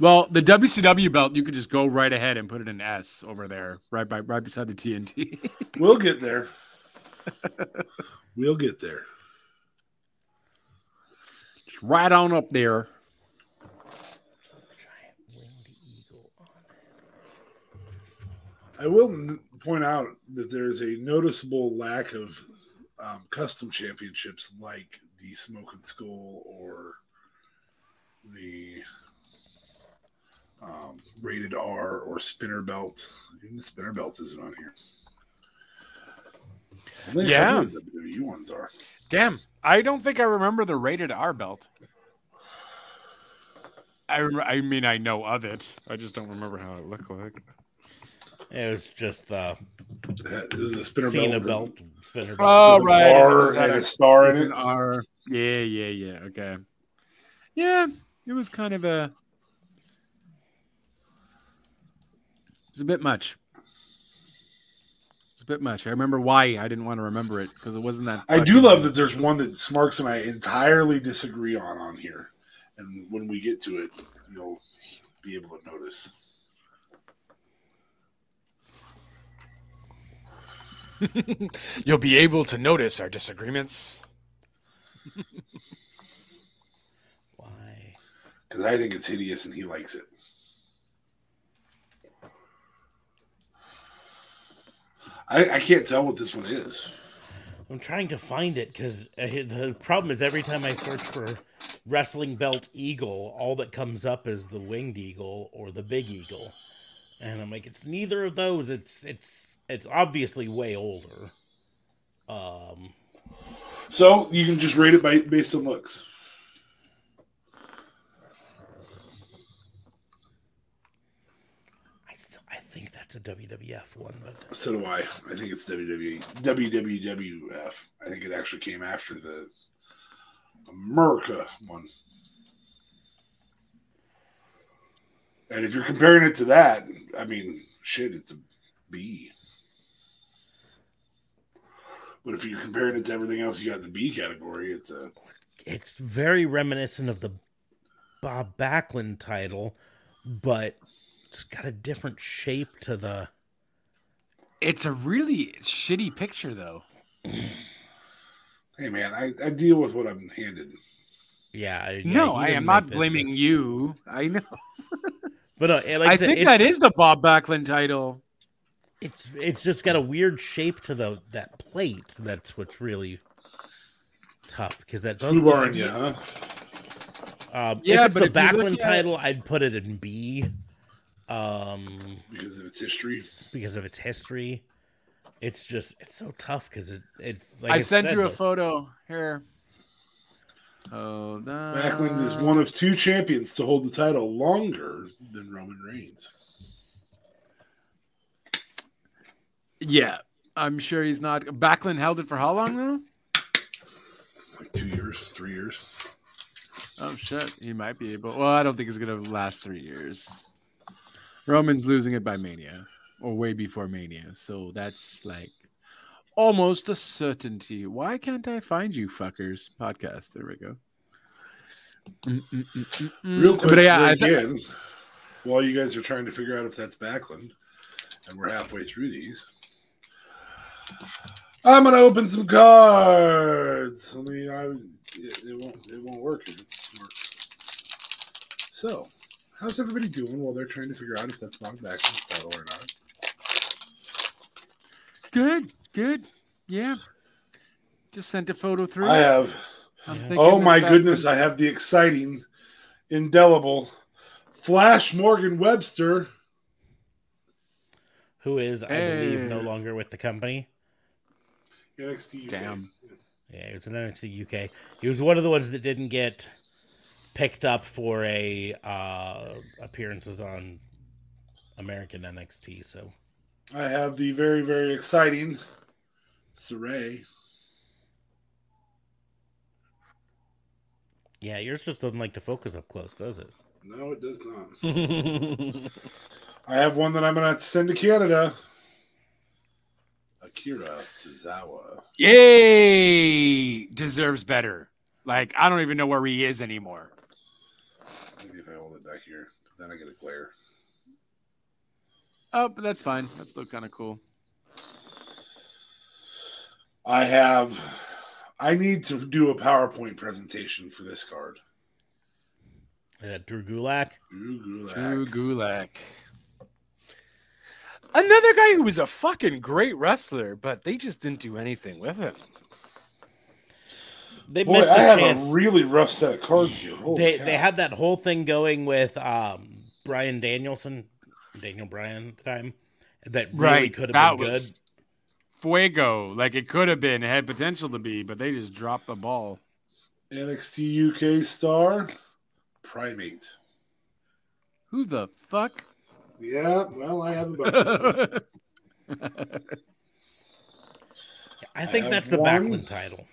S4: Well, the WCW belt, you could just go right ahead and put it in S over there, right by right beside the TNT.
S3: We'll get there. We'll get there.
S4: Just (laughs) right on up there.
S5: giant winged eagle on it.
S3: I will n- point out that there is a noticeable lack of um, custom championships like the Smoking Skull or the um, Rated R or Spinner Belt. Even the Spinner Belt isn't on here. I think
S6: Yeah.
S3: all the WWE ones are.
S6: Damn.
S4: I don't think I remember the rated R belt. I rem- I mean I know of it. I just don't remember how it looked like.
S5: It was just the
S3: That- This is the Spinner
S5: Cena
S3: Belt.
S5: belt. Spinner
S4: Oh,
S5: belt.
S3: with
S4: right.
S3: An R
S4: Is that
S3: and
S4: a-
S3: a star in
S4: With
S3: it.
S4: an R. Yeah, yeah, yeah. Okay. Yeah, it was kind of a. It was a bit much. It's It's a bit much. I remember why I didn't want to remember it because it wasn't that.
S3: I do
S4: fucking-
S3: love that there's one that Smarks and I entirely disagree on on here, and when we get to it, you'll be able to notice.
S7: You'll be able to notice our disagreements.
S1: Why?
S3: because I think it's hideous and he likes it. I, I can't tell what this one is.
S1: I'm trying to find it because the problem is every time I search for wrestling belt eagle, all that comes up is the winged eagle or the big eagle, and I'm like, it's neither of those. It's it's it's obviously way older. Um,
S3: So you can just rate it by based on looks.
S1: I still, I think that's a WWF one, but
S3: So do I. I think it's E, WWE WWWF. I think it actually came after the America one. And if you're comparing it to that, I mean, shit, it's a B. But if you're comparing it to everything else, you got the B category. It's a
S1: it's very reminiscent of the Bob Backlund title, but it's got a different shape to the.
S4: It's a really shitty picture, though.
S3: hey, man. I, I deal with what I'm handed.
S1: Yeah, I- yeah,
S4: no,
S1: he
S4: I
S1: didn't
S4: am not
S1: make this, uh,
S4: blaming you. I know.
S1: But uh, like
S4: I
S1: said,
S4: think
S1: it's,
S4: that is the Bob Backlund title.
S1: It's it's just got a weird shape to the that plate. That's what's really tough because that doesn't.
S3: Foo
S1: look
S3: barring
S1: like-
S3: you, huh?
S1: Um,
S4: Yeah,
S1: if it's
S4: but
S1: the
S4: if you look
S1: Backlund
S4: at-
S1: title, I'd put it in B, um,
S3: Because of its history.
S1: because of its history. It's just it's so tough because it it. Like
S4: I sent
S1: said,
S4: you a
S1: the-
S4: photo here. Hold on.
S3: Backlund is one of two champions to hold the title longer than Roman Reigns.
S4: Yeah, I'm sure he's not. Backlund held it for how long though?
S3: Like two years, three years.
S4: Oh shit, he might be able. Well, I don't think it's gonna last three years. Roman's losing it by Mania, or way before Mania, so that's like almost a certainty. Why can't I find you, fuckers? Podcast. There we go. Mm, mm, mm, mm, mm.
S3: Real quick,
S4: but yeah, I, th-
S3: again, while you guys are trying to figure out if that's Backlund, and we're halfway through these, I'm gonna open some cards. I mean, I, it, it won't it won't work if it's smart. So, how's everybody doing while they're trying to figure out if that's Bob Backlund's title or not?
S4: good, good. Yeah, just sent a photo through.
S3: I have
S4: I'm
S1: Yeah.
S4: thinking
S3: Oh
S4: it's
S3: my
S4: Backlund.
S3: goodness, I have the exciting, indelible Flash Morgan Webster.
S1: who is I believe no
S4: Hey.
S1: longer with the company.
S3: NXT. UK.
S4: Damn.
S1: Yeah, it was an NXT UK. He was one of the ones that didn't get picked up for a uh, appearances on American NXT. So
S3: I have the very, very exciting Saray.
S1: yeah, yours just doesn't like to focus up close, does it?
S3: No, it does not. I have one that I'm going to send to Canada. Akira Tozawa.
S4: Yay! Deserves better. Like I don't even know where he is anymore.
S3: Maybe if I hold it back here, then I get a glare.
S4: Oh, but that's fine. That's still kind of cool.
S3: I have. I need to do a PowerPoint presentation for this card.
S1: Uh, Drew Gulak.
S3: Ooh, gulak.
S4: Drew Gulak.
S7: Another guy who was a fucking great wrestler, but they just didn't do anything with him.
S1: They
S3: Boy,
S1: missed
S3: I
S1: a
S3: have
S1: chance.
S3: a really rough set of cards here. Holy
S1: they
S3: cow.
S1: they had that whole thing going with um, Brian Danielson, Daniel Bryan at the time. That really could have
S4: that
S1: been
S4: was Fuego. Like it could have been, it had potential to be, but they just dropped the ball.
S3: NXT UK star, Primate.
S4: Who the (laughs) fuck?
S3: Yeah, well, I
S1: (laughs)
S3: have about.
S4: That's
S1: good. I
S3: I
S1: think that's the
S3: won.
S1: Backlund title.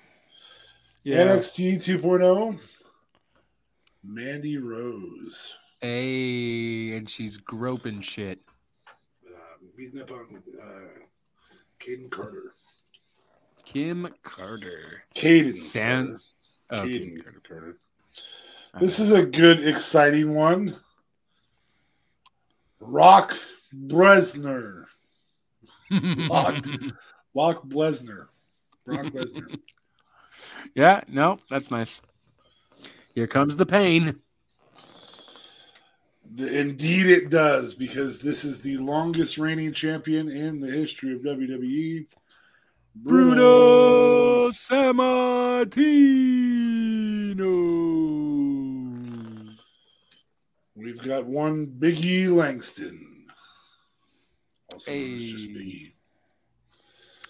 S4: Yeah.
S3: NXT 2.0, oh, Mandy Rose.
S4: Hey, and she's groping shit.
S3: Uh, beating up on uh, Caden Carter.
S4: Kim Carter.
S3: Caden.
S4: Sans.
S3: Carter.
S4: Okay.
S3: oh, Caden Carter. This is a good, exciting one. Rock Bresner.
S4: (laughs)
S3: Rock, Rock Blesner. Brock Lesnar.
S4: yeah, no, that's nice. Here comes the pain.
S3: The- Indeed, it does because this is the longest reigning champion in the history of E. WWE.
S4: Bruno Sammartino.
S3: We've got one Big E Langston. Also, known as just
S8: Hey.
S3: Big E.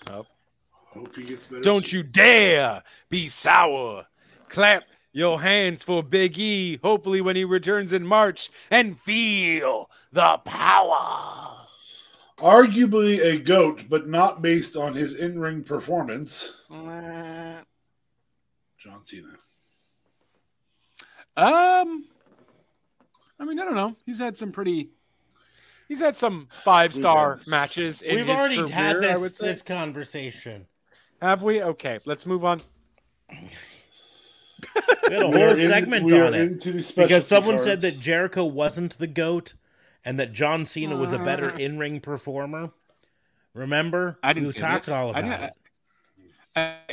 S8: Yep.
S3: Hope he gets better.
S8: Don't you dare be sour. Clap your hands for Big E, hopefully, when he returns in March, and feel the power.
S3: Arguably a goat, but not based on his in-ring performance. John Cena.
S8: Um, I mean, I don't know. He's had some pretty. He's had some five star
S3: We've-
S8: matches in
S1: We've
S8: his
S1: already
S8: career.
S1: had
S8: I
S1: this,
S8: would say.
S1: this
S3: (laughs)
S1: conversation.
S8: Have we? Okay, let's move on.
S1: We had a
S3: We are
S1: whole
S3: in-
S1: segment
S3: we are
S1: on it
S3: into the specialty
S1: because someone said
S3: cards.
S1: that Jericho wasn't the goat and that John Cena was a better in-ring performer. Remember,
S4: I didn't
S1: we
S4: say
S1: talked
S4: this.
S1: all
S4: I
S1: about
S4: didn't-
S1: it.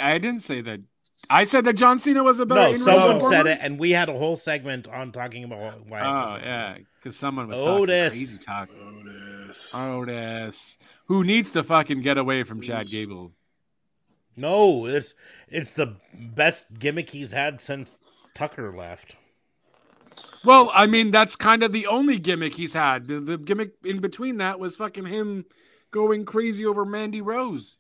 S4: I, I didn't say that. I said that John Cena was a better.
S1: No,
S4: in-ring
S1: someone
S4: performer?
S1: said it, and we had a whole segment on talking about why.
S4: Oh yeah, because someone was
S1: Otis.
S4: talking crazy talk.
S3: Otis.
S4: Otis, who needs to fucking get away from Chad Gable?
S1: No, it's it's the best gimmick he's had since Tucker left.
S4: Well, I mean, that's kind of the only gimmick he's had. The, the gimmick in between that was fucking him going crazy over Mandy Rose.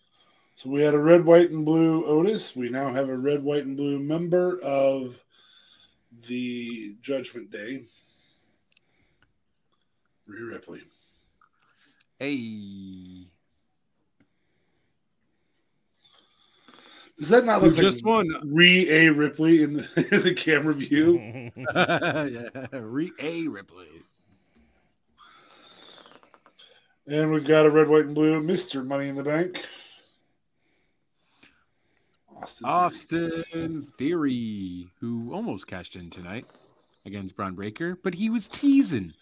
S3: So we had a red, white, and blue Otis. We now have a red, white, and blue member of the Judgment Day. Rhea Ripley.
S4: Hey,
S3: Does that not
S4: who
S3: look
S4: just
S3: like
S4: won?
S3: Rhea Ripley in the, (laughs) in the camera view?
S4: (laughs) yeah, Re- a Ripley. Mm-hmm.
S3: And we've got a red, white, and blue Mister Money in the Bank. Austin.
S4: Austin Theory, who almost cashed in tonight against Braun Breaker, but he was teasing.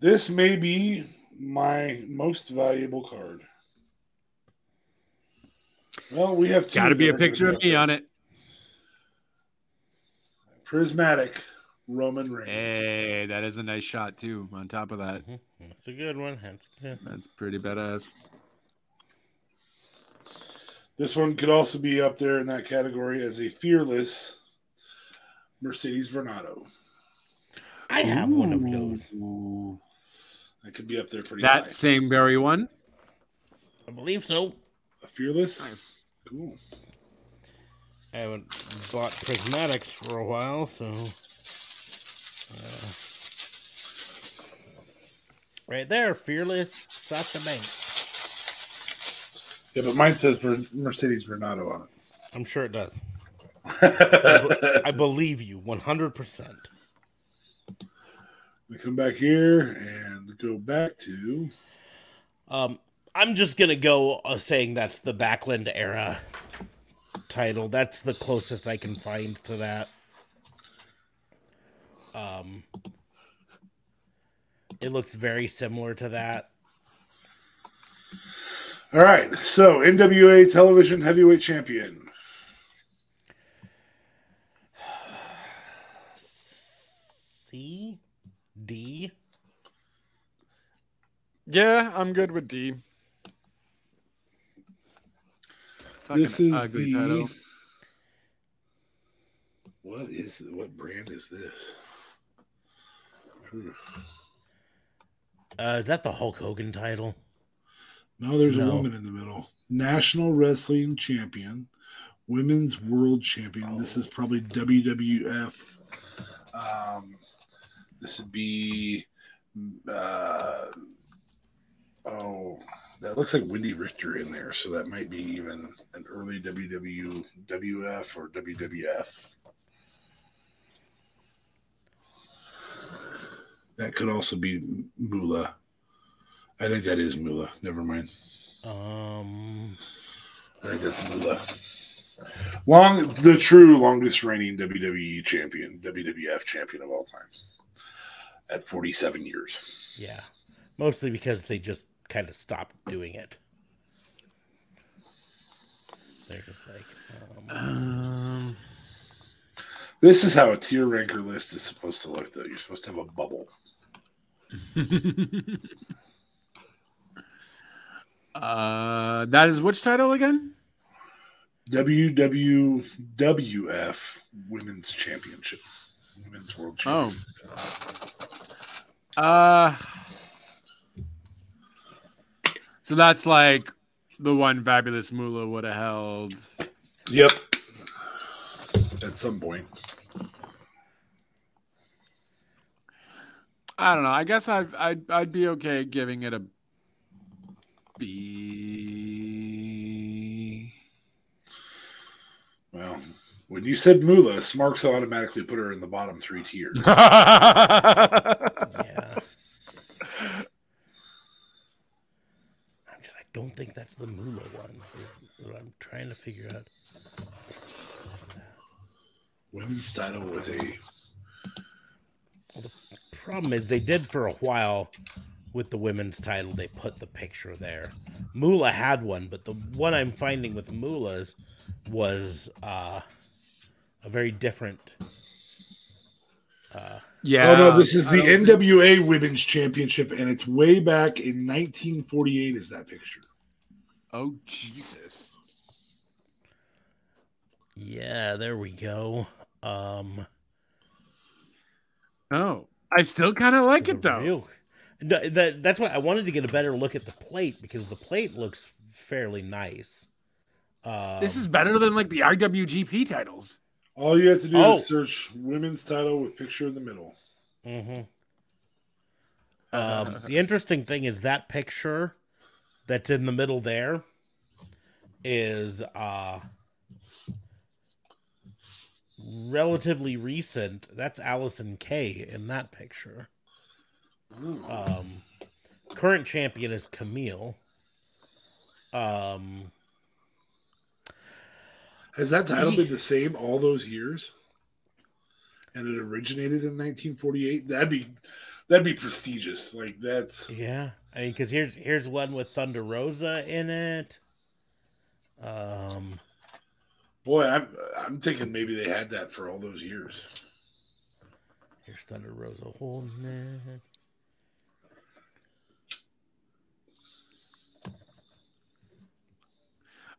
S3: This may be my most valuable card. Well, we have two
S4: Got to be a
S3: that are gonna
S4: picture
S3: up
S4: of me
S3: there.
S4: on it.
S3: Prismatic Roman Reigns.
S4: Hey, that is a nice shot too. On top of that,
S1: Mm-hmm. That's a good one. That's good.
S4: that's pretty badass.
S3: This one could also be up there in that category as a fearless Mercedes Vernado.
S1: I have one of those.
S4: Ooh.
S3: That could be up there pretty
S4: That same very one.
S1: I believe so.
S3: high. A fearless.
S4: Nice.
S3: Cool.
S1: I haven't bought prismatics for a while, so. uh, right there, fearless. Sasha Banks.
S3: Yeah, but mine says Ver- Mercedes Vernado on
S1: I'm sure it does.
S3: it.
S1: I believe you 100. percent
S3: we come back here and go back to
S1: Um, I'm just gonna go uh, saying that's the Backlund era title. That's the closest I can find to that. Um, it looks very similar to that. (sighs)
S3: all right. So NWA Television Heavyweight Champion.
S1: C D.
S8: Yeah, I'm good with D.
S4: It's a fucking
S3: this is
S4: ugly
S3: the.
S4: (laughs) title.
S3: What is what brand is this? Ooh.
S1: Uh, is that the Hulk Hogan title?
S3: No, there's a
S1: No.
S3: woman in the middle. National Wrestling Champion, Women's World Champion. This is probably WWF. Um, this would be. Uh, oh, that looks like Wendy Richter in there. So that might be even an early WWF or WWF. That could also be Moolah. I think that is Mula. Never mind.
S1: Um,
S3: I think that's Mula. Long, the true longest reigning WWE champion, WWF champion of all time, at 47 years.
S1: yeah, mostly because they just kind of stopped doing it. They're just like, um,
S4: Um,
S3: This is how a tier ranker list is supposed to look, though. You're supposed to have a bubble.
S4: uh, that is which title again?
S3: WWWF Women's Championship, Women's World
S4: Oh.
S3: Championship.
S4: Uh, so that's like the one fabulous Moolah would have held.
S3: Yep. At some point,
S4: I don't know. I guess I've, I'd I'd be okay giving it a B.
S3: well, when you said Mula, Smarks automatically put her in the bottom three tiers.
S4: (laughs)
S1: yeah. I'm just, I don't think that's the Mula one. Is what I'm trying to figure out.
S3: Women's title with a
S1: problem is they did for a while with the women's title they put the picture there mula had one but the one i'm finding with mula's was uh a very different
S4: Yeah.
S3: oh no, this is the
S4: I don't-
S3: NWA Women's Championship, and it's way back in 1948. Is that picture?
S4: Oh Jesus.
S1: yeah there we go um
S4: Oh, I still kind of like it
S1: the
S4: though.
S1: real- no, that, that's why i wanted to get a better look at the plate because the plate looks fairly nice uh
S4: this is better than like the IWGP titles.
S3: All you have to do
S1: Oh.
S3: is search women's title with picture in the middle.
S1: mhm. Um, the interesting thing is that picture that's in the middle there is uh, relatively recent. That's Allison Kay in that picture. Um, current champion is Camille. Um,
S3: Has that title been the same all those years? And it originated in 1948. That'd be that'd be prestigious. Like that's
S1: yeah, I mean, because here's here's one with Thunder Rosa in it. Um,
S3: boy. I'm I'm thinking maybe they had that for all those years.
S1: Here's Thunder Rosa holding it.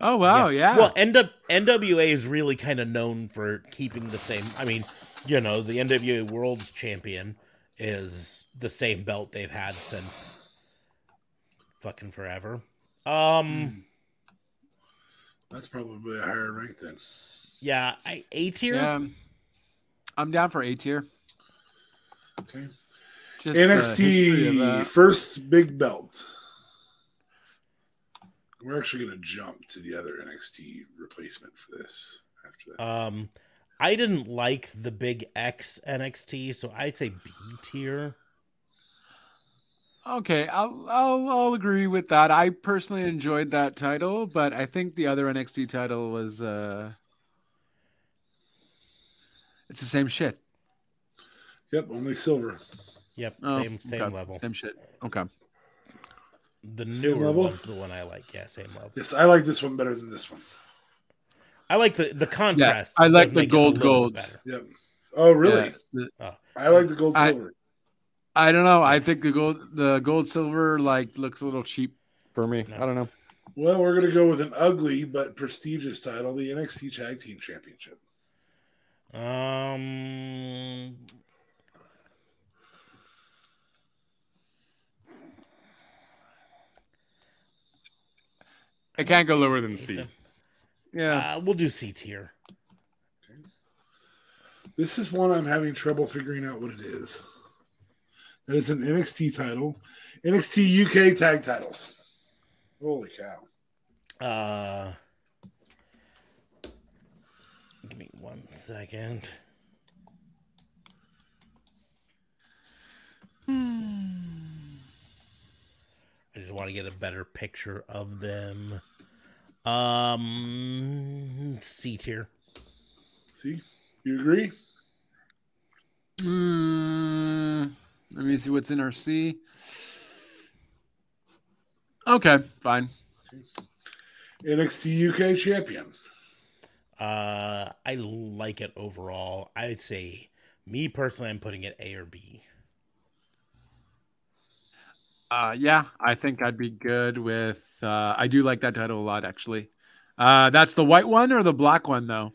S4: Oh wow, yeah.
S1: Well, NW, NWA is really kind of known for keeping the same. I mean, you know, the NWA World's Champion is the same belt they've had since fucking forever. Um,
S4: Hmm.
S3: That's probably a higher rank then.
S1: yeah, I, A tier.
S4: yeah. I'm down for A tier.
S3: Okay.
S4: Just the history of uh,
S3: NXT
S4: that.
S3: first big belt. We're actually going to jump to the other NXT replacement for this after that.
S1: Um, I didn't like the Big X NXT, so I'd say B tier.
S4: Okay, I'll, I'll I'll agree with that. I personally enjoyed that title, but I think the other NXT title was uh It's the same shit.
S3: Yep, only silver.
S1: Yep,
S4: Oh,
S1: same same
S4: okay,
S1: level.
S4: Same shit. Okay.
S1: The newer
S3: level?
S1: one's the one I like. Yeah, same level.
S3: Yes, I like this one better than this one.
S1: I like the the contrast.
S4: I
S1: does
S4: like the
S1: make it a
S4: gold
S1: little bit
S4: golds.
S1: better.
S3: Yep. Oh, really?
S4: Yeah.
S3: I like the gold
S4: I-
S3: silver.
S4: I don't know. I think the gold the gold silver like looks a little cheap for me.
S1: No.
S4: I don't know.
S3: Well, we're going to go with an ugly but prestigious title, the NXT Tag Team Championship.
S1: Um.
S4: It can't go lower than C. Yeah.
S1: Uh, we'll do C tier.
S3: This is one I'm having trouble figuring out what it is. That is an NXT title, NXT UK tag titles. Holy cow.
S1: Uh, give me one second. Hmm. I get a better picture of them. Um, C tier.
S3: See, you agree?
S4: Mm, let me see what's in our C. Okay, fine.
S3: NXT UK champion.
S1: Uh, I like it overall. I'd say me personally, I'm putting it A or B.
S4: Uh, yeah, I think I'd be good with. Uh, I do like that title a lot, actually. Uh, that's the white one or the black one, though.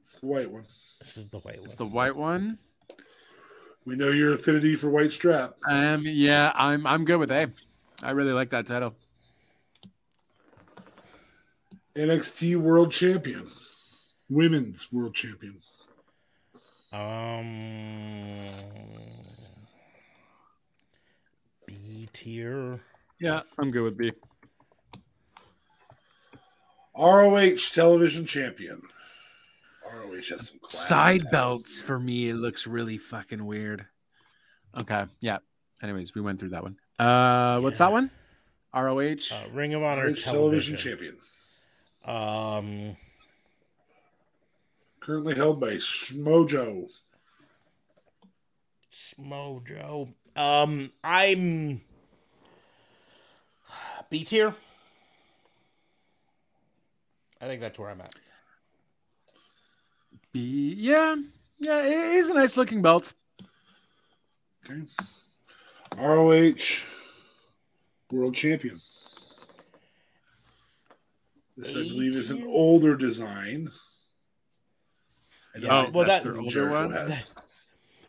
S3: It's the white one.
S1: This is the white one.
S4: It's the white one.
S3: We know your affinity for white strap.
S4: Um, yeah, I'm I'm good with A. I really like that title.
S3: NXT world champion. Women's world champion.
S1: Um, B tier.
S4: Yeah, I'm good with B.
S3: ROH television champion. ROH has some classic
S4: Side
S3: titles
S4: belts
S3: here.
S4: for me, it looks really fucking weird. Okay, yeah. Anyways, we went through that one. Uh, what's
S1: Yeah.
S4: that one? ROH.
S1: Uh, Ring of Honor
S3: ROH television champion.
S1: Um,
S3: Currently held by Mojo.
S1: Smojo. Um, I'm (sighs) B tier. I think that's where I'm at.
S4: B. Yeah, yeah. It is a nice looking belt.
S3: Okay. ROH world champion. This, I believe, is an
S1: AT?
S3: older design. I don't
S1: Yeah,
S3: think
S1: well,
S3: that's
S1: that-
S3: the
S4: older
S3: Jericho
S4: one.
S3: has.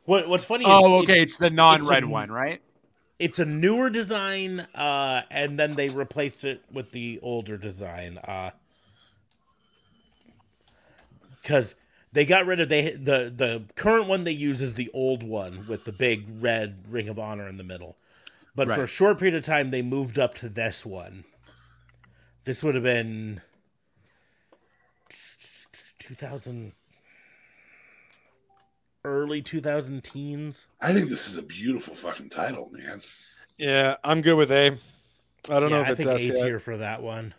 S1: What What's funny?
S4: Oh,
S1: is
S4: okay.
S1: It's,
S4: It's the non-red
S1: it's a-
S4: one, right?
S1: it's a newer design, uh, and then they replaced it with the older design. Uh, because they got rid of they the the current one they use is the old one with the big red Ring of Honor in the middle. But for a
S4: Right.
S1: short period of time, they moved up to this one. This would have been 2000, early 2000 teens.
S3: I think this is a beautiful fucking title, man.
S9: Yeah, I'm good with A. I don't know
S1: Yeah,
S9: if
S1: I
S9: it's
S1: think
S9: S
S1: A
S9: yet.
S1: tier for that one.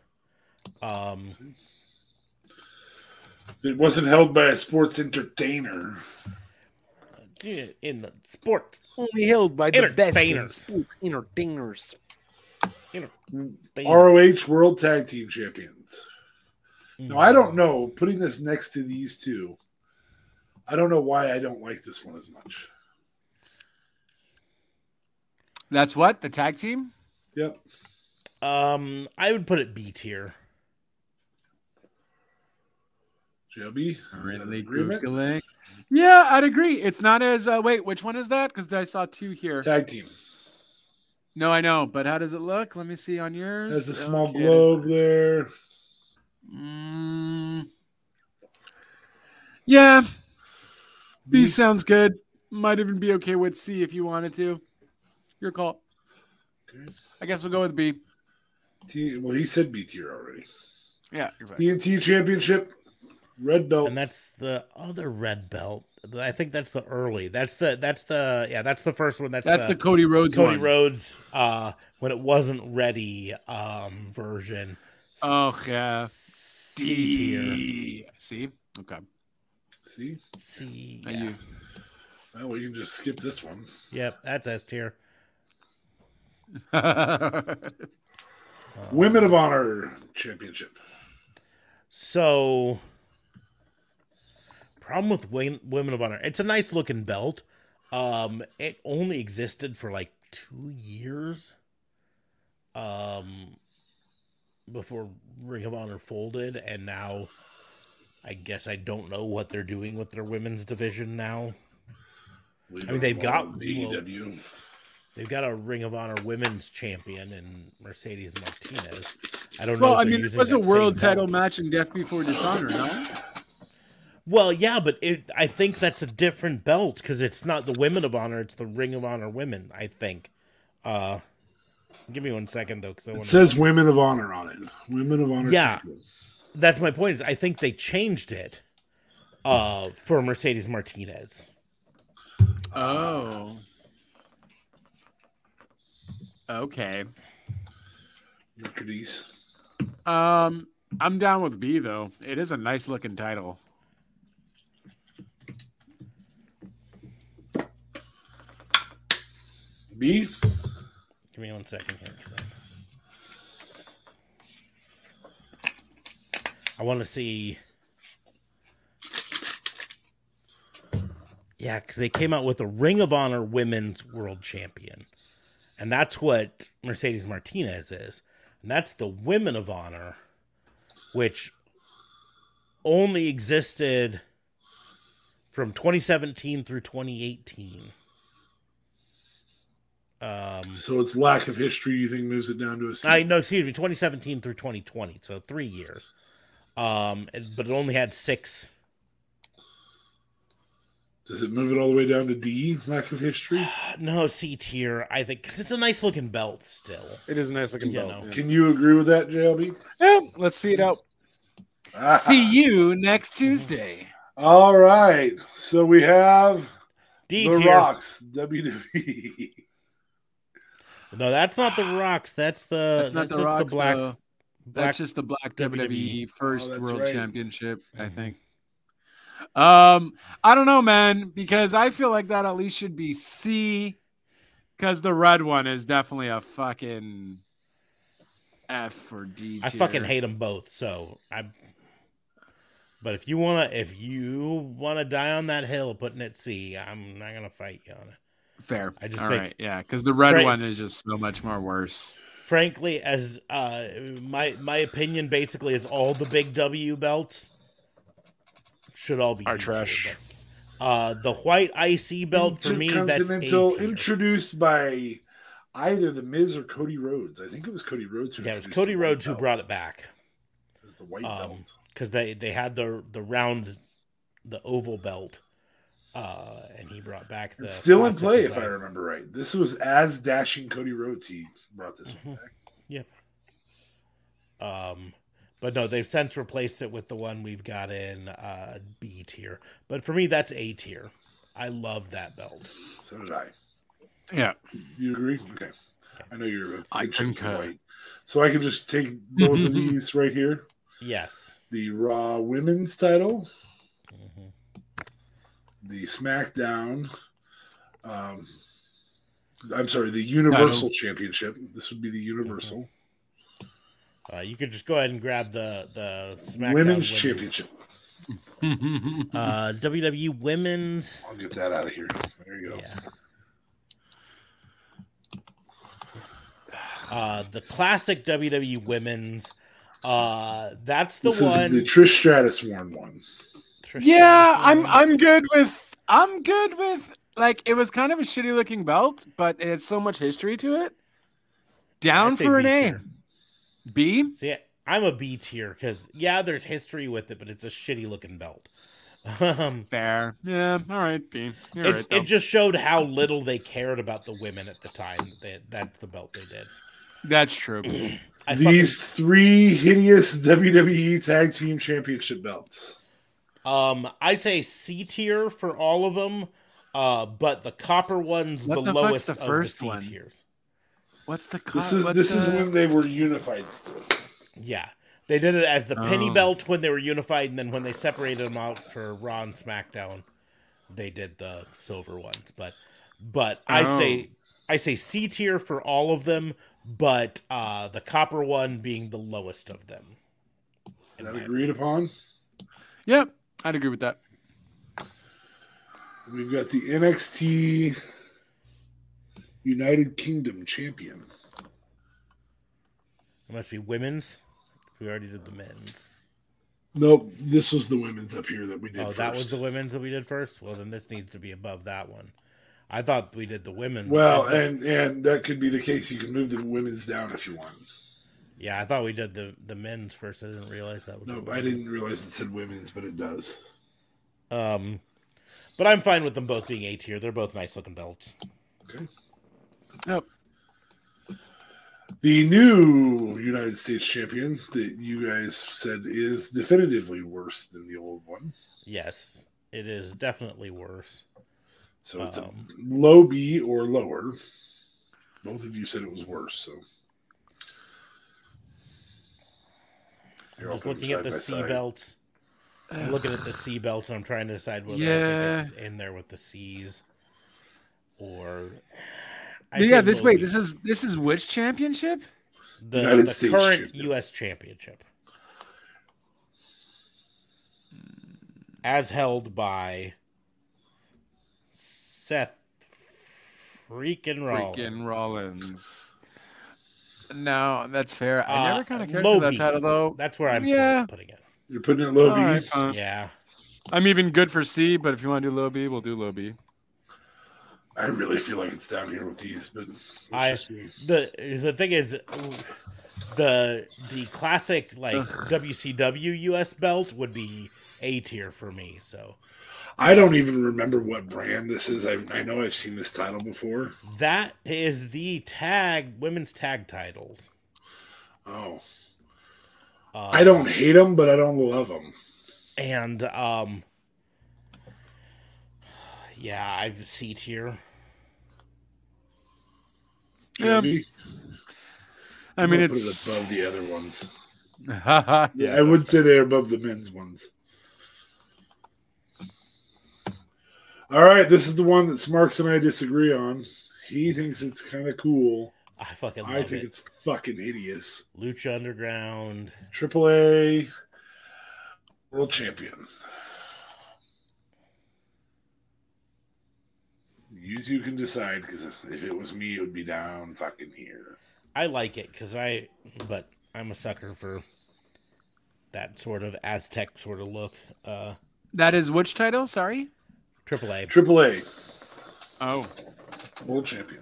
S1: Um,
S3: It wasn't held by a sports entertainer.
S1: yeah, in the sports,
S9: Only held by
S1: Oh, the best in Entertainers.
S9: sports entertainers.
S1: you know, band.
S3: ROH World Tag Team Champions. Now I
S1: Mm-hmm.
S3: don't know. Putting this next to these two, I don't know why I don't like this one as much.
S4: That's what the tag team.
S3: Yep.
S1: Um, I would put it B tier.
S3: JLB. is that an
S4: Ridley
S3: agreement?
S4: Googling. Yeah, I'd agree. It's not as uh, wait. Which one is that? Because I saw two here.
S3: Tag team
S4: No, I know, but how does it look? Let me see on yours.
S3: has a small
S4: Okay,
S3: globe
S4: there's
S3: there.
S4: a- Mm. yeah, B
S3: B.
S4: sounds good. Might even be okay with C if you wanted to. Your call.
S3: Okay.
S4: I guess we'll go with B.
S3: T- well, he said B tier already.
S4: Yeah, exactly.
S3: TNT Championship, red belt.
S1: And that's the other red belt. I think that's the early. That's the that's the yeah, that's the first one. That's,
S4: That's the Cody Rhodes
S1: Cody
S4: one.
S1: Rhodes uh when it wasn't ready um version.
S4: Oh yeah,
S1: C tier.
S4: D. See, okay.
S3: See,
S1: C
S4: Now
S1: (laughs) yeah.
S4: you-
S3: well, we can just skip this one.
S1: Yep, that's S tier. Um,
S3: Women of Honor Championship.
S1: So, problem with Wen- Women of Honor, it's a nice looking belt. Um, it only existed for like two years. Um, before Ring of Honor folded, and now, I guess I don't know what they're doing with their women's division now.
S3: Believe
S1: I mean,
S3: it or
S1: they've
S3: not,
S1: got-
S3: AEW.
S1: They've got a Ring of Honor women's champion and Mercedes Martinez. I don't know.
S4: well,
S1: if
S4: I
S1: they're
S4: mean, it
S1: using
S4: was a
S1: that same
S4: world title
S1: belt.
S4: match in Death Before Dishonor, no?
S1: Well, yeah, but it, I think that's a different belt because it's not the Women of Honor; it's the Ring of Honor Women. I think. Uh, give me one second though, because I
S3: It
S1: want.
S3: says Women of Honor on it. Women of Honor.
S1: Yeah.
S3: Champion.
S1: That's my point. Is I think they changed it, uh, for Mercedes Martinez.
S4: Oh. Okay.
S3: Mercedes.
S5: Um, I'm down with B though. It is a nice looking title.
S3: B.
S1: Give me one second here. 'cause I- I want to see. Yeah, because they came out with a Ring of Honor Women's World Champion. And that's what Mercedes Martinez is. And that's the Women of Honor, which only existed from 2017 through 2018. Um,
S3: So it's lack of history. You think moves it down to a C?
S1: I no, excuse me, 2017 through 2020, so three years. Um, it- but it only had six. (sighs)
S3: Does it move it all the way down to D? Lack of history.
S1: No C tier, I think, because it's a nice looking belt still.
S4: It is a nice looking
S1: You
S4: belt.
S1: know.
S4: yeah.
S3: Can you agree with that, JLB?
S4: Yeah,
S5: Eh,
S4: let's see it out.
S3: Ah,
S5: See you next Tuesday.
S3: (laughs) All right. So we have
S1: D
S3: the
S1: tier.
S3: Rocks E. WWE.
S1: No, that's not the rocks. That's
S4: Uh,
S1: the
S5: That's not the
S1: just
S5: rocks.
S1: black,
S5: though.
S1: black E
S5: That's just the black
S1: WWE.
S5: WWE, first
S3: Oh, that's
S5: world
S3: right.
S5: championship,
S1: Mm-hmm.
S5: I think. Um, I don't know, man, because I feel like that at least should be C, because the red one is definitely a fucking F or D.
S1: I
S5: tier.
S1: fucking hate them both. So I. But if you wanna, if you wanna die on that hill, putting it C, I'm not gonna fight you on it.
S5: Fair.
S1: I just
S5: All
S1: think-
S5: right, yeah, because the red
S1: Right.
S5: one is just so much more worse.
S1: Frankly, as uh, my my opinion basically is all the big W belts should all be
S4: Are
S1: D tier,
S4: trash.
S1: but, Uh, the white IC belt for me that's A
S3: Intercontinental,
S1: tier.
S3: introduced by either the Miz or Cody Rhodes. I think it was Cody Rhodes who
S1: yeah, it was
S3: introduced
S1: Cody
S3: the white
S1: Rhodes who
S3: belt.
S1: brought it back
S3: It was the white
S1: Um,
S3: belt.
S1: because they they had the the round the oval belt, uh, and he brought back the
S3: It's still in
S1: classic
S3: play, if
S1: design.
S3: I remember right. This was as dashing Cody Rhodes. He brought this one back.
S1: Yep. Um, but no, they've since replaced it with the one we've got in uh, B tier. But for me, that's A tier. I love that belt.
S3: So did I.
S1: (laughs)
S5: Yeah,
S3: You agree? Okay. I know you're. a
S5: I
S3: big fan of
S5: concur.
S3: white. So I can just take both
S1: (laughs)
S3: of these right here.
S1: Yes.
S3: The Raw Women's title,
S1: Mhm.
S3: Mm-hmm. the SmackDown. Um, I'm sorry, the Universal Championship. This would be the Universal
S1: Uh, you could just go ahead and grab the the SmackDown
S3: Women's, Championship.
S1: Uh, WWE Women's.
S3: I'll get that out of here. There you go.
S1: Yeah. Uh, the classic WWE Women's. Uh, that's the
S3: this
S1: one.
S3: is the Trish Stratus worn one.
S1: Trish (laughs)
S5: yeah,
S1: Stratus
S5: I'm
S1: one.
S5: I'm good with I'm good with like it was kind of a shitty looking belt, but it had so much history to it. Down
S1: I'd say
S5: for an
S1: B
S5: A.
S1: tier.
S5: B?
S1: See, I'm a B tier because yeah, there's history with it, but it's a shitty looking belt. (laughs) Um,
S5: Fair. Yeah. All right, B. You're
S1: it,
S5: right.
S1: it
S5: though.
S1: just showed how little they cared about the women at the time. That that's the belt they did.
S5: That's true.
S1: I
S3: These three hideous WWE Tag Team Championship belts.
S1: fucking- um, I say C tier for all of them, uh, but the copper one's
S5: What
S1: the,
S5: the fuck's
S1: lowest
S5: the
S1: of
S5: first
S1: the C
S5: one?
S1: tiers.
S5: What's the co-
S3: This is
S5: what's
S3: this is
S5: the-
S3: when they were unified still.
S1: Yeah, they did it as the penny
S5: Oh.
S1: belt when they were unified, and then when they separated them out for Raw and SmackDown, they did the silver ones. But but I
S5: Oh.
S1: say I say C tier for all of them, but uh, the copper one being the lowest of them.
S3: Is that agreed upon?
S5: Yep, I'd agree with that.
S3: We've got the NXT United Kingdom champion.
S1: It must be women's. We already did the men's.
S3: Nope, this was the women's up here that we did.
S1: oh,
S3: first.
S1: that was the women's that we did first. Well, then this needs to be above that one. I thought we did the women's.
S3: well, eh.
S1: I thought-
S3: and and that could be the case. You can move the women's down if you want.
S1: yeah, I thought we did the the men's first. I didn't realize that was. the
S3: Nope, I
S1: women's.
S3: didn't realize it said women's, but it does.
S1: Um, but I'm fine with them both being A tier. They're both nice looking belts.
S3: Okay.
S5: Yep.
S3: The new United States champion that you guys said is definitively worse than the old one.
S1: Yes, it is definitely worse.
S3: So it's
S1: Um.
S3: a low B or lower. Both of you said it was worse. So
S1: I'm
S3: Here, I'll
S1: just
S3: put them
S1: looking at
S3: side
S1: the
S3: by
S1: sea
S3: side.
S1: belts. I'm looking at
S4: (sighs)
S1: the sea belts, and I'm trying to decide whether I
S4: Yeah.
S1: think it's in there with the C's or.
S4: yeah, this wait, this is this is which championship?
S1: the,
S3: United
S1: the
S3: States
S1: current
S3: Championship.
S1: U.S. Championship, as held by Seth freaking Rollins.
S4: Freaking Rollins. No, that's fair. I
S1: Uh,
S4: never kind of cared for that
S1: Logie.
S4: title though.
S1: That's where I'm
S4: Yeah.
S1: putting it.
S3: You're putting it low,
S4: All right,
S3: B.
S4: fine.
S1: Yeah,
S4: I'm even good for C, but if you want to do low B, we'll do low B.
S3: I really feel like it's down here with these, but it's
S1: I-
S3: just me.
S1: the the thing is, the the classic like WCW U.S. belt would be A tier for me. So
S3: I don't even remember what brand this is. I, I know I've seen this title before.
S1: that is the tag women's tag titles.
S3: Oh,
S1: Uh,
S3: I don't hate them, but I don't love them.
S1: and um yeah i've c tier
S4: Yeah, I mean,
S3: put
S4: it's
S3: it above the other ones.
S4: (laughs) yeah,
S3: Yeah, I would say they're above the men's ones. All right, this is the one that Smarks and I disagree on. He thinks it's kind of cool.
S1: i fucking love
S3: I think
S1: it
S3: it's fucking hideous.
S1: lucha underground
S3: Triple A World Champion. You two can decide because if it was me, it would be down fucking here.
S1: i like it because i but i'm a sucker for that sort of aztec sort of look uh
S4: that is which title? Sorry.
S1: triple a
S3: Triple A
S4: Oh,
S3: World Champion.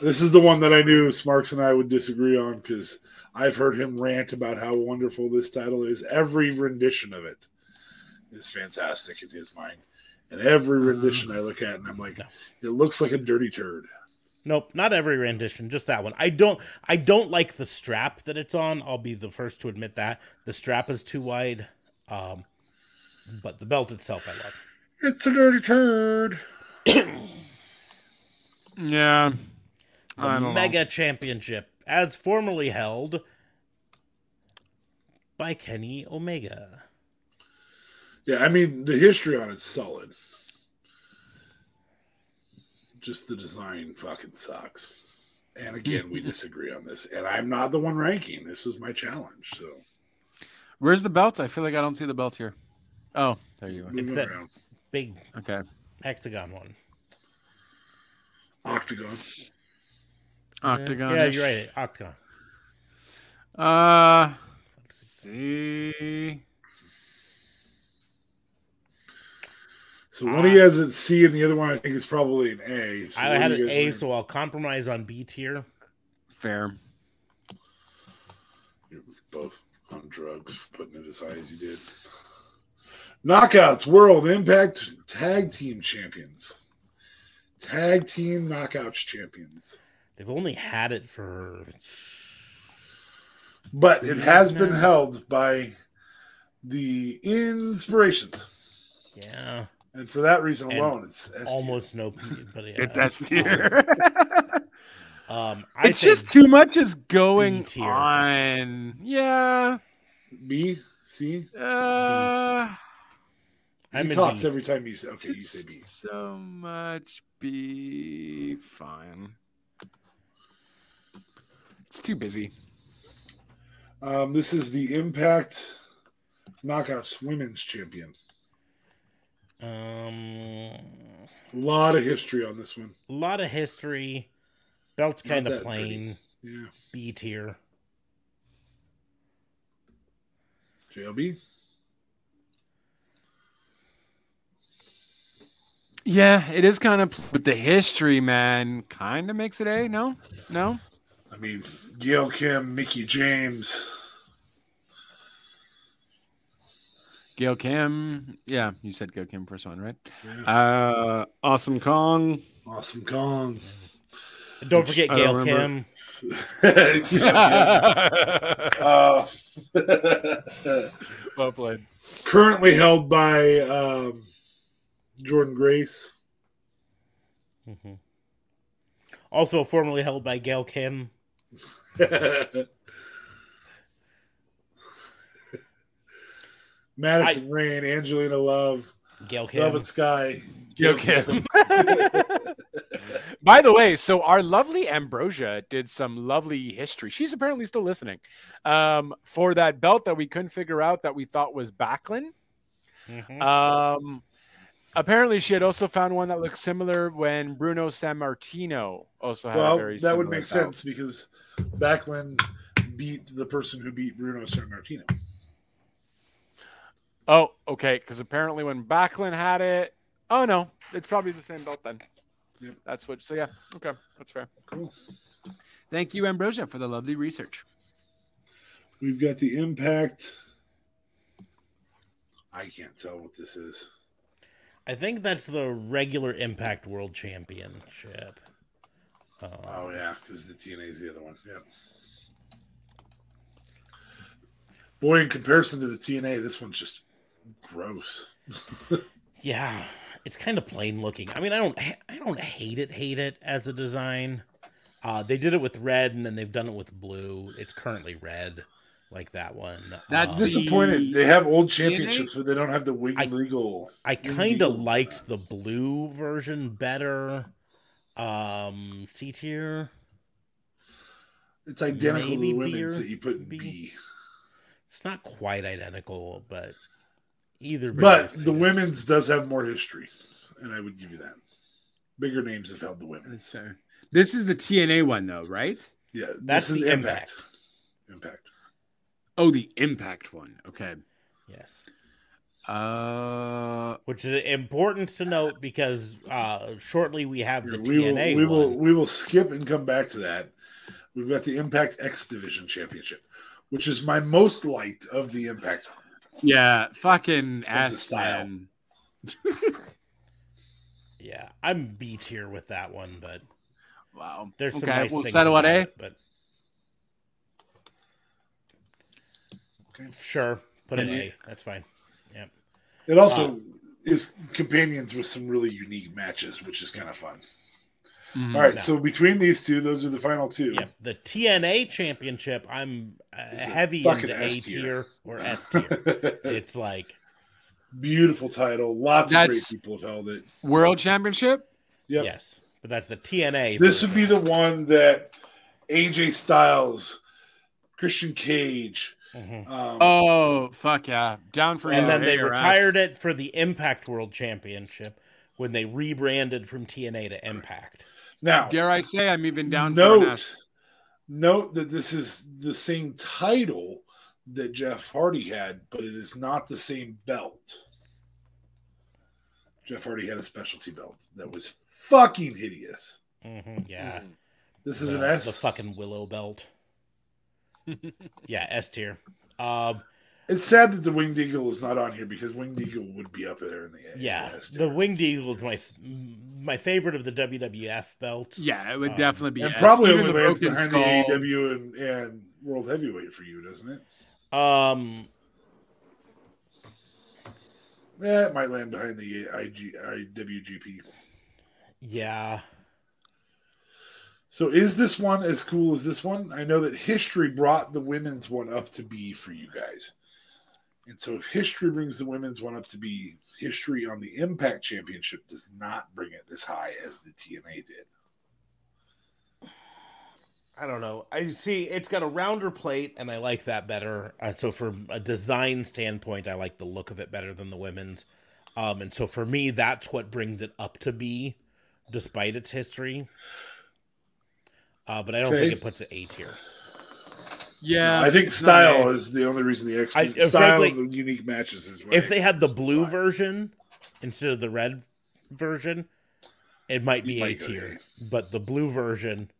S3: This is the one that I knew Smarks and I would disagree on because I've heard him rant about how wonderful this title is. Every rendition of it is fantastic in his mind. And every rendition I look at and I'm like, it looks like a dirty turd.
S1: nope not every rendition just that one i don't i don't like the strap that it's on i'll be the first to admit that the strap is too wide um but the belt itself i love
S3: It's a dirty turd.
S4: yeah.
S1: the
S4: I don't
S1: Mega Championship, as formerly held by Kenny Omega.
S3: Yeah, I mean the history on it's solid. Just the design fucking sucks. And again,
S1: (laughs)
S3: we disagree on this. And I'm not the one ranking. This is my challenge. So
S4: know. Where's the belt? I feel like I don't see the belt here. Oh, there you are.
S3: moving
S1: that-
S3: around.
S1: Big
S4: Okay.
S1: hexagon one.
S3: Octagon.
S4: Octagon.
S1: Yeah, you're right. Octagon.
S4: Uh, let's see.
S3: So one of you has a C and the other one I think is probably an A. So
S1: Uh, I
S3: what
S1: had
S3: do you
S1: an
S3: guys
S1: A,
S3: rank?
S1: so I'll compromise on B tier.
S4: Fair.
S3: You're both on drugs, putting it as high as you did. Knockouts World Impact Tag Team Champions. Tag Team Knockouts Champions.
S1: They've only had it for
S3: But it has been held by the Inspirations.
S1: yeah,
S3: And for that reason
S1: And
S3: alone, it's S tier.
S1: almost no. P- But yeah,
S4: It's S tier. (laughs)
S1: Um, I
S4: it's just
S1: too.
S4: too much is going
S1: B tier.
S4: on. Yeah.
S3: B, C.
S4: Uh,
S1: I'm in
S3: he talks
S1: B.
S3: every time you say okay, you say B.
S4: just so much B. Fine. It's too busy.
S3: Um, this is the Impact Knockouts Women's Champion.
S1: Um,
S3: A lot of history on this one.
S1: a lot of history. Belt's
S3: Not
S1: kind
S3: that
S1: of
S3: pretty.
S1: plain.
S3: Yeah.
S1: B tier.
S3: JLB.
S4: Yeah, it is kind of, but the history, man, kind of makes it A. No, no.
S3: I mean, Gail Kim, Mickey James.
S4: Gail Kim. Yeah, you said Gail Kim first one, right?
S3: Yeah.
S4: Uh, awesome Kong.
S3: Awesome Kong. (laughs)
S1: And Don't forget
S4: I don't
S1: Gail
S4: remember.
S1: Kim.
S3: Gail Kim. Uh,
S4: well played.
S3: currently held by um, Jordan Grace. (laughs)
S1: Mhm. Also formerly held by Gail Kim.
S3: Madison Rain, Angelina Love,
S1: Gail
S3: Love
S1: Kim.
S3: and Sky.
S4: Gail
S3: (laughs)
S4: Kim. (laughs) By the way, so our lovely Ambrosia did some lovely history. She's apparently still listening um, for that belt that we couldn't figure out that we thought was Backlund.
S3: Mm-hmm.
S1: Mhm.
S4: Um, apparently, she had also found one that looked similar when Bruno San Martino also had a
S3: (laughs) Well,
S4: very
S3: that would
S4: similar
S3: make
S4: belt.
S3: sense because Backlund beat the person who beat Bruno San Martino.
S4: Oh, okay. Because apparently, when Backlund had it, oh no, it's probably the same belt then.
S3: Yep.
S4: That's what. So yeah, okay, that's fair.
S5: Thank you, Ambrosia, for the lovely research.
S3: We've got the impact. I can't tell what this is.
S1: I think that's the regular Impact World Championship. Um,
S3: Oh yeah, because the TNA is the other one. Yeah. Boy, in comparison to the TNA, this one's just gross.
S1: yeah, it's kind of plain looking. I mean, I don't, I don't hate it, hate it as a design. Uh, they did it with red, and then they've done it with blue. It's currently red, like that one.
S5: That's
S1: Um,
S5: the-
S3: Disappointed. They have old
S5: TNA?
S3: championships, but they don't have the wing
S1: I-
S3: legal.
S1: I kind of liked the blue version better. Um, C tier.
S3: It's identical to the
S1: Maybe
S3: women's
S1: beer?
S3: that you put in B.
S1: Beer? It's not quite identical, but either.
S3: But
S1: version.
S3: the women's does have more history, and I would give you that. Bigger names have held the women's.
S5: fair. This is the TNA one, though, right?
S3: Yeah,
S1: That's
S3: this is
S1: the
S3: impact. Impact.
S5: Oh, the Impact one. Okay.
S1: yes.
S5: Uh,
S1: which is important to note because uh, shortly we have the
S3: we will,
S1: TNA
S3: we
S1: one.
S3: will we will skip and come back to that. We've got the Impact X Division Championship, which is my most liked of the Impact.
S5: yeah, fucking
S3: That's a
S5: ass
S3: style.
S5: man.
S1: Yeah, I'm B tier with that one, but
S5: Wow.
S1: there's some
S5: okay,
S1: nice
S5: we'll
S1: things
S5: settle on
S1: about
S5: A.
S1: it, But sure, put an
S5: And you-
S1: A. That's fine.
S3: It also is companions with some really unique matches, which is kind of fun.
S5: Mhm.
S3: All right,
S1: Mm, Yeah.
S3: so between these two, those are the final two.
S1: Yep. The TNA Championship, I'm uh,
S3: It's a
S1: heavy
S3: fucking
S1: into
S3: S
S1: A
S3: tier.
S1: tier or
S3: (laughs)
S1: S tier. it's like
S3: Beautiful title. Lots
S5: That's-
S3: of great people have held it.
S5: World Championship?
S3: Yep.
S1: yes, but that's the TNA.
S3: This would
S1: version.
S3: be the one that AJ Styles, Christian Cage,
S1: Mhm.
S3: um,
S5: Oh, fuck yeah. Down for
S1: And
S5: you,
S1: then they
S5: Hager ass.
S1: retired it for the Impact World Championship when they rebranded from TNA to Impact.
S3: now
S5: Dare I say I'm even down for an
S3: note,
S5: S.
S3: note that this is the same title that Jeff Hardy had, but it is not the same belt. Jeff Hardy had a specialty belt that was fucking hideous.
S1: Mhm, Yeah.
S4: Mhm.
S3: This is
S1: the,
S3: an S.
S1: The fucking willow belt. yeah, S tier. Um,
S3: it's sad that the Winged Eagle is not on here because Winged Eagle would be up there in the A.
S1: yeah,
S3: S tier.
S1: the winged eagle is my my favorite of the WWF belts.
S5: Yeah, it would
S1: Um,
S5: definitely be
S3: and
S5: S.
S3: probably
S5: Even
S3: only
S5: the
S3: lands
S5: broken
S3: behind
S5: skull.
S3: the E AEW and, and World Heavyweight for you, doesn't it?
S1: Um,
S3: Yeah, Eh, it might land behind the IG, IWGP.
S1: yeah,
S3: So is this one as cool as this one? I know that history brought the women's one up to be for you guys. And so if history brings the women's one up to be, history on the Impact Championship does not bring it this high as the TNA did.
S1: I don't know. I see it's got a rounder plate, and I like that better. Uh, so from a design standpoint, I like the look of it better than the women's. Um, and so for me, that's what brings it up to be, despite its history. Uh, but I don't
S3: Okay.
S1: think it puts it A tier.
S5: Yeah.
S1: Uh,
S3: I think
S5: it's not an
S3: style
S5: A.
S3: is the only reason the X
S1: I- uh,
S3: style
S1: frankly,
S3: and the unique matches is what
S1: if they had the blue
S3: Fine.
S1: version instead of the red version, it might be
S3: might
S1: A
S3: go
S1: tier. But the blue version,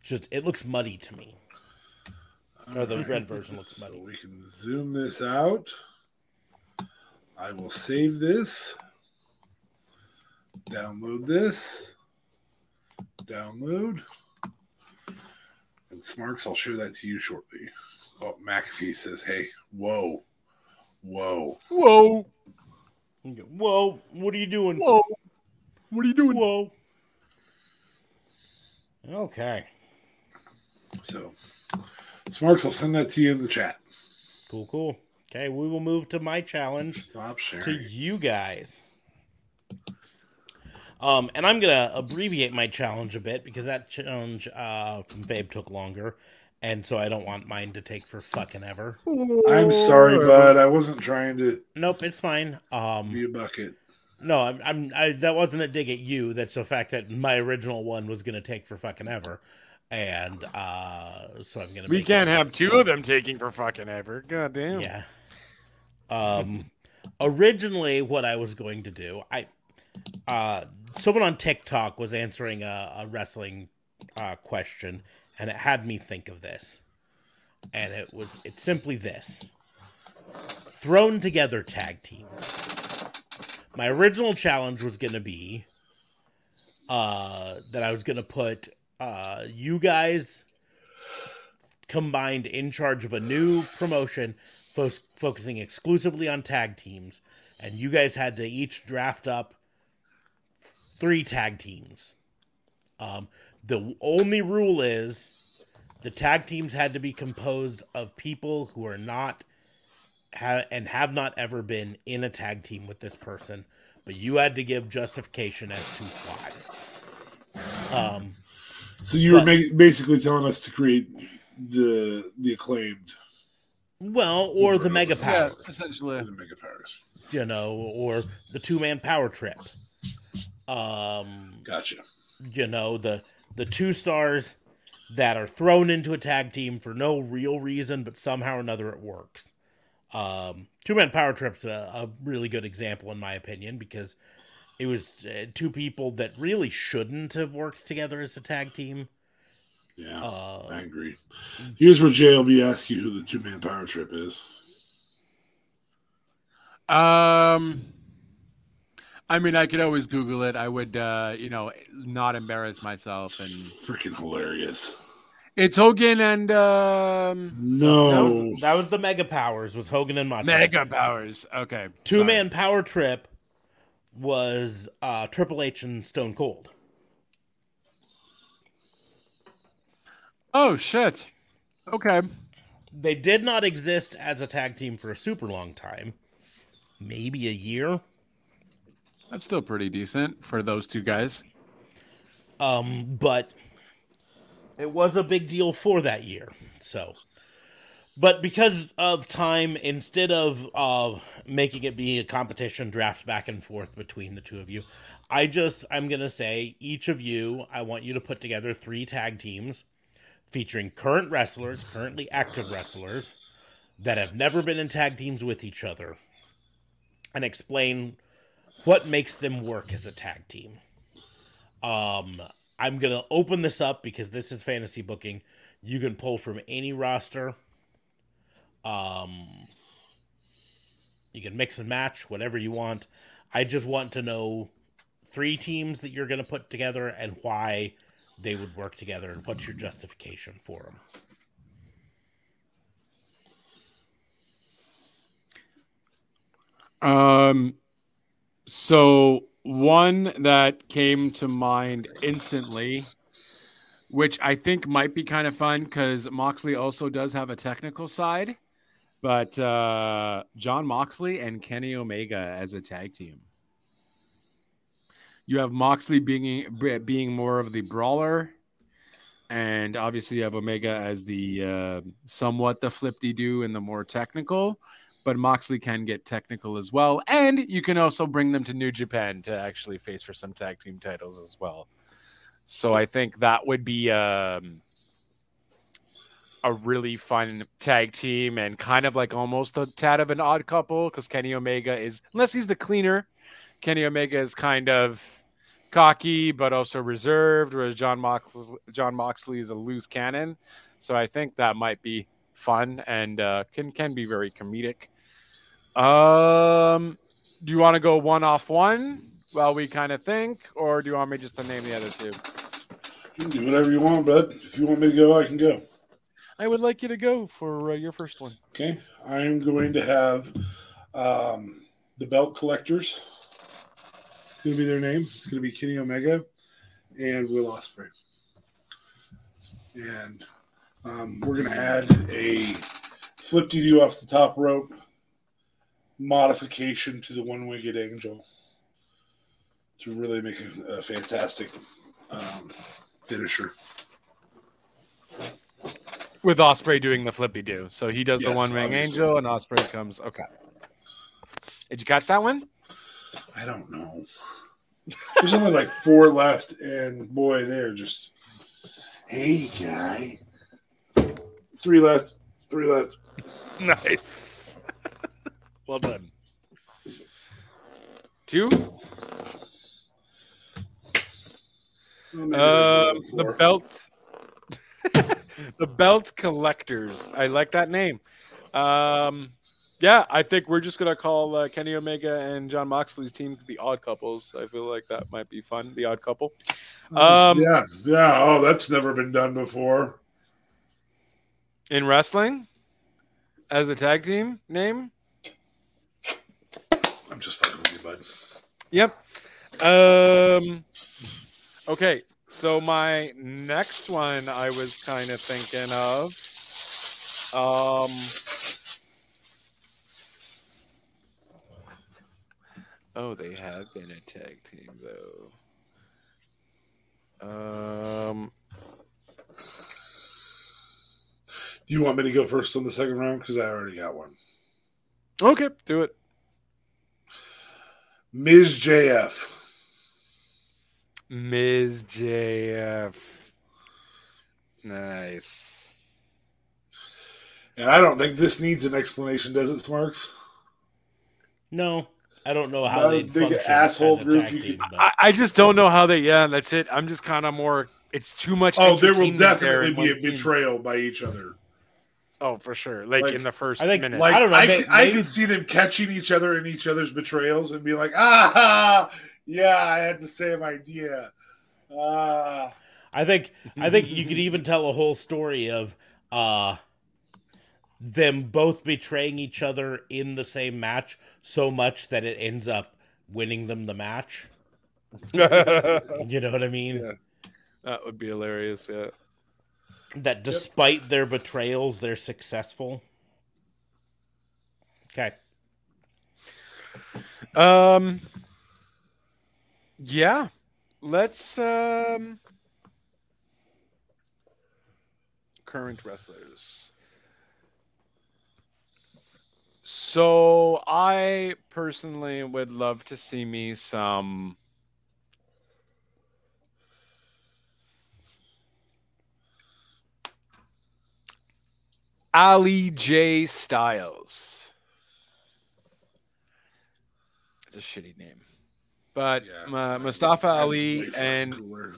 S1: just it looks muddy to me. No, the red version looks
S3: So
S1: muddy.
S3: we can zoom this out. I will save this. Download this. Download. And Smarks, I'll share that to you shortly. Oh, McAfee says, hey, whoa, whoa.
S4: Whoa,
S1: You go, Whoa! What are you doing?
S4: whoa. What are you doing?
S1: Whoa. Okay.
S3: So, Smarks, I'll send that to you in the chat.
S1: Cool. Cool. Okay, we will move to my challenge
S3: Stop
S1: to
S3: sharing.
S1: you guys. Um, and I'm gonna abbreviate my challenge a bit because that challenge uh, from Babe took longer, and so I don't want mine to take for fucking ever.
S3: I'm sorry, bud. I wasn't trying to
S1: Nope, it's fine.
S3: be
S1: Um,
S3: a bucket.
S1: no, I'm, I'm I, that wasn't a dig at you. That's the fact that my original one was gonna take for fucking ever, and uh, so I'm gonna.
S5: We
S1: make it
S5: can't
S1: less.
S5: have two of them taking for fucking ever. God damn.
S1: Yeah. Um, (laughs) originally, what I was going to do, I, uh, someone on TikTok was answering a, a wrestling uh, question, and it had me think of this, and it was it's simply this: thrown together tag team. My original challenge was going to be uh, that I was going to put uh, you guys combined in charge of a new promotion fo- focusing exclusively on tag teams and you guys had to each draft up three tag teams um, the only rule is the tag teams had to be composed of people who are not ha- and have not ever been in a tag team with this person but you had to give justification as to why um,
S3: So you were
S1: But-
S3: ma- basically telling us to create the the acclaimed
S1: well or the mega
S4: Yeah,
S1: powers
S4: essentially.
S3: the mega powers.
S1: you know, or the two man power trip. Um,
S3: Gotcha.
S1: you know, the the two stars that are thrown into a tag team for no real reason, but somehow or another it works. Um, two man power trip's a, a really good example in my opinion because it was uh, two people that really shouldn't have worked together as a tag team.
S3: Yeah, I
S1: Uh,
S3: agree. Here's where JLB asks you who the two man power trip is.
S4: Um, I mean, I could always Google it. I would, uh, you know, not embarrass myself. And
S3: Freaking hilarious.
S4: it's Hogan and um,
S1: that,
S3: No.
S1: was, that was the Mega Powers with Hogan and Macho.
S4: Mega Powers. Okay,
S1: Two man power trip was uh, Triple H and Stone Cold.
S4: Oh shit. Okay.
S1: They did not exist as a tag team for a super long time, maybe a year.
S4: That's still pretty decent for those two guys.
S1: Um, but it was a big deal for that year. So, but because of time, instead of uh, making it be a competition draft back and forth between the two of you, I just I'm gonna say each of you, I want you to put together three tag teams featuring current wrestlers, currently active wrestlers that have never been in tag teams with each other, and explain what makes them work as a tag team. Um, I'm gonna open this up because this is fantasy booking. You can pull from any roster. Um, you can mix and match whatever you want. I just want to know three teams that you're gonna put together and why they would work together and what's your justification for them.
S4: Um, so one that came to mind instantly, which I think might be kind of fun because Moxley also does have a technical side, but uh, John Moxley and Kenny Omega as a tag team. You have Moxley being b- being more of the brawler, and obviously you have Omega as the uh, somewhat the flippy do and the more technical but Moxley can get technical as well. And you can also bring them to New Japan to actually face for some tag team titles as well. So I think that would be um, a really fun tag team and kind of like almost a tad of an odd couple because Kenny Omega is, unless he's the cleaner, Kenny Omega is kind of cocky but also reserved, whereas John Moxley, John Moxley is a loose cannon. So I think that might be fun and uh, can can be very comedic. Um, do you want to go one off one while we kind of think, or do you want me just to name the other two?
S3: You can do whatever you want, bud. If you want me to go, I can go.
S4: I would like you to go for uh, your first one.
S3: Okay. I am going to have um, the belt collectors. It's going to be their name. It's going to be Kenny Omega and Will Ospreay. And um, we're going to add a flip DD off the top rope modification to the One Winged Angel to really make a, a fantastic um, finisher.
S4: with Osprey doing the flippy do. So he does the
S3: Yes,
S4: one ring
S3: obviously.
S4: angel, and Osprey comes. Okay. Did you catch that one?
S3: I don't know. There's only like four left, and boy, they're just. Hey, guy. Three left. Three left.
S4: Nice. (laughs) well done. Two.
S3: Well, maybe there's
S4: Um,
S3: only
S4: the
S3: four.
S4: belt. (laughs) the belt collectors. I like that name. Um, yeah, I think we're just gonna call uh, Kenny Omega and John Moxley's team the Odd Couples. I feel like that might be fun. The Odd Couple. Um,
S3: Mm, yeah, yeah. Oh, that's never been done before.
S4: in wrestling as a tag team name.
S3: I'm just fucking with you, bud.
S4: Yep. Um. Okay, so my next one I was kind of thinking of. Um. Oh, they have been a tag team though. Um.
S3: Do you want me to go first on the second round? Because I already got one.
S4: Okay, do it.
S3: Ms. JF.
S4: Ms. JF. Nice.
S3: And I don't think this needs an explanation, does it, Smarks?
S1: No, I don't know
S3: Not
S1: how
S3: a
S1: they
S3: big
S1: function
S3: asshole
S1: as a
S3: group
S1: tag
S3: you
S1: team,
S3: could-
S1: but-
S4: I, I just don't know how they. Yeah, that's it. I'm just kind of more. It's too much.
S3: Oh, there will
S4: entertainment there
S3: definitely
S4: in
S3: be a
S4: one team.
S3: betrayal by each other.
S4: Oh, for sure. Like,
S3: Like-
S4: in the first
S1: I think-
S4: minute. (laughs)
S3: Like I,
S1: I don't know, may-
S3: can, I
S1: maybe-
S3: can see them catching each other in each other's betrayals and be like, ah, (laughs) ha, yeah, I had the same idea.
S4: Uh,
S3: Ah,
S1: I think I
S4: (laughs)
S1: think you could even tell a whole story of uh them both betraying each other in the same match so much that it ends up winning them the match. You know what I mean?
S4: Oh. Yeah. that would be hilarious. Yeah.
S1: That despite their betrayals, they're successful. Okay.
S4: Um. Yeah. Let's. Um. Current wrestlers. So I personally would love to see me some. Ali J Styles. It's a shitty name. But
S3: Yeah.
S4: uh, Mustafa
S3: That's way
S4: Ali
S3: fucking
S4: and
S3: cooler.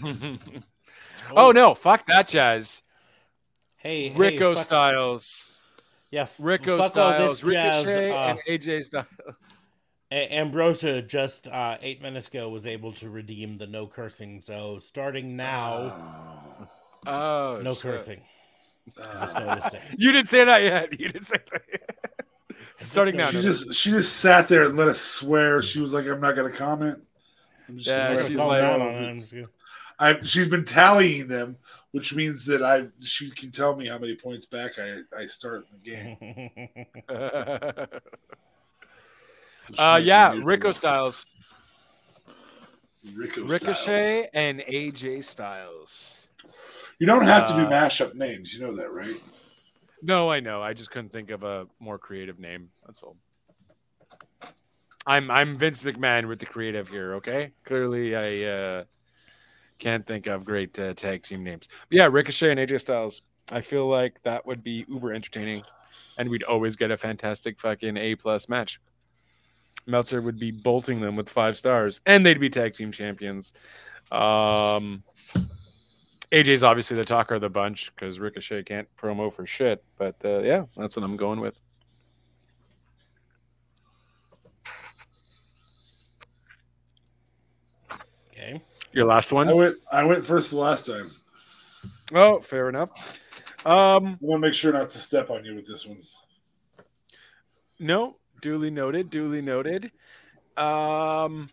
S4: (laughs)
S3: (laughs)
S4: oh no, fuck that jazz.
S1: Hey, hey,
S4: Rico
S1: fuck-
S4: Styles,
S1: Yeah, f-
S4: Rico
S1: fuck all
S4: Styles,
S1: this jazz,
S4: Ricochet,
S1: uh,
S4: and AJ Styles.
S1: A- Ambrosia just uh, eight minutes ago was able to redeem the no cursing. So starting now,
S4: Oh,
S1: no
S4: shit.
S1: cursing. Just
S3: Ah.
S1: noticed it.
S4: You didn't say that yet. You didn't say that.
S1: (laughs)
S4: Yet. Starting now.
S3: she
S4: no.
S3: just she just sat there and let us swear. She was like, "I'm not going to comment." I'm just
S4: Yeah,
S1: I'm
S3: gonna
S1: gonna
S4: she's
S1: calm
S4: like-
S1: down on it. I'm just gonna-
S3: I, she's been tallying them, which means that I she can tell me how many points back I, I start in the game.
S1: (laughs)
S4: (laughs)
S3: which
S4: uh,
S3: might be
S4: yeah,
S3: useful.
S4: Rico Styles,
S3: Rico Styles.
S4: Ricochet, and AJ Styles.
S3: You don't have to do
S4: Uh,
S3: mashup names. You know that, right?
S4: No, I know. I just couldn't think of a more creative name. That's all. I'm I'm Vince McMahon with the creative here. Okay, clearly I uh, can't think of great uh, tag team names. But yeah, Ricochet and AJ Styles. I feel like that would be uber entertaining, and we'd always get a fantastic fucking A plus match. Meltzer would be bolting them with five stars, and they'd be tag team champions. Um, AJ's obviously the talker of the bunch because Ricochet can't promo for shit. But uh, yeah, that's what I'm going with.
S1: okay.
S4: Your last
S3: I
S4: one?
S3: went I went first the last time.
S4: Oh, fair enough. Um,
S3: I want to make sure not to step on you with this one.
S4: no, duly noted. Duly noted. Um,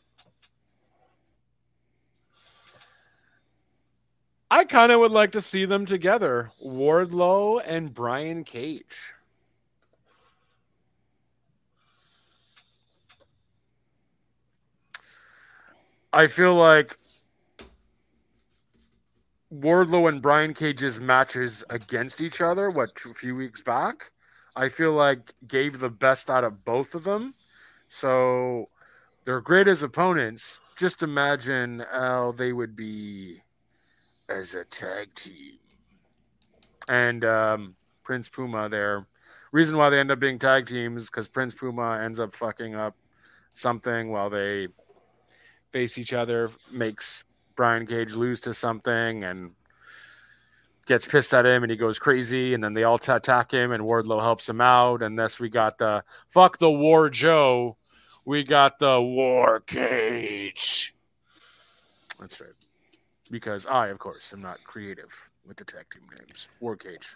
S4: I kind of would like to see them together, Wardlow and Brian Cage. I feel like Wardlow and Brian Cage's matches against each other, what, a few weeks back, I feel like gave the best out of both of them. So they're great as opponents. Just imagine how they would be as a tag team. And um, Prince Puma there. Reason why they end up being tag teams because Prince Puma ends up fucking up something while they face each other, makes Brian Cage lose to something and gets pissed at him and he goes crazy and then they all t- attack him and Wardlow helps him out and thus we got the fuck the war Joe we got the war cage that's right because I of course am not creative with the tag team names war cage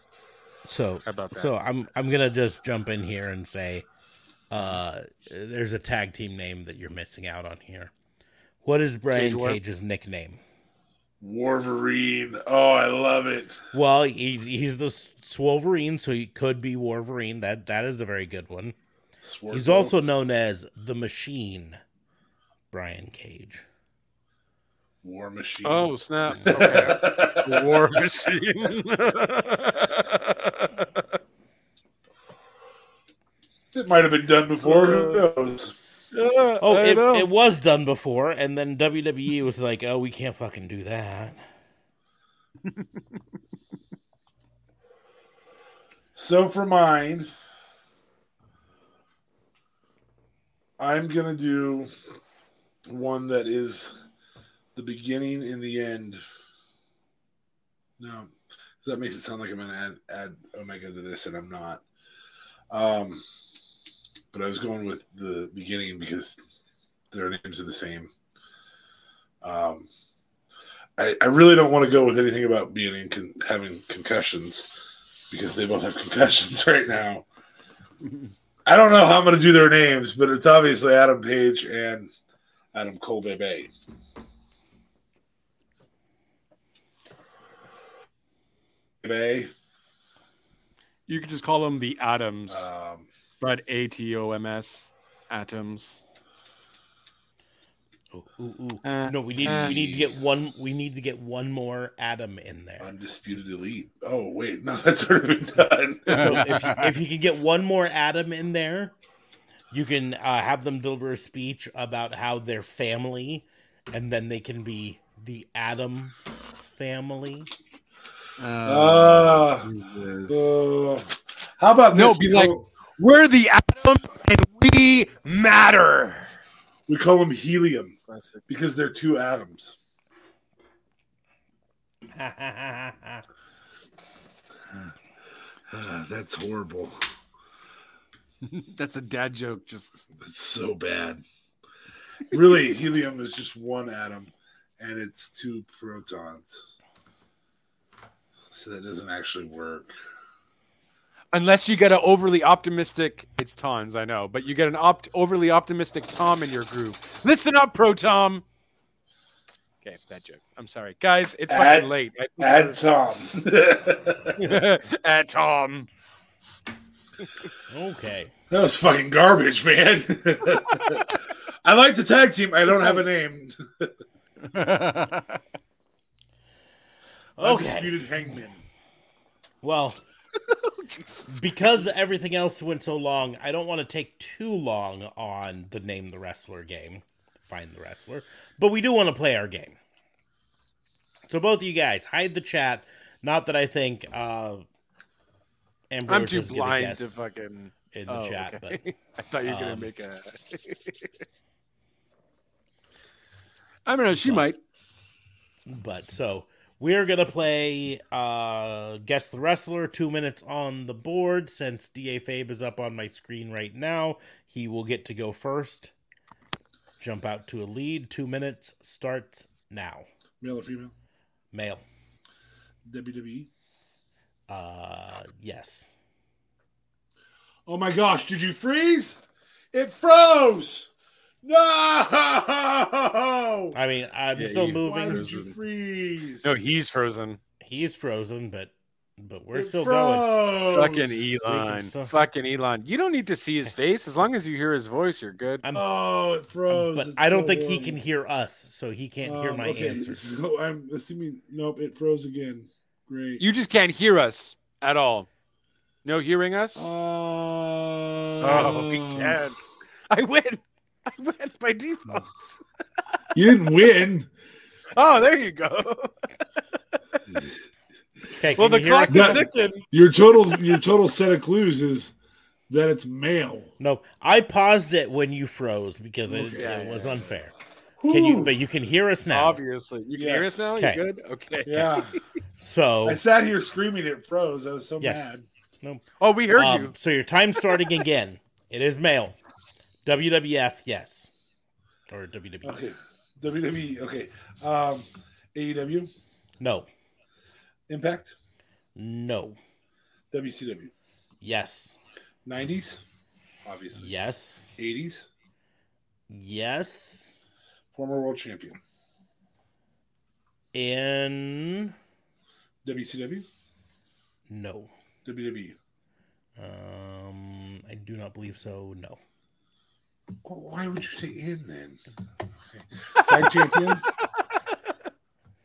S1: So
S4: how about that
S1: So I'm I'm gonna just jump in here and say, uh, there's a tag team name that you're missing out on here. What is Brian
S4: Cage War?
S1: Cage's nickname?
S3: Wolverine. Oh, I love it.
S1: Well, he's he's the Swolverine, so he could be Wolverine. That that is a very good one. He's
S3: Swartwell.
S1: also known as the Machine, Brian Cage.
S3: War Machine. (laughs)
S4: oh snap (laughs) okay. The war (laughs) machine
S3: it might have been done before. Who knows?
S1: Oh,
S4: I
S1: it,
S4: know.
S1: it was done before, and then WWE was like, "Oh, we can't fucking do that."
S3: So for mine, I'm gonna do one that is the beginning and the end. No, that makes it sound like I'm gonna add, add Omega to this, and I'm not. Um, but I was going with the beginning because their names are the same. Um, I, I really don't want to go with anything about being in con- having concussions because they both have concussions (laughs) right now. I don't know how I'm going to do their names, but it's obviously Adam Page and Adam Cole Bebe. Bebe.
S4: you could just call them the atoms
S3: Um,
S4: but a-t-o-m-s atoms
S1: Ooh, ooh, ooh.
S4: Uh,
S1: no, we need
S4: uh.
S1: we need to get one. We need to get one more Adam in there.
S3: Undisputed Elite. Oh, wait. No, (laughs) that's already been done.
S4: (laughs) Uh,
S1: So if you, if you can get one more Adam in there, you can uh, have them deliver a speech about how they're family, and then they can be the Adam family.
S4: uh,
S1: uh,
S3: Ah,
S5: Jesus.
S3: oh. how about
S4: No,
S3: this?
S4: be
S3: We
S4: like-
S3: call-
S4: We're the atom and we matter.
S3: we call them helium because they're two atoms. Ah, that's horrible.
S4: That's a dad joke. Just
S3: It's so bad. Really, helium is just one atom and it's two protons. So that doesn't actually work.
S4: unless you get an overly optimistic, it's tons, I know, but you get an opt overly optimistic Tom in your group. Listen up, pro Tom. Okay, bad joke. I'm sorry, guys. It's
S3: Add-
S4: fucking late.
S3: Add Tom. (laughs) that
S4: (laughs) Add Tom.
S1: okay.
S3: was fucking garbage,
S1: (laughs)
S3: man. I like the tag team. I don't have a name.
S1: (laughs) Okay.
S3: Undisputed Hangman.
S4: (laughs)
S1: Well, because everything else went so long, I don't want to take too long on the name the wrestler game, find the wrestler, but we do want to play our game. So both of you guys hide the chat. Not that I think uh, Ambrose
S4: I'm too
S1: is gonna
S4: blind
S1: guess
S4: to fucking.
S1: in the
S4: oh,
S1: chat,
S4: okay.
S1: but
S4: (laughs) I thought you were gonna
S1: um,
S4: make
S1: (laughs)
S4: a. I don't know. Uh, She might.
S1: but so we are gonna play uh guess the wrestler two minutes on the board since da fabe is up on my screen right now he will get to go first jump out to a lead two minutes starts now
S3: Male or female? E.
S1: male
S3: WWE.
S1: uh yes
S3: Oh my gosh, did you freeze? It froze. No.
S1: i mean i'm
S4: Yeah,
S1: still
S4: you-
S3: Why
S1: moving
S3: did you freeze?
S4: No, he's frozen.
S1: he's frozen but But we're still going.
S3: Bro.
S4: Fucking Elon.
S1: so-
S4: Fucking Elon. You don't need to see his face. As long as you hear his voice, you're good.
S1: I'm,
S3: Oh, it froze.
S1: but
S3: It's
S1: I don't
S3: so
S1: think he
S3: low.
S1: can hear us, so he can't hear
S3: Um,
S1: my
S3: okay,
S1: answers.
S3: (laughs) So I'm assuming. Nope, it froze again. Great.
S4: You just can't hear us at all. No hearing us?
S3: Uh,
S4: oh, we can't. I win. I win (laughs) by default.
S3: You didn't win.
S4: Oh, there you go.
S1: Okay,
S4: Well,
S1: can
S4: the
S1: you hear
S4: clock
S1: us?
S3: No.
S4: is ticking.
S3: Your total your total set of clues is that it's male.
S1: No, I paused it when you froze because it,
S3: Okay.
S1: it was unfair. Can you? But you can hear us now.
S4: Obviously. You can hear
S3: Yes.
S4: us now?
S1: Okay.
S4: You good? Okay.
S3: Yeah,
S1: So
S3: I sat here screaming. It froze. I was so
S1: Oh. Yes.
S3: mad.
S4: Oh, we heard
S1: um,
S4: you.
S1: so your time starting again. It is male. WWF, yes, or E. WWE,
S3: Okay, WWE. Okay, um, AEW,
S1: no,
S3: Impact,
S1: no,
S3: WCW,
S1: yes,
S3: nineties, obviously,
S1: yes,
S3: eighties,
S1: yes.
S3: former world champion,
S1: In
S3: WCW,
S1: no,
S3: WWE.
S1: um, I do not believe so. No,
S3: Well, why would you say in then?
S1: (laughs)
S3: Okay. Tag champion,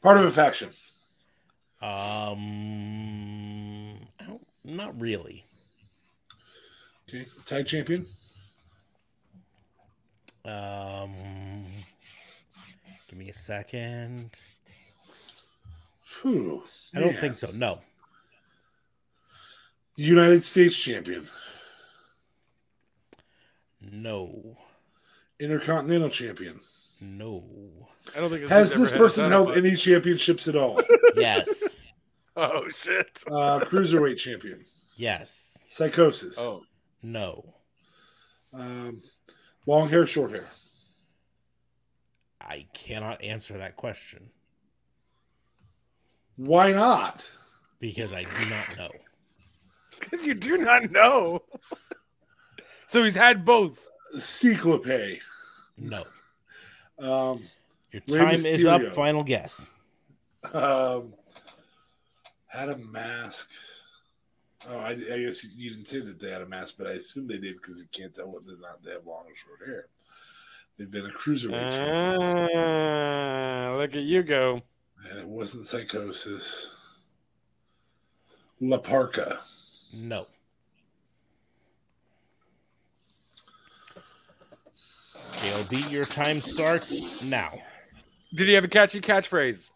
S3: part of a faction.
S1: um, I don't, not really.
S3: Okay, tag champion,
S1: Um, give me a second.
S3: Whew,
S1: I don't
S3: man.
S1: think so. No,
S3: United States champion,
S1: no,
S3: Intercontinental champion.
S1: no.
S4: I don't think it's
S3: Has
S4: ever
S3: this
S4: had
S3: person
S4: that
S3: held
S4: fun.
S3: any championships at
S4: (laughs)
S3: all?
S1: Yes,
S4: Oh shit.
S3: Uh, cruiserweight champion,
S1: yes,
S3: psychosis,
S4: Oh. (laughs)
S1: no.
S3: um, long hair, short hair.
S1: I cannot answer that question
S3: Why not?
S1: because I do not know.
S4: Because you do not know. so he's had both.
S3: Cyclope.
S1: No,
S3: Um,
S1: your
S3: Rey
S1: time is up.
S3: Mysterio.
S1: Final guess.
S3: um, had a mask. Oh, I, I guess you didn't say that they had a mask, but I assume they did because you can't tell what they're not. They have long or short hair. They've been a
S4: Mm.
S3: cruiserweight champion,
S4: Ah, Uh, look at you go.
S3: and it wasn't psychosis. La Parca.
S1: No, JLB, your time starts now.
S4: Did he have a catchy catchphrase?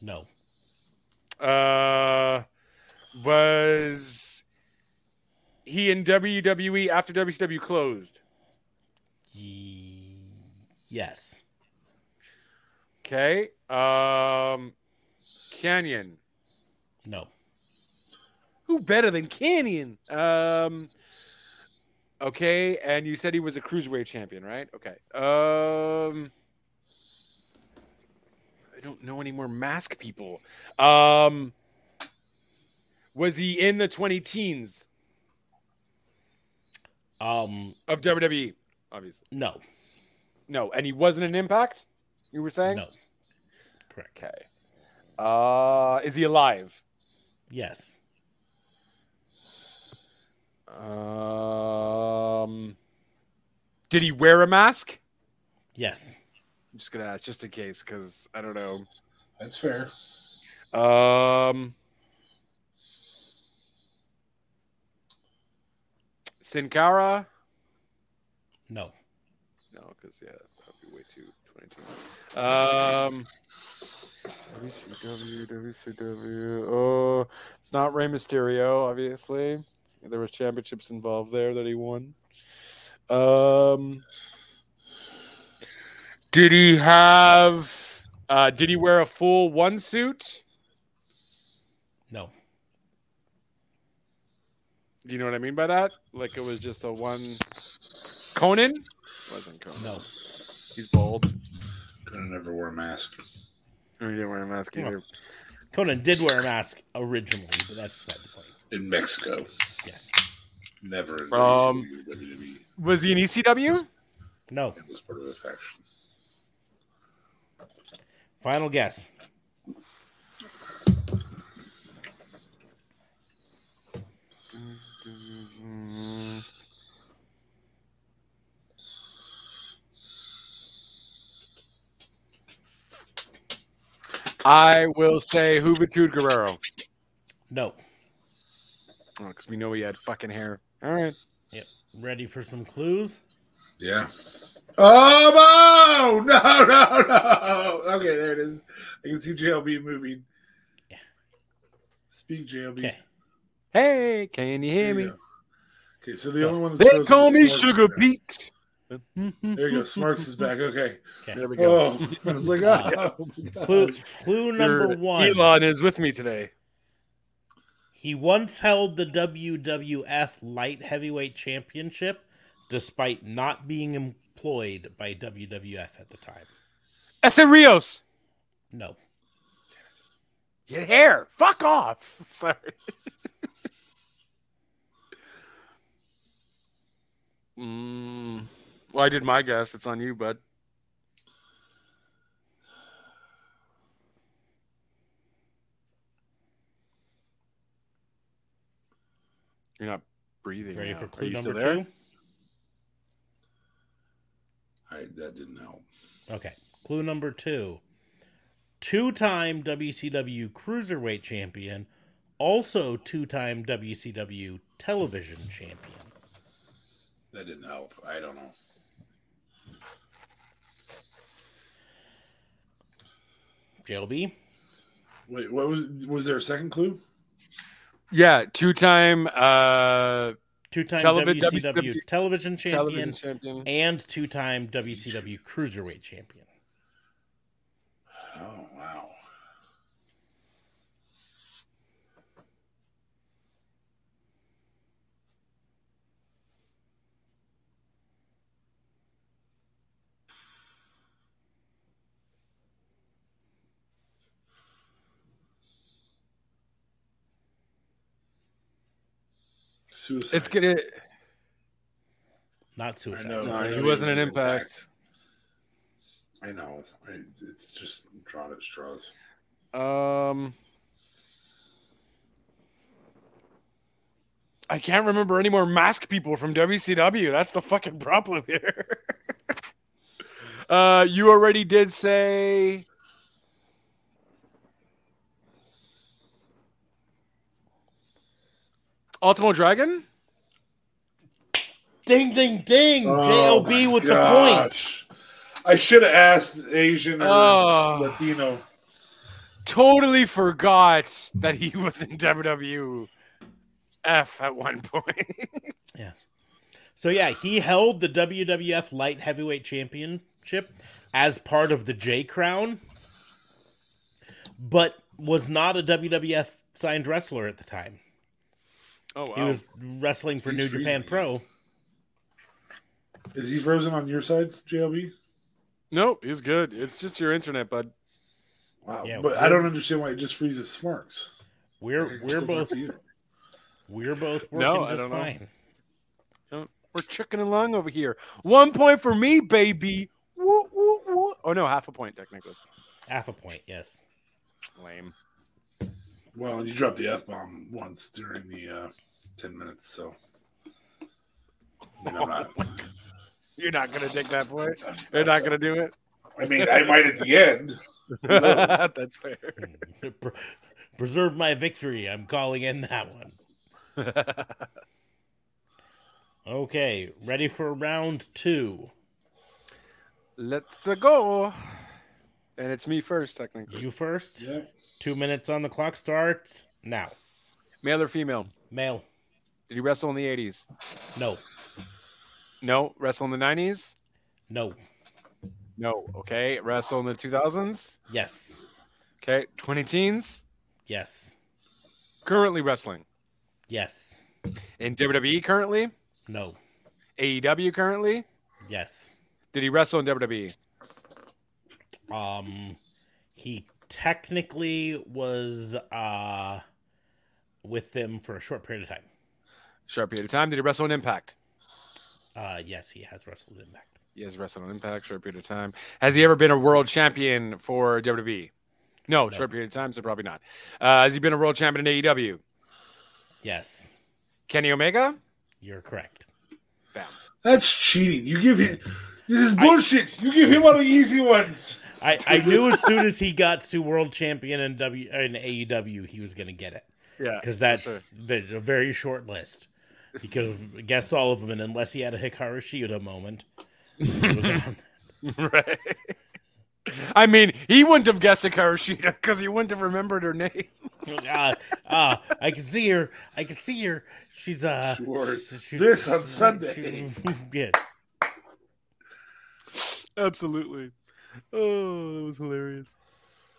S1: No,
S4: Uh, was he in WWE after WCW closed?
S1: Ye- yes,
S4: Okay. Um, Canyon.
S1: no,
S4: Who better than Canyon? Um, okay. And you said he was a cruiserweight champion, right? Okay. Um, I don't know any more mask people. Um, was he in the 20 teens
S1: um,
S4: of WWE? Obviously.
S1: no,
S4: No. And he wasn't an impact, you were saying?
S1: no. Correct.
S4: Okay. Uh, is he alive?
S1: Yes,
S4: Um, did he wear a mask?
S1: yes,
S4: I'm just gonna ask just in case, because I don't know.
S3: That's fair.
S4: Um, Sin Cara?
S1: no,
S4: No, because yeah, that'd be way too 22. Um, WCW, WCW. Oh, it's not Rey Mysterio, obviously. There was championships involved there that he won. Um, did he have? Uh, did he wear a full one suit?
S1: no,
S4: Do you know what I mean by that? Like it was just a one. Conan wasn't Conan.
S1: no.
S4: He's bald.
S3: Could have never wore a mask.
S4: He didn't wear a mask
S1: Yeah.
S4: either.
S1: Conan did wear a mask originally, but that's beside the point.
S3: In Mexico.
S1: Yes,
S3: Never in
S4: Um,
S3: WWE.
S4: Was he in E ECW?
S1: no.
S3: E. It was part of the faction.
S1: Final guess.
S4: I will say Juventud Guerrero
S1: No.
S4: because we know he had fucking hair. All right.
S1: Ready for some clues?
S3: Yeah. Oh no! No! (laughs) No! No! Okay, there it is. I can see JLB moving.
S1: Yeah.
S3: Speak JLB.
S1: Okay.
S4: Hey, can you
S3: There
S4: hear
S3: you
S4: me?
S3: go. Okay, so the
S1: So-
S3: only one that's
S4: They
S3: frozen
S4: call
S3: is
S4: me
S3: Smarks
S4: Sugar
S3: now.
S4: Pete.
S3: There you go. Smarks is back. Okay.
S1: Okay.
S4: There we go.
S1: (laughs)
S3: Oh, I was like, oh, my God.
S1: Clue, clue number
S4: Your
S1: one.
S4: Oh, Elon is with me today.
S1: He once held the WWF Light Heavyweight Championship despite not being employed by WWF at the time.
S4: Ese Rios.
S1: No.
S4: Your hair. Fuck off. (laughs) Sorry. mm, well, I did my guess. It's on you, bud. You're not breathing.
S1: Ready
S4: now.
S1: for
S4: Are
S1: clue
S4: you still
S1: number
S4: there?
S1: two?
S3: I, that didn't help.
S1: Okay. Clue number two. Two time WCW Cruiserweight Champion, also two time WCW Television Champion.
S3: That didn't help. I don't know.
S1: JLB?
S3: Wait, what was? Was there a second clue?
S4: Yeah, two-time uh,
S1: Two time
S4: Televi-
S1: WCW
S4: WCW
S1: Television Champion
S4: television champion.
S1: and two time WCW Cruiserweight Champion.
S3: Oh wow. Suicide.
S4: It's gonna.
S1: Not
S3: I
S1: suicide.
S3: know,
S4: No,
S3: I
S4: he
S3: know
S4: wasn't
S3: was
S4: an impact.
S3: I know. I, it's just drawn at straws.
S4: Um, I can't remember any more mask people from WCW. That's the fucking problem here. (laughs) uh, you already did say. Ultimo Dragon?
S1: Ding, ding, ding!
S3: Oh
S1: JLB
S3: my
S1: with the point.
S3: gosh. I should have asked Asian or
S1: Ah.
S4: Oh.
S3: Latino.
S4: Totally forgot that he was in WWF at one point.
S1: So yeah, he held the WWF Light Heavyweight Championship as part of the J Crown, but was not a WWF signed wrestler at the time.
S4: Oh, wow.
S1: He was wrestling for
S3: He's
S1: New
S3: freezing
S1: Japan
S3: again.
S1: Pro.
S3: Is he frozen on your side, JLB?
S4: Nope, he's good. It's just your internet, bud.
S3: Wow.
S1: Yeah,
S3: but I don't understand why it just freezes smarks.
S1: We're
S3: It's
S1: we're
S3: still up
S1: both
S3: to you.
S1: we're both working
S4: No, I
S1: just
S4: don't know.
S1: fine.
S4: We're chucking along over here. One point for me, baby. Woo, woo, woo. Oh no, half a point technically.
S1: Half a point, yes. (laughs)
S4: Lame.
S3: Well, you dropped the F bomb once during the uh, 10 minutes, so. I mean, I'm not-
S4: You're not gonna take that point. You're not gonna do it.
S3: I mean, I might at the end.
S4: (laughs) That's fair.
S1: Pre- Preserve my victory. I'm calling in that one.
S4: (laughs)
S1: Okay, ready for round two.
S4: Let's go. And it's me first, technically.
S1: You first.
S3: Yeah.
S1: Two minutes on the clock starts now.
S4: Male or female?
S1: Male.
S4: Did he wrestle in the 80s?
S1: No.
S4: No. Wrestle in the 90s?
S1: No.
S4: No. Okay. Wrestle in the 2000s?
S1: Yes.
S4: Okay. 20 teens?
S1: Yes.
S4: Currently wrestling.
S1: Yes.
S4: In WWE currently?
S1: No.
S4: AEW currently?
S1: Yes.
S4: Did he wrestle in E? WWE?
S1: Um he technically was uh with them for a short period of time.
S4: Short period of time. Did he wrestle in Impact?
S1: Uh yes, he has wrestled Impact.
S4: He has wrestled on Impact. Short period of time. Has he ever been a world champion for WWE? No, short period of time, so probably not. Uh, has he been a world champion in AEW?
S1: Yes.
S4: E Kenny Omega?
S1: You're correct.
S4: Bam.
S3: That's cheating. You give him. This is bullshit. you give him one of the easy ones.
S1: I, I knew as soon as he got to world champion in W in AEW, he was going to get it
S4: Yeah.
S1: because that's
S4: Uh, sure.
S1: there's a very short list. Because I guessed all of them, and unless he had a Hikaru Shida moment, he was gone.
S4: (laughs) Right. I mean, he wouldn't have guessed a Karushita because he wouldn't have remembered her name. (laughs)
S1: Ah, ah, I can see her. I can see her. She's uh,
S3: Sure.
S1: she- she-
S3: This on
S1: she-
S3: Sunday.
S1: she- (laughs) yeah.
S4: Absolutely. Oh, that was hilarious.
S3: (sighs)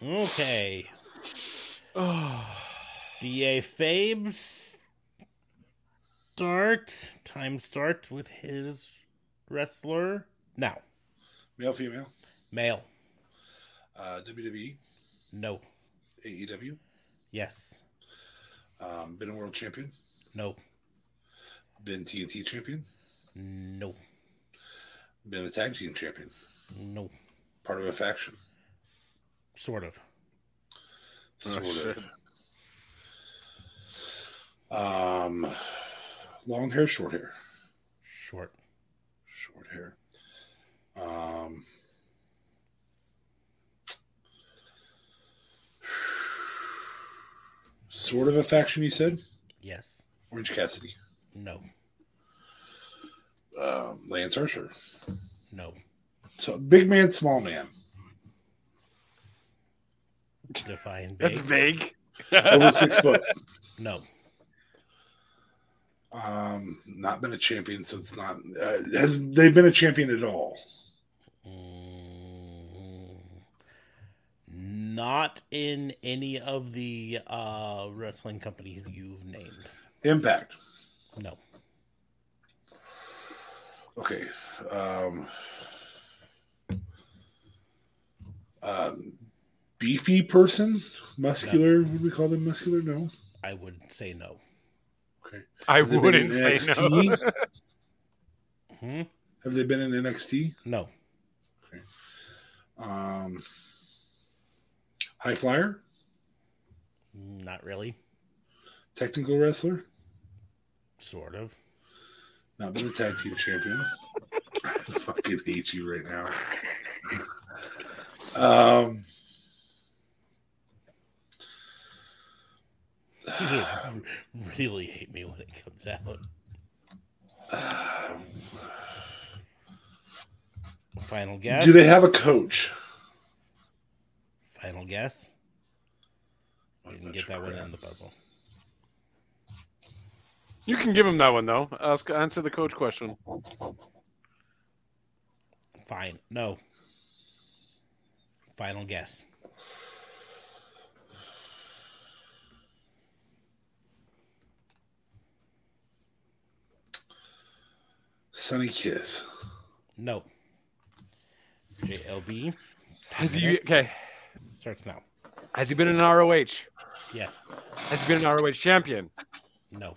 S1: Okay.
S4: Oh,
S1: Da Fabes starts. Time starts with his wrestler now.
S3: Male, female.
S1: Male.
S3: Uh, WWE,
S1: No.
S3: AEW.
S1: Yes.
S3: E Um, been a world champion.
S1: No.
S3: Been TNT champion.
S1: No.
S3: Been a tag team champion.
S1: No.
S3: Part of a faction.
S1: Sort of.
S4: Oh,
S3: Sort of. Um, long hair, short hair.
S1: Short.
S3: short hair. Um, sort of a faction, you said?
S1: Yes.
S3: Orange Cassidy,
S1: No.
S3: um, Lance Archer.
S1: No.
S3: So big man, small man.
S1: Define big.
S4: that's vague.
S3: Over six foot.
S1: No.
S3: Um, not been a champion since not. Uh, has they been a champion at all?
S1: Mm, Not in any of the uh, wrestling companies you've named.
S3: Impact.
S1: No.
S3: Okay. Um, um, beefy person, muscular. Would we call them muscular? No.
S1: I would say no.
S3: Okay.
S4: I
S3: Have they been in
S4: wouldn't say no. (laughs)
S3: NXT?
S1: Hmm?
S3: Have they been in NXT?
S1: No.
S3: Um, high flyer,
S1: Not really.
S3: technical wrestler,
S1: Sort of.
S3: not been a tag team champion. I fucking hate you right
S4: (laughs)
S3: now. um,
S1: You really hate me when it comes out. Final guess.
S3: do they have a coach?
S1: Final guess. You can get that one in the bubble.
S4: You can give him that one though. Ask answer the coach question.
S1: Fine. No. Final guess.
S3: Sunny Kiss.
S1: No. JLB
S4: Has he okay?
S1: starts now.
S4: Has he been an ROH?
S1: Yes.
S4: Has he been an ROH champion?
S1: No.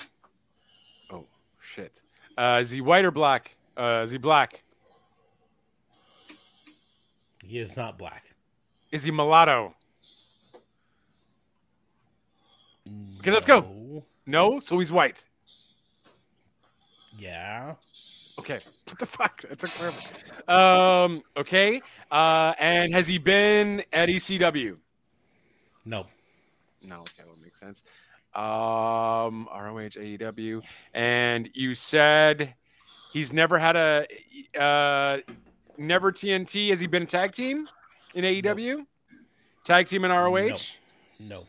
S4: Oh shit. Uh, is he white or black? Uh, is he black?
S1: He is not black.
S4: Is he mulatto? Okay, let's go.
S1: No.
S4: No, so he's white.
S1: Yeah.
S4: Okay. (laughs) What the fuck? That took forever. Um, okay. Uh, and has he been at ECW?
S1: No.
S4: No, okay, that would make sense. Um, ROH, AEW, and you said he's never had a uh, never TNT. Has he been a tag team in AEW? Tag team in ROH,
S1: No.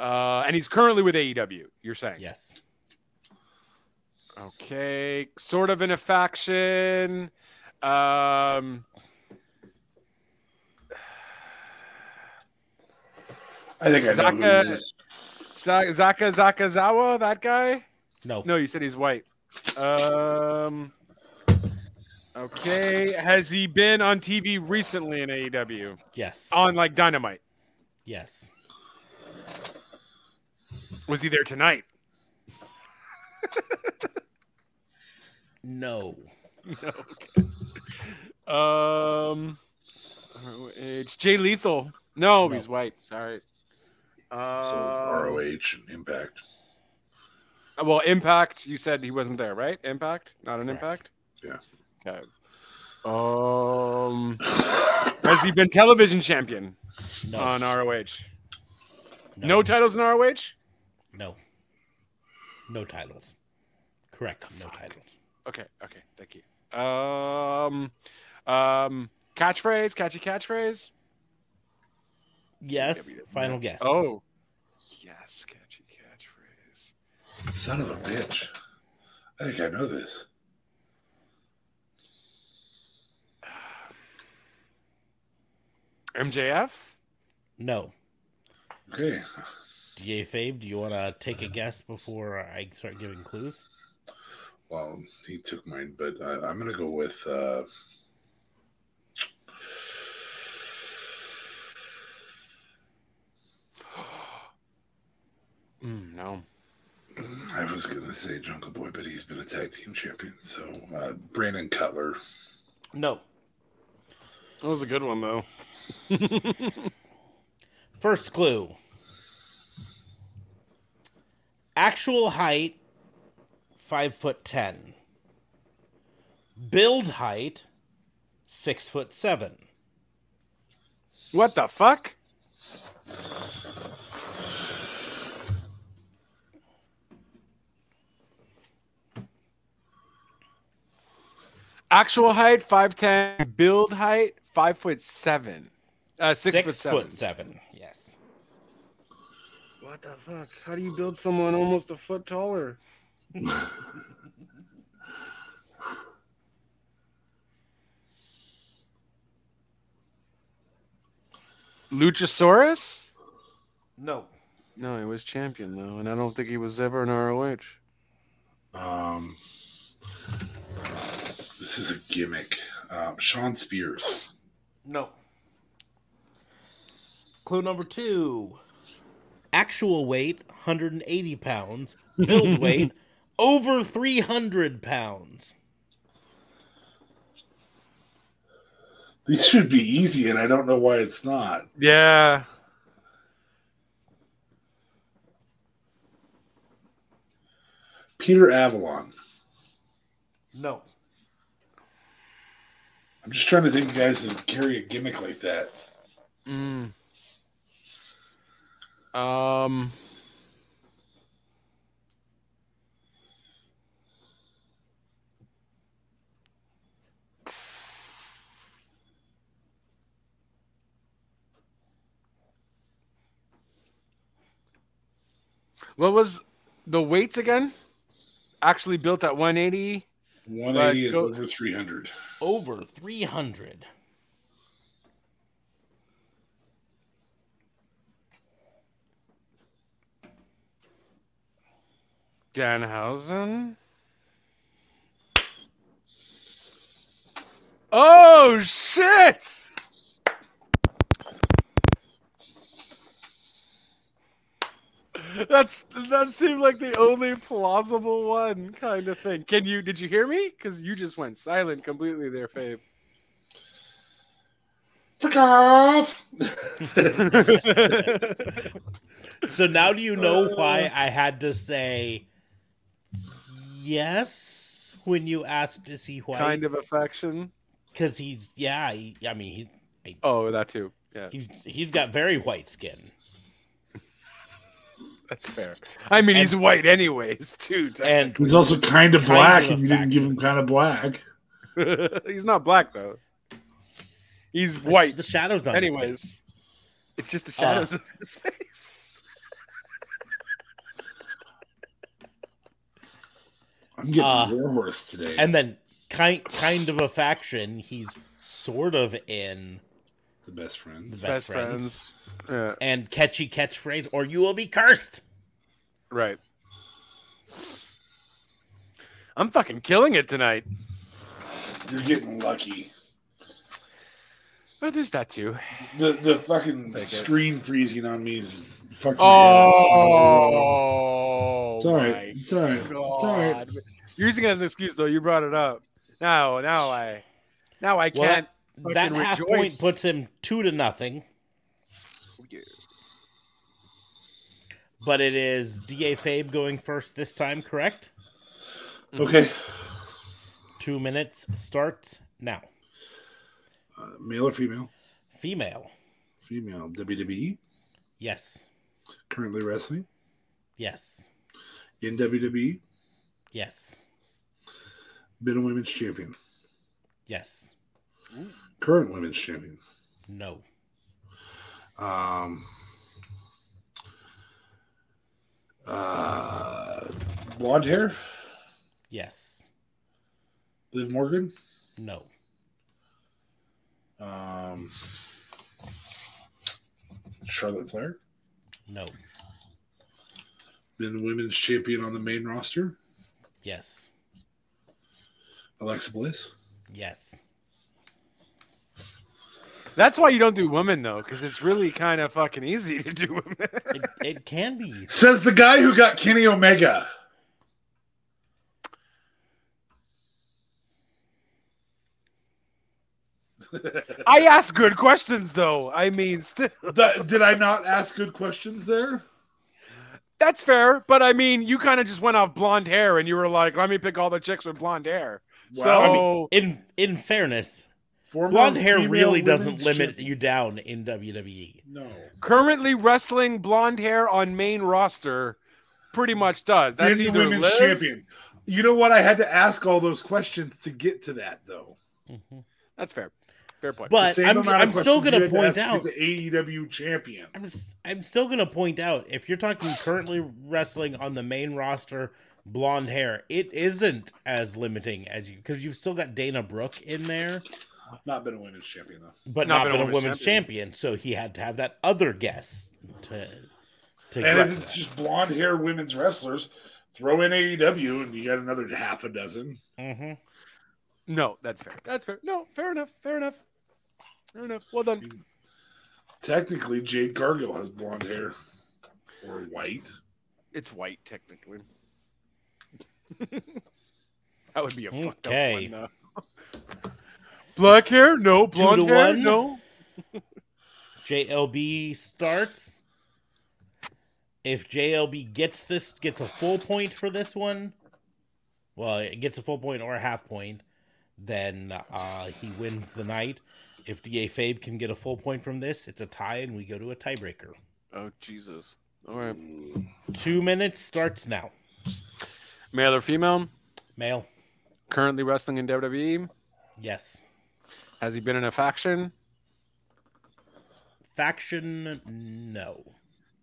S4: uh, and he's currently with AEW. You're saying,
S1: Yes.
S4: Okay, sort of in a faction. Um,
S3: I think I know
S4: Zaka-
S3: who it is.
S4: Sa- Zaka Zakazawa, that guy.
S1: No.
S4: No, you said he's white. Um. Okay. Has he been on TV recently in AEW?
S1: Yes.
S4: On like Dynamite?
S1: Yes.
S4: Was he there tonight?
S1: No.
S4: No. Okay. Um. oh, It's Jay Lethal. No,
S1: No.
S4: he's white. Sorry.
S3: So
S4: Um,
S3: ROH and Impact.
S4: well, Impact. You said he wasn't there, right? Impact, not an
S1: Correct.
S4: Impact. Yeah. Okay. Um, has he been television champion
S1: No,
S4: on
S1: no,
S4: ROH? No titles in ROH.
S1: no, no titles. Correct, no titles.
S4: Okay, okay, thank you. Um, um, catchphrase, catchy catchphrase.
S1: Yes, final guess.
S4: Oh, yes, catchy catchphrase.
S3: Son of a bitch. I think I know this.
S4: MJF.
S1: no.
S3: Okay.
S1: DA Fabe, do you want to take a guess before I start giving clues?
S3: Well, he took mine, but I, I'm going to go with.
S1: (gasps)
S3: Uh,
S4: Mm, no.
S3: I was going to say Jungle Boy, but he's been a tag team champion. So uh, Brandon Cutler.
S1: No.
S4: That was a good one though.
S1: (laughs) First clue. Actual height, five foot ten. Build height, six foot seven.
S4: What the fuck? Actual height five ten, build height five foot seven, uh, six, foot seven.
S1: foot seven. Yes.
S4: What the fuck? How do you build someone almost a foot taller? Luchasaurus?
S1: No.
S4: No, he was champion though, and I don't think he was ever in ROH.
S3: Um, this is a gimmick. Um, Sean Spears.
S1: No. Clue number two. Actual weight, 180 pounds. Build weight, over 300 pounds.
S3: These should be easy, and I don't know why it's not.
S4: Yeah.
S3: Peter Avalon.
S1: No.
S3: I'm just trying to think of guys that carry a gimmick like that.
S4: Mm. Um. What was the weights again? Actually built at 180.
S3: 180 and
S4: go-
S3: over 300.
S1: Over 300.
S4: Danhausen. Oh shit! That's that seemed like the only plausible one kind of thing. Can you did you hear me? Because you just went silent completely there, Fabe.
S3: Fuck off!
S1: So now do you know why I had to say yes when you asked is he white?
S4: Kind of affection.
S1: Because he's, yeah, he, I mean, he,
S4: Oh, that too. (laughs) Yeah,
S1: he, he's got very white skin.
S4: that's fair. I mean, he's white anyways, too.
S1: And
S3: He's also kind of
S1: Kind
S3: black,
S1: of a
S3: and you didn't give
S1: faction.
S3: him kind of black.
S4: (laughs) he's not black though. He's white.
S1: the shadows on his face.
S4: Anyways, it's just the shadows of his face.
S3: I'm getting
S1: Uh,
S3: warhorse today.
S1: and then kind kind of a faction he's sort of in
S3: the best friend.
S1: the best, friends.
S4: Yeah,
S1: and catchy catchphrase or you will be cursed
S4: right. I'm fucking killing it tonight.
S3: You're getting lucky.
S4: Oh, there's that too.
S3: The the fucking
S4: Take it.
S3: screen freezing on me is fucking.
S4: Oh,
S3: it's all right. It's all right. It's all right.
S4: God. You're using it as an excuse though. You brought it up. Now, now I, now I
S1: Well,
S4: can't.
S1: that
S4: fucking
S1: half point
S4: rejoice.
S1: puts him two to nothing but it is Da Fabe going first this time. Correct.
S3: Okay.
S1: Two minutes starts now.
S3: Uh, male or female?
S1: Female.
S3: Female. WWE.
S1: Yes.
S3: Currently wrestling
S1: Yes.
S3: in E, WWE.
S1: Yes.
S3: Been a women's champion.
S1: Yes.
S3: Current women's champion.
S1: No.
S3: Um, uh, blonde hair.
S1: Yes.
S3: Liv Morgan.
S1: No.
S3: Um, Charlotte Flair.
S1: No.
S3: Been women's champion on the main roster.
S1: Yes.
S3: Alexa Bliss.
S1: Yes.
S4: That's why you don't do women though, because it's really kind of fucking easy to do women. (laughs)
S1: It, it can be.
S3: Says the guy who got Kenny Omega.
S4: I ask good questions though. I mean, still,
S3: Th- did I not ask good questions there?
S4: that's fair. But I mean, you kind of just went off blonde hair, and you were like, "Let me pick all the chicks with blonde hair."
S3: Wow.
S4: So
S3: I
S1: In in fairness,
S3: Former
S1: blonde hair
S3: female
S1: really doesn't
S3: women's
S1: limit
S3: champion.
S1: you down in E. WWE.
S3: No.
S4: currently wrestling blonde hair on main roster, pretty much does. That's
S3: Been
S4: either
S3: women's
S4: Liv-
S3: champion. You know what? I had to ask all those questions to get to that, though.
S4: That's fair. Fair point.
S3: The
S1: But
S3: Mhm. same
S1: I'm,
S3: amount of
S1: I'm still going
S3: questions you
S1: to
S3: had
S1: point
S3: ask
S1: out.
S3: to the AEW champion.
S1: I'm s- I'm still going to point out if you're talking currently wrestling on the main roster, blonde hair, it isn't as limiting as you because you've still got Dana Brooke in there,
S3: Not been a women's champion though.
S1: but not, been, a women's champion. So he had to have that other guess to to
S3: And
S1: get
S3: if
S1: to
S3: it's
S1: that.
S3: just blonde hair women's wrestlers, throw in AEW and you got another half a dozen.
S1: Mhm.
S4: no, that's fair. That's fair. No, fair enough. Fair enough. Fair enough. Well done.
S3: Technically, Jade Gargill has blonde hair or white.
S4: It's white technically. (laughs) that would be a fucked up
S1: Okay.
S4: one though. Black hair? No.
S1: to
S4: Blonde hair?
S1: one.
S4: No.
S1: JLB starts. If JLB gets this, gets a full point for this one. Well, it gets a full point or a half point, then uh, he wins the night. If Da Fabe can get a full point from this, it's a tie, and we go to a tiebreaker.
S4: Oh Jesus. All right.
S1: Two minutes starts now.
S4: Male or female?
S1: Male,
S4: Currently wrestling in WWE.
S1: yes.
S4: Has he been in a faction?
S1: Faction, no,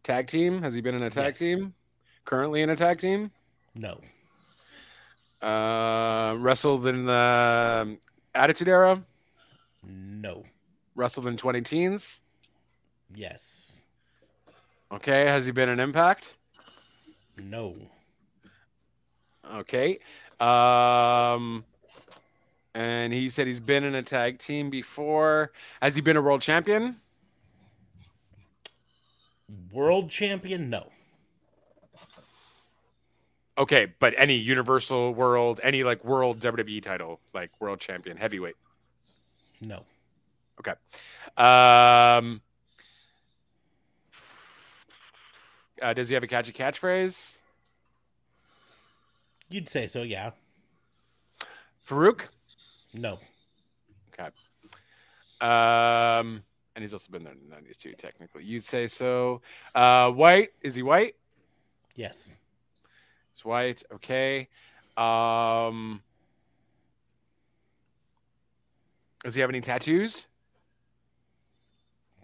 S4: Tag team? Has he been in a tag
S1: Yes.
S4: team? Currently in a tag team?
S1: no,
S4: Uh, wrestled in the um, Attitude Era.
S1: no,
S4: Wrestled in 20 teens.
S1: yes,
S4: Okay. Has he been an Impact?
S1: no,
S4: Okay. Um, and he said he's been in a tag team before. Has he been a world champion?
S1: world champion, no,
S4: Okay, but any Universal World, any like World WWE title, like World Champion, heavyweight.
S1: no,
S4: Um, uh, does he have a catchy catchphrase?
S1: you'd say so, yeah,
S4: Farouk.
S1: no,
S4: Okay. Um, and he's also been there in the nineties too, technically. You'd say so. Uh, white is he white?
S1: yes.
S4: It's white. Okay. Um, does he have any tattoos?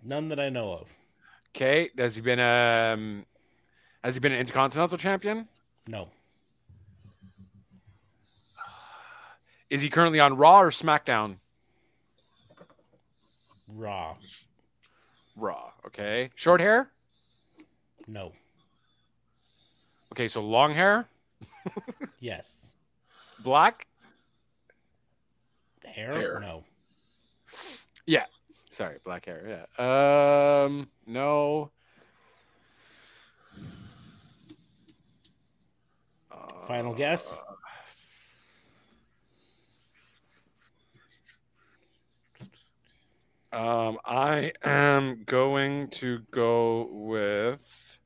S1: None that I know of.
S4: Okay. Has he been um has he been an intercontinental champion?
S1: No.
S4: Is he currently on Raw or SmackDown?
S1: Raw.
S4: Raw. Okay. Short hair?
S1: No.
S4: Okay, so long hair,
S1: Yes.
S4: black.
S1: Hair?
S3: Hair.
S1: No.
S4: Sorry, black hair. Yeah. Um, no.
S1: Final guess?
S4: Um, I am going to go with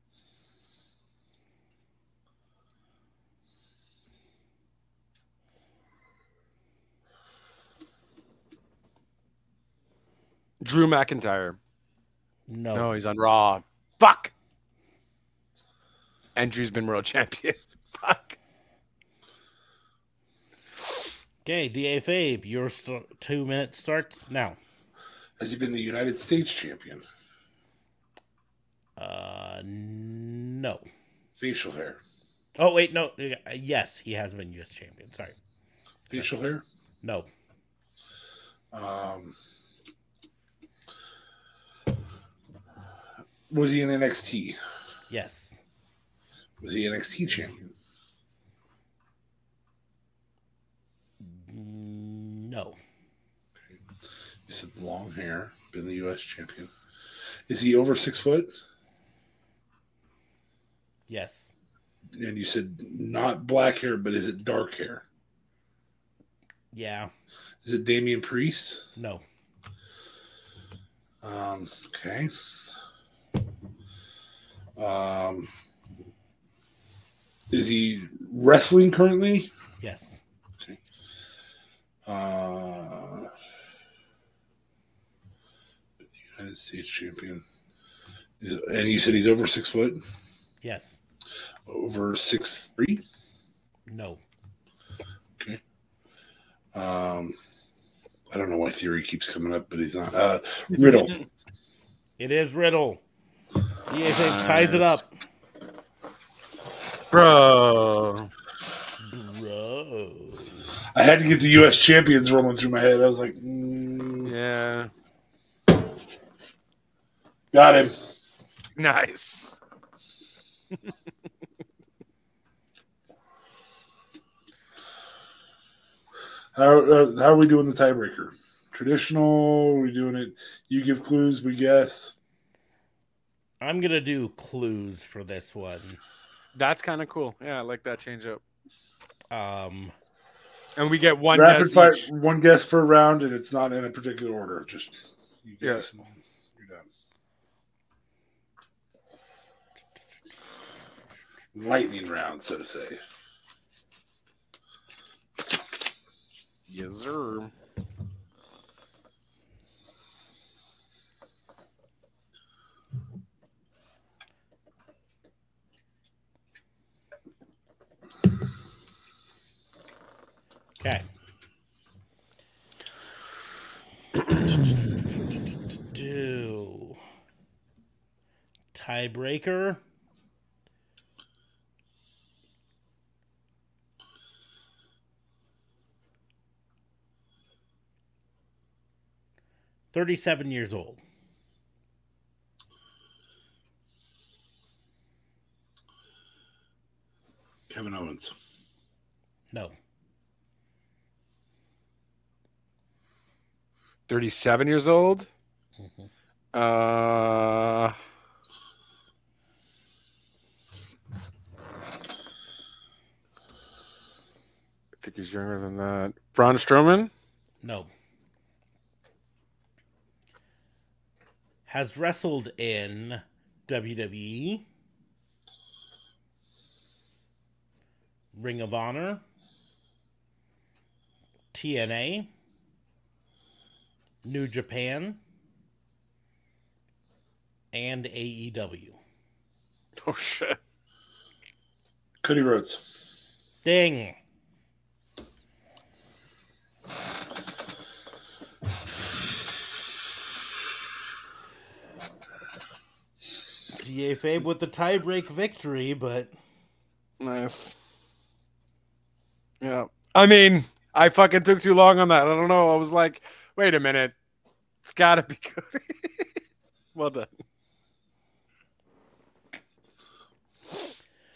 S4: Drew McIntyre.
S1: No.
S4: No, he's on Raw. Fuck. And Drew's been world (laughs) champion. Fuck.
S1: Okay, DA Fabe, your st- two minutes starts now.
S3: Has he been the United States champion?
S1: Uh, no.
S3: Facial hair.
S1: Oh wait, no. uh, Yes, he has been U.S. champion. Sorry.
S3: Facial hair.
S1: No.
S3: Um, was he in NXT?
S1: Yes.
S3: Was he NXT champion?
S1: No.
S3: He said long hair, been the U.S. champion. Is he over six foot?
S1: Yes.
S3: And you said not black hair, but is it dark hair?
S1: Yeah.
S3: Is it Damian Priest?
S1: No.
S3: Um, okay. Um, is he wrestling currently?
S1: Yes.
S3: Uh, United States champion. Is, and you said he's over six foot,
S1: Yes.
S3: over six three.
S1: No.
S3: Um, I don't know why theory keeps coming up, but he's not. Uh, Riddle.
S1: It is Riddle. DA Fabe ties it up.
S4: Bro.
S1: Bro.
S3: I had to get the U.S. champions rolling through my head. I was like, mm,
S4: Yeah.
S3: got him.
S4: (laughs) Nice.
S3: How uh, how are we doing the tiebreaker? Traditional? we doing it? You give clues, we guess.
S1: I'm gonna do clues for this one.
S4: That's kind of cool. Yeah, I like that change up.
S1: Um.
S4: And we get one
S3: Rapid
S4: guess
S3: fire,
S4: each.
S3: one guess per round, and it's not in a particular order. Just you
S4: Yeah.
S3: guess. and You're done. Lightning round, so to say.
S4: Yes, sir.
S1: Okay. do tiebreaker. Thirty-seven years old.
S3: Kevin Owens.
S1: No,
S4: 37 years old.
S3: Mm-hmm.
S4: Uh, I think he's younger than that. Braun Strowman.
S1: no. Has wrestled in E, WWE, Ring of Honor, TNA, New Japan, and E AEW.
S4: Oh shit!
S3: Cody Rhodes.
S1: Ding. DA Fabe with the tiebreak victory, but
S4: Nice. Yeah. I mean, I fucking took too long on that. I don't know. I was like, wait a minute. It's gotta be Cody. (laughs) well done.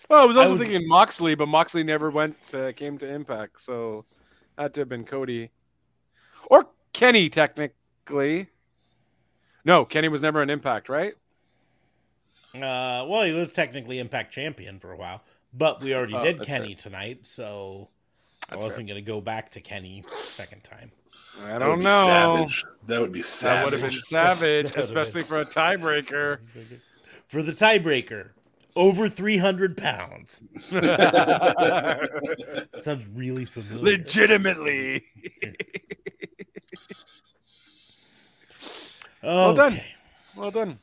S4: Well, I was
S1: I
S4: also
S1: was-
S4: thinking Moxley, but Moxley never went uh, came to Impact, so had to have been Cody or Kenny technically. No, Kenny was never an Impact, right?
S1: uh, well, he was technically Impact champion for a while, but we already
S4: Oh,
S1: did
S4: that's
S1: Kenny tonight, so I wasn't going to go back to Kenny second time.
S4: I
S3: That would
S4: don't
S3: be
S4: know.
S3: Savage. That would be
S4: That
S3: savage.
S4: would have (laughs) been savage,
S1: (laughs) That would've been-
S4: especially for a
S1: (laughs)
S4: tiebreaker.
S1: For the tiebreaker, over three hundred pounds sounds really familiar.
S4: Legitimately. Well done.
S1: Okay.
S4: Well done.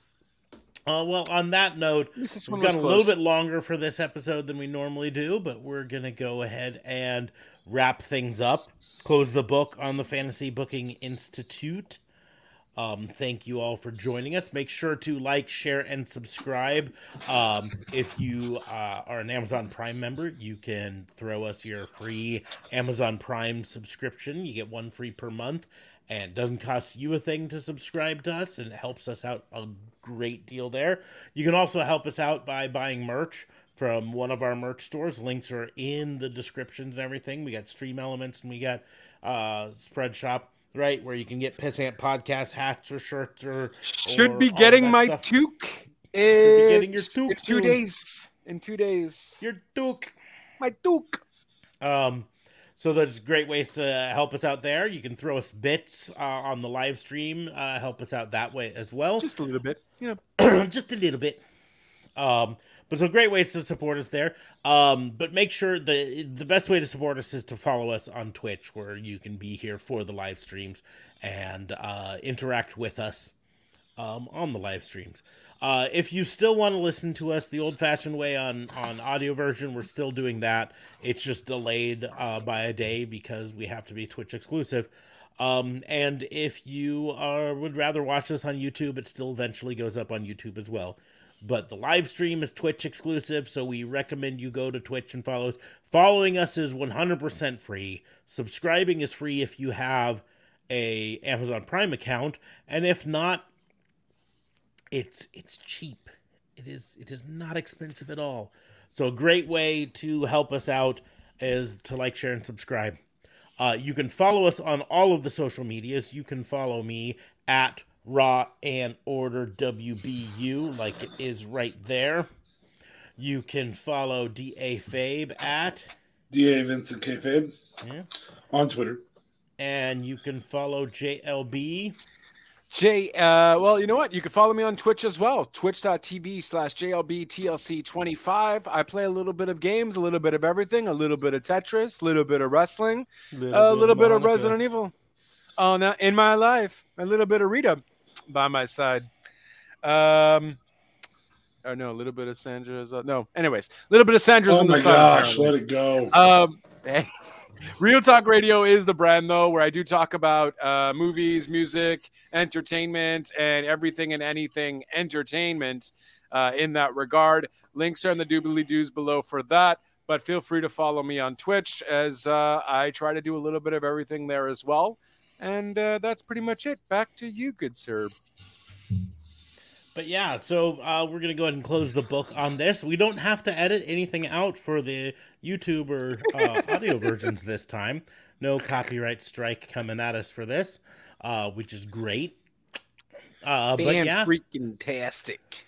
S1: Uh, well, on that note,
S4: At least this
S1: we've
S4: one
S1: got
S4: was
S1: a
S4: close.
S1: little bit longer for this episode than we normally do, but we're going to go ahead and wrap things up, close the book on the Fantasy Booking Institute. Um, thank you all for joining us. Make sure to like, share, and subscribe. Um, if you uh, are an Amazon Prime member, you can throw us your free Amazon Prime subscription. You get one free per month, and it doesn't cost you a thing to subscribe to us, and it helps us out a great deal there. You can also help us out by buying merch from one of our merch stores. Links are in the descriptions and everything. We got Stream Elements and we got uh, Spread Shop, right? Where you can get Pissant Podcast hats or shirts or. or
S4: Should be
S1: all
S4: getting
S1: that
S4: my
S1: stuff.
S4: toque.
S1: getting your
S4: It's-
S1: toque
S4: in two
S1: soon.
S4: days. In two days.
S1: Your Duke.
S4: my toque.
S1: Um, so there's great ways to help us out there. You can throw us bits uh, on the live stream, uh, help us out that way as well.
S4: Just a little bit. You know.
S1: (clears throat) just a little bit. Um, but some great ways to support us there. Um, but make sure the the best way to support us is to follow us on Twitch, where you can be here for the live streams and uh, interact with us um, on the live streams. Uh, if you still want to listen to us the old-fashioned way on on audio version, we're still doing that. It's just delayed uh, by a day because we have to be Twitch exclusive. Um, and if you are would rather watch us on YouTube, it still eventually goes up on YouTube as well. But the live stream is Twitch exclusive, so we recommend you go to Twitch and follow us. Following us is 100% free. Subscribing is free if you have a Amazon Prime account, and if not, it's it's cheap. It is it is not expensive at all. So a great way to help us out is to like, share, and subscribe. Uh, you can follow us on all of the social medias. You can follow me at Raw and Order WBU, like it is right there. You can follow DA Fabe at,
S3: Da Vincent K. Fabe
S1: Yeah.
S3: on Twitter.
S1: and you can follow JLB.
S4: Jay, uh, well, you know what? You can follow me on Twitch as well. Twitch.tv slash JLBTLC25. I play a little bit of games, a little bit of everything, a little bit of Tetris, a little bit of wrestling, a little bit of
S1: Monica.
S4: Resident Evil. Oh, now in my life, a little bit of Rita by my side. Um, or no, a little bit of Sandra's. Uh, no, anyways, a little bit of Sandra's
S3: Oh
S4: in the
S3: my
S4: sun.
S3: gosh,
S4: apparently.
S3: let it go.
S4: Um, (laughs) Real Talk Radio is the brand, though, where I do talk about uh, movies, music, entertainment, and everything and anything entertainment uh, in that regard. Links are in the doobly doos below for that. But feel free to follow me on Twitch as uh, I try to do a little bit of everything there as well. And uh, that's pretty much it. Back to you, good sir.
S1: But yeah, so uh, we're gonna go ahead and close the book on this. We don't have to edit anything out for the YouTube or uh, audio versions this time. No copyright strike coming at us for this, uh, which is great. Uh, but yeah,
S4: freaking tastic.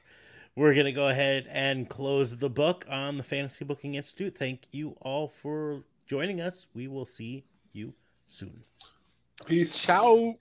S1: we're gonna go ahead and close the book on the Fantasy Booking Institute. Thank you all for joining us. We will see you soon.
S3: Peace.
S4: Ciao.